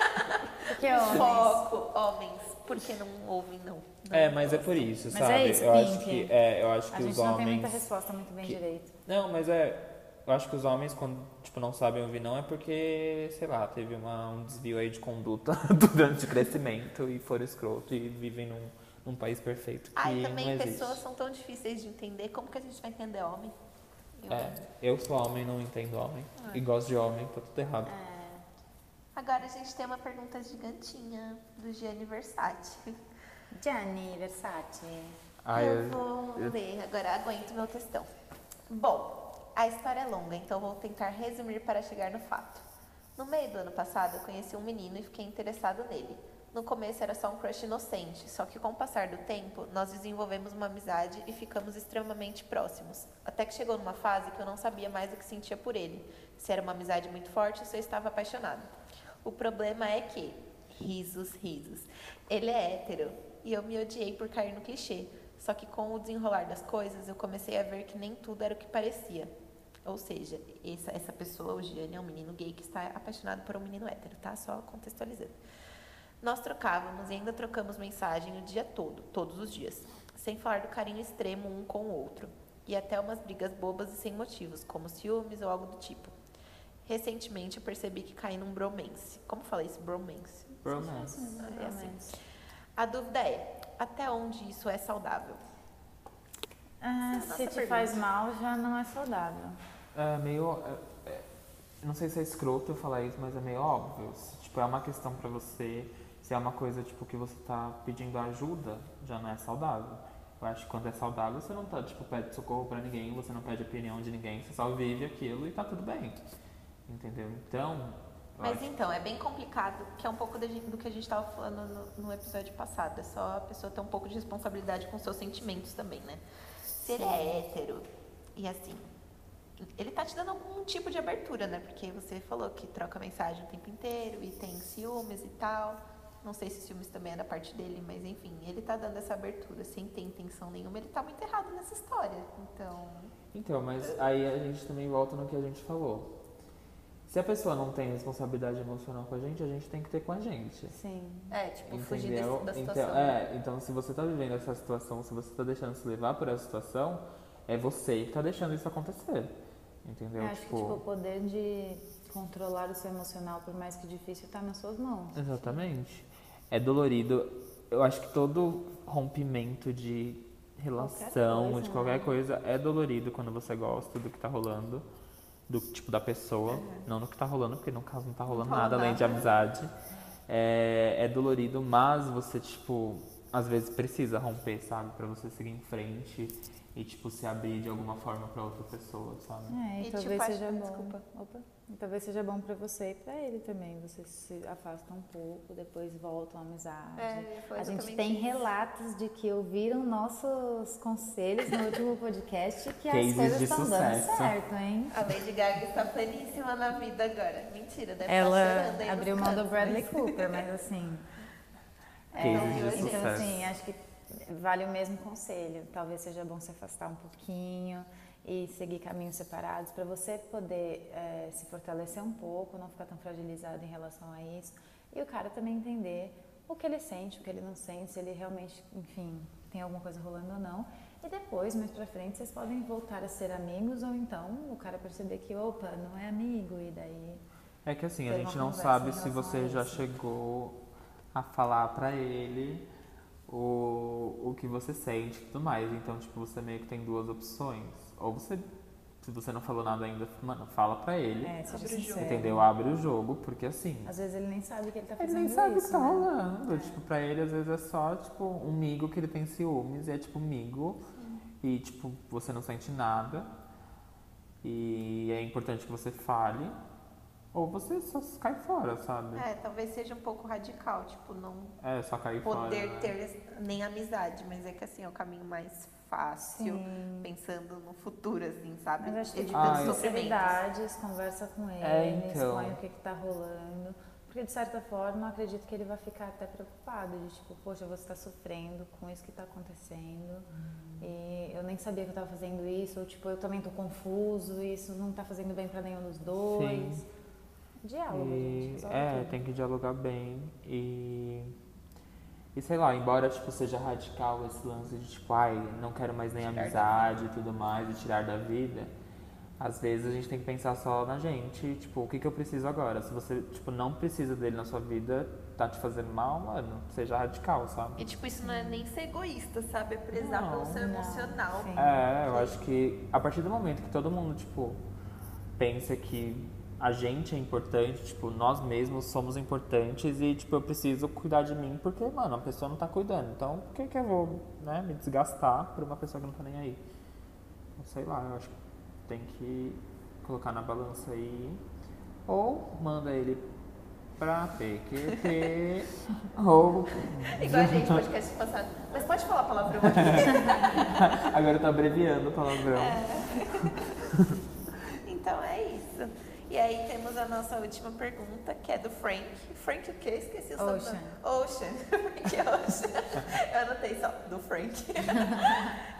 Speaker 2: porque homens...
Speaker 3: Foco, homens, por que não ouvem não? Não.
Speaker 1: É, mas é por isso,
Speaker 2: Mas
Speaker 1: sabe?
Speaker 2: é isso,
Speaker 1: eu acho
Speaker 2: Pink.
Speaker 1: que, é, eu acho
Speaker 2: A
Speaker 1: que os
Speaker 2: gente não tem muita
Speaker 1: homens.
Speaker 2: resposta muito bem
Speaker 1: que-
Speaker 2: direito.
Speaker 1: Não, mas é. Eu acho que os homens, quando tipo, não sabem ouvir não, é porque, sei lá, teve uma- um desvio aí de conduta durante o crescimento e foram escroto e vivem num, num país perfeito. Que
Speaker 3: Ai,
Speaker 1: não
Speaker 3: também
Speaker 1: existe.
Speaker 3: pessoas são tão difíceis de entender, como que a gente vai entender homem? Eu-
Speaker 1: É, eu sou homem, não entendo homem.
Speaker 2: Ah.
Speaker 1: E gosto de homem, tá tudo errado.
Speaker 3: É. Agora a gente tem uma pergunta gigantinha do Gianni Versace.
Speaker 2: Gianni Versace.
Speaker 1: Ah,
Speaker 3: eu
Speaker 1: eu-
Speaker 3: vou ler, agora aguento meu textão. Bom, a história é longa, então vou tentar resumir para chegar no fato. No meio do ano passado, eu conheci um menino e fiquei interessado nele. No começo era só um crush inocente, só que com o passar do tempo, nós desenvolvemos uma amizade e ficamos extremamente próximos. Até que chegou numa fase que eu não sabia mais o que sentia por ele. Se era uma amizade muito forte ou se eu estava apaixonado. O problema é que, risos, risos, ele é hétero e eu me odiei por cair no clichê. Só que com o desenrolar das coisas, eu comecei a ver que nem tudo era o que parecia. Ou seja, essa, essa pessoa, o Gianni, é um menino gay que está apaixonado por um menino hétero, tá? Só contextualizando. Nós trocávamos e ainda trocamos mensagem o dia todo, todos os dias, sem falar do carinho extremo um com o outro, e até umas brigas bobas e sem motivos, como ciúmes ou algo do tipo. Recentemente eu percebi que caí num bromance. Como fala isso? Bromance.
Speaker 1: Romance.
Speaker 3: É assim. A dúvida é, até onde isso é saudável?
Speaker 2: Ah,
Speaker 3: Essa é a
Speaker 2: se
Speaker 3: nossa
Speaker 2: te
Speaker 3: pergunta.
Speaker 2: faz mal, já não é saudável.
Speaker 1: É meio. é- é- não sei se é escroto eu falar isso, mas é meio óbvio. Se tipo, é uma questão pra você, se é uma coisa tipo, que você tá pedindo ajuda, já não é saudável. Eu acho que quando é saudável, você não tá, tipo, pede socorro pra ninguém, você não pede opinião de ninguém, você só vive aquilo e tá tudo bem. Entendeu? Então. eu
Speaker 3: Mas
Speaker 1: acho-
Speaker 3: então, é bem complicado, que é um pouco da gente- do que a gente estava falando no, no episódio passado. É só a pessoa ter um pouco de responsabilidade com seus sentimentos também, né? Se ele é hétero e assim, ele tá te dando algum tipo de abertura, né? Porque você falou que troca mensagem o tempo inteiro e tem ciúmes e tal. Não sei se ciúmes também é da parte dele, mas enfim, ele tá dando essa abertura sem ter intenção nenhuma. Ele tá muito errado nessa história. Então,
Speaker 1: Então, mas aí a gente também volta no que a gente falou. Se a pessoa não tem responsabilidade emocional com a gente, a gente tem que ter com a gente.
Speaker 2: Sim.
Speaker 8: É, tipo, fugir
Speaker 1: Entendeu?
Speaker 8: da
Speaker 1: então,
Speaker 8: situação.
Speaker 1: é, então se você tá vivendo essa situação, se você tá deixando se levar por essa situação, é você que tá deixando isso acontecer. Entendeu?
Speaker 2: Eu acho que tipo, o poder de controlar o seu emocional, por mais que difícil, tá nas suas mãos.
Speaker 1: Exatamente. É dolorido. Eu acho que todo rompimento de relação,
Speaker 2: Qualquer coisa,
Speaker 1: de
Speaker 2: né?
Speaker 1: qualquer coisa, é dolorido quando você gosta do que tá rolando, do tipo da pessoa, não do que tá rolando, porque no caso não tá rolando
Speaker 3: rola
Speaker 1: nada além de
Speaker 3: nada.
Speaker 1: amizade. É, é dolorido, mas você, tipo, às vezes precisa romper, sabe? Pra você seguir em frente e, tipo, se abrir de alguma forma pra outra pessoa, sabe?
Speaker 2: É, e,
Speaker 3: E,
Speaker 2: talvez
Speaker 3: tipo, acho-
Speaker 2: seja bom.
Speaker 3: desculpa.
Speaker 2: Opa. E talvez seja bom pra você e pra ele também. Vocês se afastam um pouco, depois voltam à amizade.
Speaker 3: É, foi
Speaker 9: A gente
Speaker 3: exatamente
Speaker 9: tem
Speaker 3: isso.
Speaker 9: relatos de que ouviram nossos conselhos no último podcast e que as
Speaker 1: Cases
Speaker 9: coisas
Speaker 1: de
Speaker 9: estão dando
Speaker 1: sucesso.
Speaker 9: certo, hein?
Speaker 3: A Lady Gaga está pleníssima na vida agora. Mentira, deve estar
Speaker 2: Ela
Speaker 3: chorando aí tá nos
Speaker 2: abriu mão do
Speaker 3: cantos,
Speaker 2: Bradley
Speaker 3: mas-
Speaker 2: Cooper, mas assim.
Speaker 1: Cases de
Speaker 2: então,
Speaker 1: sucesso.
Speaker 2: assim, acho que vale o mesmo conselho. Talvez seja bom se afastar um pouquinho e seguir caminhos separados para você poder eh, se fortalecer um pouco, não ficar tão fragilizado em relação a isso. E o cara também entender o que ele sente, o que ele não sente, se ele realmente, enfim, tem alguma coisa rolando ou não. E depois, mais pra frente, vocês podem voltar a ser amigos ou então o cara perceber que, opa, não é amigo e daí
Speaker 1: É que assim, a
Speaker 2: Teve
Speaker 1: gente
Speaker 2: uma
Speaker 1: não
Speaker 2: conversa em
Speaker 1: sabe se
Speaker 2: relação a
Speaker 1: você já
Speaker 2: isso.
Speaker 1: chegou a falar pra ele o, o que você sente e tudo mais. Então, tipo, você meio que tem duas opções. Ou você, se você não falou nada ainda, mano, fala pra ele.
Speaker 2: é, seja
Speaker 3: Abre o jogo.
Speaker 2: sincero.
Speaker 1: Entendeu? Abre o jogo, porque assim.
Speaker 2: Às vezes ele nem sabe que ele tá
Speaker 1: Ele
Speaker 2: fazendo
Speaker 1: nem sabe o que
Speaker 2: isso,
Speaker 1: tá
Speaker 2: né?
Speaker 1: rolando.
Speaker 2: É.
Speaker 1: Tipo, pra ele, às vezes é só, tipo, um migo que ele tem ciúmes, e é tipo migo, e tipo, você não sente nada. E é importante que você fale. Ou você só cai fora, sabe?
Speaker 3: É, talvez seja um pouco radical, tipo, não
Speaker 1: É, só cair
Speaker 3: poder
Speaker 1: fora. né?
Speaker 3: ter nem amizade, mas é que assim é o caminho mais fácil, pensando no futuro, assim, sabe?
Speaker 2: Mas acho que
Speaker 1: Ah,
Speaker 2: tipo,
Speaker 1: isso.
Speaker 3: sofrimentos.
Speaker 2: sinceridades, conversa com ele,
Speaker 1: É, então.
Speaker 2: expõe o que, que tá rolando. Porque de certa forma, eu acredito que ele vai ficar até preocupado, de tipo, poxa, você tá sofrendo com isso que tá acontecendo.
Speaker 1: Uhum.
Speaker 2: E eu nem sabia que eu tava fazendo isso, ou tipo, eu também tô confuso, e isso não tá fazendo bem pra nenhum dos dois.
Speaker 1: Sim.
Speaker 2: Diálogo,
Speaker 1: E-
Speaker 2: gente. resolve
Speaker 1: é,
Speaker 2: tudo.
Speaker 1: tem que dialogar bem e e sei lá, embora tipo seja radical esse lance de tipo, ai, não quero mais nem
Speaker 3: da
Speaker 1: amizade e tudo mais e tirar da vida. Às vezes a gente tem que pensar só na gente, tipo, o que que eu preciso agora? Se você, tipo, não precisa dele na sua vida, tá te fazendo mal, mano, seja radical, sabe?
Speaker 3: E tipo, isso não é nem ser egoísta, sabe? É prezar
Speaker 1: Não,
Speaker 3: pelo seu
Speaker 2: não,
Speaker 3: emocional.
Speaker 2: sim.
Speaker 1: É, eu acho que a partir do momento que todo mundo, tipo, pensa que a gente é importante, tipo, nós mesmos somos importantes e, tipo, eu preciso cuidar de mim porque, mano, a pessoa não tá cuidando. Então, por que que eu vou, né, me desgastar por uma pessoa que não tá nem aí? Então, Sei lá, eu acho que tem que colocar na balança aí. Ou manda ele pra PQP, ou...
Speaker 3: Igual a gente, podcast passado. Mas pode falar palavrão aqui.
Speaker 1: Agora eu tô abreviando o palavrão.
Speaker 3: É. então é isso. E aí temos a nossa última pergunta, que é do Frank. Frank o quê? Esqueci o
Speaker 2: Ocean.
Speaker 3: sobrenome. Ocean. Frank Ocean. Eu anotei só do Frank.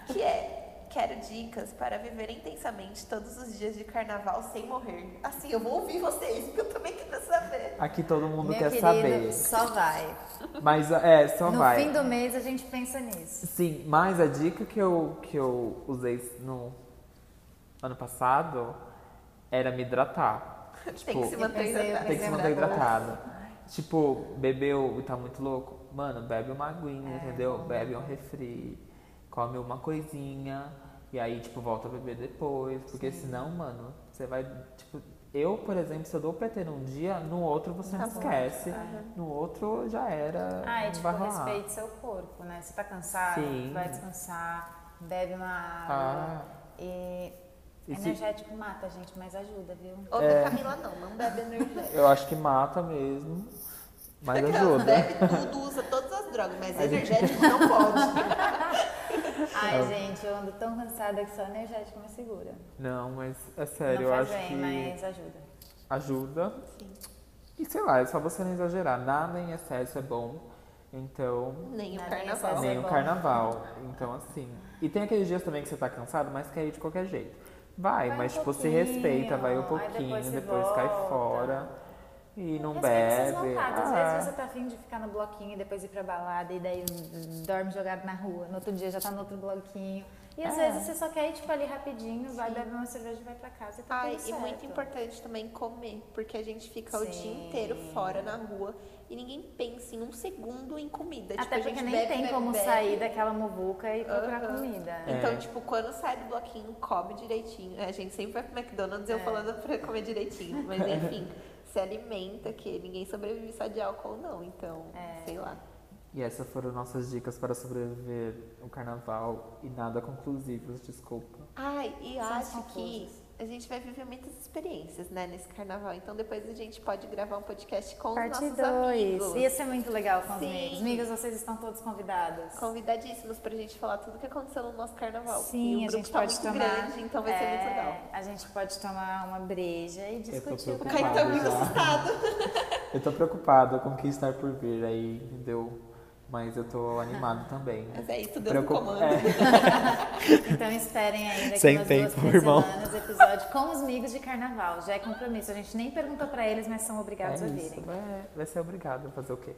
Speaker 3: que é, quero dicas para viver intensamente todos os dias de carnaval sem morrer. Assim, eu vou ouvir vocês, porque eu também quero saber.
Speaker 1: Aqui todo mundo
Speaker 9: Meu
Speaker 1: quer
Speaker 9: querido,
Speaker 1: saber.
Speaker 9: só vai.
Speaker 1: Mas é, só
Speaker 9: no
Speaker 1: vai.
Speaker 9: fim do mês a gente pensa nisso.
Speaker 1: Sim, mas a dica que eu, que eu usei no ano passado era me hidratar. Tipo,
Speaker 3: Tem que se manter
Speaker 9: pensei-
Speaker 3: hidratado.
Speaker 1: tem que se manter
Speaker 9: hidratar.
Speaker 1: hidratado. Tipo, bebeu e tá muito louco, mano, bebe uma aguinha,
Speaker 2: É,
Speaker 1: entendeu?
Speaker 2: bom.
Speaker 1: Bebe um refri, come uma coisinha e aí, tipo, volta a beber depois. Porque senão, mano, você vai, tipo... Eu, por exemplo, se eu dou PT num dia, no outro você não esquece. No outro já era.
Speaker 2: Ah,
Speaker 1: não
Speaker 2: e tipo,
Speaker 1: vai rolar.
Speaker 2: respeite seu corpo, né? Você tá cansado,
Speaker 1: Sim.
Speaker 2: vai descansar, bebe uma
Speaker 1: Ah.
Speaker 2: água. E,
Speaker 1: E se-
Speaker 2: energético mata, gente, mas ajuda, viu?
Speaker 3: Ou
Speaker 1: É.
Speaker 3: da Camila não, não bebe energético.
Speaker 1: Eu acho que mata mesmo, mas
Speaker 3: Ela
Speaker 1: ajuda.
Speaker 3: bebe tudo, usa todas as drogas, mas energético não pode.
Speaker 9: Ai,
Speaker 1: É.
Speaker 9: gente, eu ando tão cansada que só energético me segura.
Speaker 1: Não, mas é sério,
Speaker 2: não
Speaker 1: eu
Speaker 2: faz
Speaker 1: acho
Speaker 2: bem,
Speaker 1: que
Speaker 2: mas ajuda.
Speaker 1: ajuda. E sei lá, é só você não exagerar. Nada em excesso é bom, então.
Speaker 3: Nem o
Speaker 2: Nada
Speaker 3: carnaval.
Speaker 2: é
Speaker 1: nem o
Speaker 2: bom.
Speaker 1: carnaval. Então, assim. E tem aqueles dias também que você tá cansado, mas quer ir de qualquer jeito. Vai,
Speaker 2: Vai um
Speaker 1: mas tipo, se
Speaker 2: pouquinho,
Speaker 1: respeita, vai um
Speaker 2: aí
Speaker 1: pouquinho,
Speaker 2: depois
Speaker 1: depois,
Speaker 2: se
Speaker 1: cai
Speaker 2: volta.
Speaker 1: fora. E não
Speaker 2: Respeita suas
Speaker 1: bebe.
Speaker 2: vontades. Às
Speaker 1: Ah,
Speaker 2: vezes você tá afim de ficar no bloquinho e depois ir pra balada e daí dorme jogado na rua. No outro dia já tá no outro bloquinho. E às
Speaker 1: É.
Speaker 2: vezes você só quer ir, tipo, ali rapidinho, vai beber uma cerveja e vai pra casa e tá
Speaker 3: Ai,
Speaker 2: tudo
Speaker 3: e
Speaker 2: certo.
Speaker 3: muito importante também comer, porque a gente fica o dia
Speaker 2: Sim.
Speaker 3: inteiro fora na rua e ninguém pensa em um segundo em comida.
Speaker 2: Até
Speaker 3: tipo, a
Speaker 2: porque
Speaker 3: gente
Speaker 2: nem
Speaker 3: bebe,
Speaker 2: tem
Speaker 3: bebe,
Speaker 2: como
Speaker 3: bebe.
Speaker 2: sair né? daquela muvuca e procurar
Speaker 3: Aham.
Speaker 2: comida.
Speaker 1: É.
Speaker 3: Então, tipo, quando sai do bloquinho, come direitinho. É, A gente sempre vai pro McDonald's
Speaker 2: É.
Speaker 3: eu falando pra comer direitinho. Mas
Speaker 2: É.
Speaker 3: enfim, se alimenta, que ninguém sobrevive só de álcool, não. Então, sei lá.
Speaker 1: E essas foram nossas dicas para sobreviver o carnaval e nada conclusivas, desculpa.
Speaker 3: Ai, e
Speaker 2: São
Speaker 3: acho
Speaker 2: confusas.
Speaker 3: que a gente vai viver muitas experiências, né, nesse carnaval. Então depois a gente pode gravar um podcast com os
Speaker 2: Parte
Speaker 3: nossos
Speaker 2: 2.
Speaker 3: amigos.
Speaker 2: Ia ser muito legal com os
Speaker 3: Sim.
Speaker 2: amigos. Amigos, vocês estão todos convidados.
Speaker 3: Convidadíssimos pra gente falar tudo o que aconteceu no nosso carnaval. e o
Speaker 2: Sim, a
Speaker 3: grupo
Speaker 2: gente
Speaker 3: tá
Speaker 2: pode
Speaker 3: muito
Speaker 2: tomar.
Speaker 3: grande, então vai ser
Speaker 2: é,
Speaker 3: muito legal.
Speaker 2: A gente pode tomar uma breja e discutir
Speaker 1: Eu tô
Speaker 2: o
Speaker 3: O
Speaker 1: Vai
Speaker 3: Caio
Speaker 2: carnaval.
Speaker 3: tá
Speaker 1: preocupado
Speaker 3: muito
Speaker 1: já.
Speaker 3: assustado.
Speaker 1: Eu tô preocupada com o que está por vir aí, entendeu? Mas eu tô animado também.
Speaker 3: Mas é isso, Deus no
Speaker 1: Preocup-
Speaker 3: comando.
Speaker 1: É,
Speaker 2: Então esperem aí daqui
Speaker 1: Sem
Speaker 2: umas
Speaker 1: tempo,
Speaker 2: duas, três
Speaker 1: irmão.
Speaker 2: semanas o episódio com os amigos de carnaval. Já é compromisso. A gente nem perguntou pra eles, mas são
Speaker 1: é
Speaker 2: obrigados a
Speaker 1: isso.
Speaker 2: virem.
Speaker 1: Vai, vai ser obrigado a fazer o quê?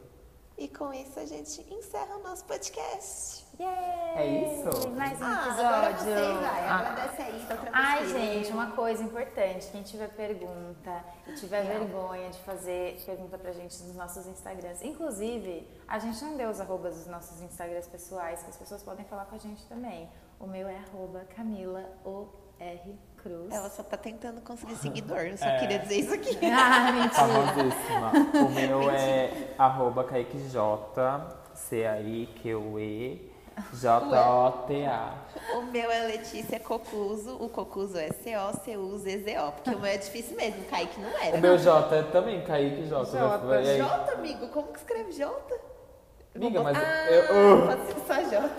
Speaker 3: E com isso a gente encerra o nosso podcast.
Speaker 2: Yay!
Speaker 1: É isso.
Speaker 2: Mais um
Speaker 3: Ah,
Speaker 2: episódio. Ah.
Speaker 3: agora vocês, ai, agradece aí, tá outra
Speaker 2: Ai,
Speaker 3: vez.
Speaker 2: gente, uma coisa importante, quem tiver pergunta e tiver vergonha de fazer, pergunta pra gente nos nossos Instagrams. Inclusive, a gente não deu os arrobas dos nossos Instagrams pessoais, que as pessoas podem falar com a gente também. O meu é arroba Camila O R Cruz.
Speaker 3: Ela só tá tentando conseguir seguidor, eu só
Speaker 1: É.
Speaker 3: queria dizer isso aqui.
Speaker 2: Ah, mentira.
Speaker 1: Famosíssima. O meu é arroba KaiqueJ, C-A-I-Q-E, J-O-T-A.
Speaker 3: O meu é Letícia Cocuso, o Cocuso é C-O-C-U-Z-Z-O, porque o meu é difícil mesmo, o Kaique não
Speaker 1: O
Speaker 3: era.
Speaker 1: meu J é também KaiqueJ.
Speaker 2: Jota.
Speaker 1: E aí?
Speaker 3: J, amigo, como que escreve J?
Speaker 1: Amiga, mas
Speaker 3: ah,
Speaker 1: eu-
Speaker 3: pode ser só J.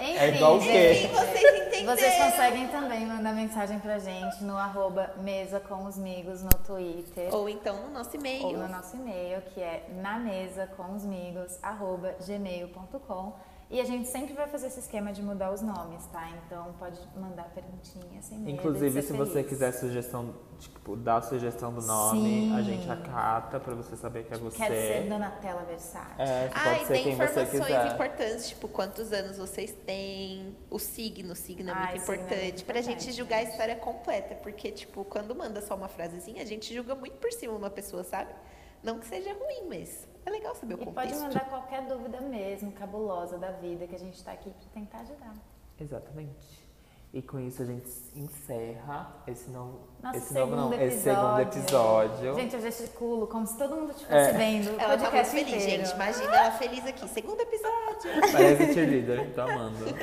Speaker 2: Enfim,
Speaker 1: É igual o quê?
Speaker 2: gente,
Speaker 3: Vocês entenderam.
Speaker 2: Vocês conseguem também mandar mensagem pra gente no arroba mesa com os amigos no Twitter.
Speaker 3: Ou então no nosso e-mail.
Speaker 2: ou no nosso e-mail, que é na mesa com os amigos, arroba gmail.com. E a gente sempre vai fazer esse esquema de mudar os nomes, tá? Então pode mandar perguntinha sem medo.
Speaker 1: Inclusive,
Speaker 2: de
Speaker 1: se
Speaker 2: É, ser
Speaker 1: você
Speaker 2: feliz.
Speaker 1: quiser sugestão, tipo, dá a sugestão do nome, a
Speaker 2: Sim.
Speaker 1: gente acata pra você saber que é você.
Speaker 2: Quer ser Donatella Versace.
Speaker 1: É,
Speaker 3: Ah,
Speaker 1: pode
Speaker 3: e
Speaker 1: ser
Speaker 3: tem
Speaker 1: quem você
Speaker 3: informações
Speaker 1: quiser.
Speaker 3: importantes, tipo quantos anos vocês têm, o signo, o signo é
Speaker 2: Ah,
Speaker 3: muito
Speaker 2: o signo é muito
Speaker 3: importante, pra gente
Speaker 2: importante,
Speaker 3: julgar a
Speaker 2: gente.
Speaker 3: história completa, porque, tipo, quando manda só uma frasezinha, a gente julga muito por cima uma pessoa, sabe? Não que seja ruim, mas é legal saber o
Speaker 2: E pode
Speaker 3: contexto.
Speaker 2: mandar qualquer dúvida mesmo, cabulosa da vida, que a gente tá aqui pra tentar ajudar.
Speaker 1: Exatamente. E com isso a gente encerra esse novo.
Speaker 2: Nosso
Speaker 1: esse
Speaker 2: segundo
Speaker 1: novo não,
Speaker 2: episódio.
Speaker 1: esse segundo episódio.
Speaker 2: Gente, eu gesticulo como se todo mundo estivesse
Speaker 1: É.
Speaker 2: vendo. o
Speaker 3: Ela tá muito
Speaker 2: podcast
Speaker 3: feliz,
Speaker 2: inteiro.
Speaker 3: gente. Imagina ela feliz aqui. Segundo episódio.
Speaker 1: Parece cheerleader, tô amando.
Speaker 2: Tipo,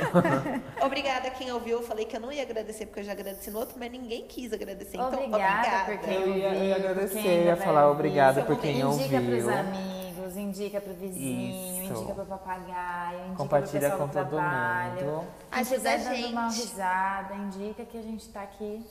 Speaker 3: Obrigada a quem ouviu. Eu falei que eu não ia agradecer porque eu já agradeci no outro, mas ninguém quis agradecer. Então,
Speaker 2: Obrigada
Speaker 3: obrigada.
Speaker 2: por quem
Speaker 1: Eu ia- eu ia
Speaker 2: ouviu, por
Speaker 1: agradecer,
Speaker 2: quem ainda
Speaker 1: ia
Speaker 2: vai
Speaker 1: falar
Speaker 2: ouvir.
Speaker 1: obrigada
Speaker 2: Só
Speaker 1: por
Speaker 2: que
Speaker 1: quem
Speaker 2: Indica pros
Speaker 1: ouviu.
Speaker 2: amigos, indica pro vizinho,
Speaker 1: Isso.
Speaker 2: indica pro papagaio, indica
Speaker 1: Compartilha
Speaker 2: pro pessoal
Speaker 1: com
Speaker 2: do
Speaker 1: todo
Speaker 2: trabalho.
Speaker 1: mundo.
Speaker 2: Quem
Speaker 3: Ajuda
Speaker 2: estiver
Speaker 3: a
Speaker 2: dando uma
Speaker 3: gente.
Speaker 2: risada, indica que a gente tá aqui.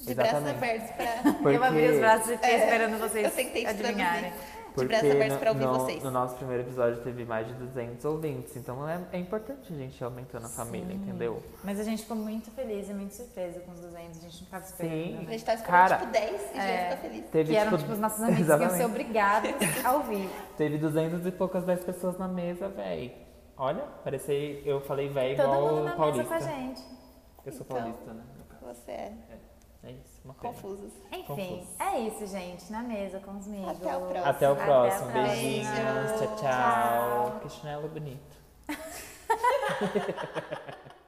Speaker 3: De braços
Speaker 1: Exatamente.
Speaker 3: abertos pra.
Speaker 2: Eu abri os braços e fiquei
Speaker 3: É,
Speaker 2: esperando vocês
Speaker 3: Eu tentei te
Speaker 2: adivinharem.
Speaker 3: traduzir. De
Speaker 1: Porque
Speaker 3: braços abertos pra
Speaker 1: no,
Speaker 3: ouvir
Speaker 1: no-
Speaker 3: vocês.
Speaker 1: no nosso primeiro episódio teve mais de 200 ouvintes, então é, é importante a gente ir aumentando a família, entendeu?
Speaker 2: Mas a gente ficou muito feliz e muito surpresa com os 200, a gente não tava esperando.
Speaker 3: A
Speaker 1: Sim.
Speaker 2: né?
Speaker 3: gente tava esperando
Speaker 1: Cara,
Speaker 3: tipo 10 e já
Speaker 2: é.
Speaker 3: fica feliz.
Speaker 1: Teve,
Speaker 2: Que eram
Speaker 1: tipo,
Speaker 2: tipo os nossos amigos que iam ser
Speaker 1: exatamente.
Speaker 2: obrigados a ouvir.
Speaker 1: Teve 200 e poucas 10 pessoas na mesa, véi. Olha, parecia eu falei véi
Speaker 2: Todo
Speaker 1: É igual
Speaker 2: mundo na
Speaker 1: paulista.
Speaker 2: mesa com a gente.
Speaker 1: Eu sou
Speaker 3: Então.
Speaker 1: paulista, né? no caso.
Speaker 3: Você é assim.
Speaker 1: É isso, uma pena.
Speaker 3: confusa.
Speaker 2: Enfim,
Speaker 1: Confuso.
Speaker 2: é isso, gente. Na mesa com os amigos.
Speaker 3: Até o
Speaker 1: Até
Speaker 3: próximo.
Speaker 1: o
Speaker 2: Até a
Speaker 1: próximo.
Speaker 2: próxima.
Speaker 1: Beijinhos. Tchau, tchau.
Speaker 2: Tchau.
Speaker 1: Que chinelo bonito.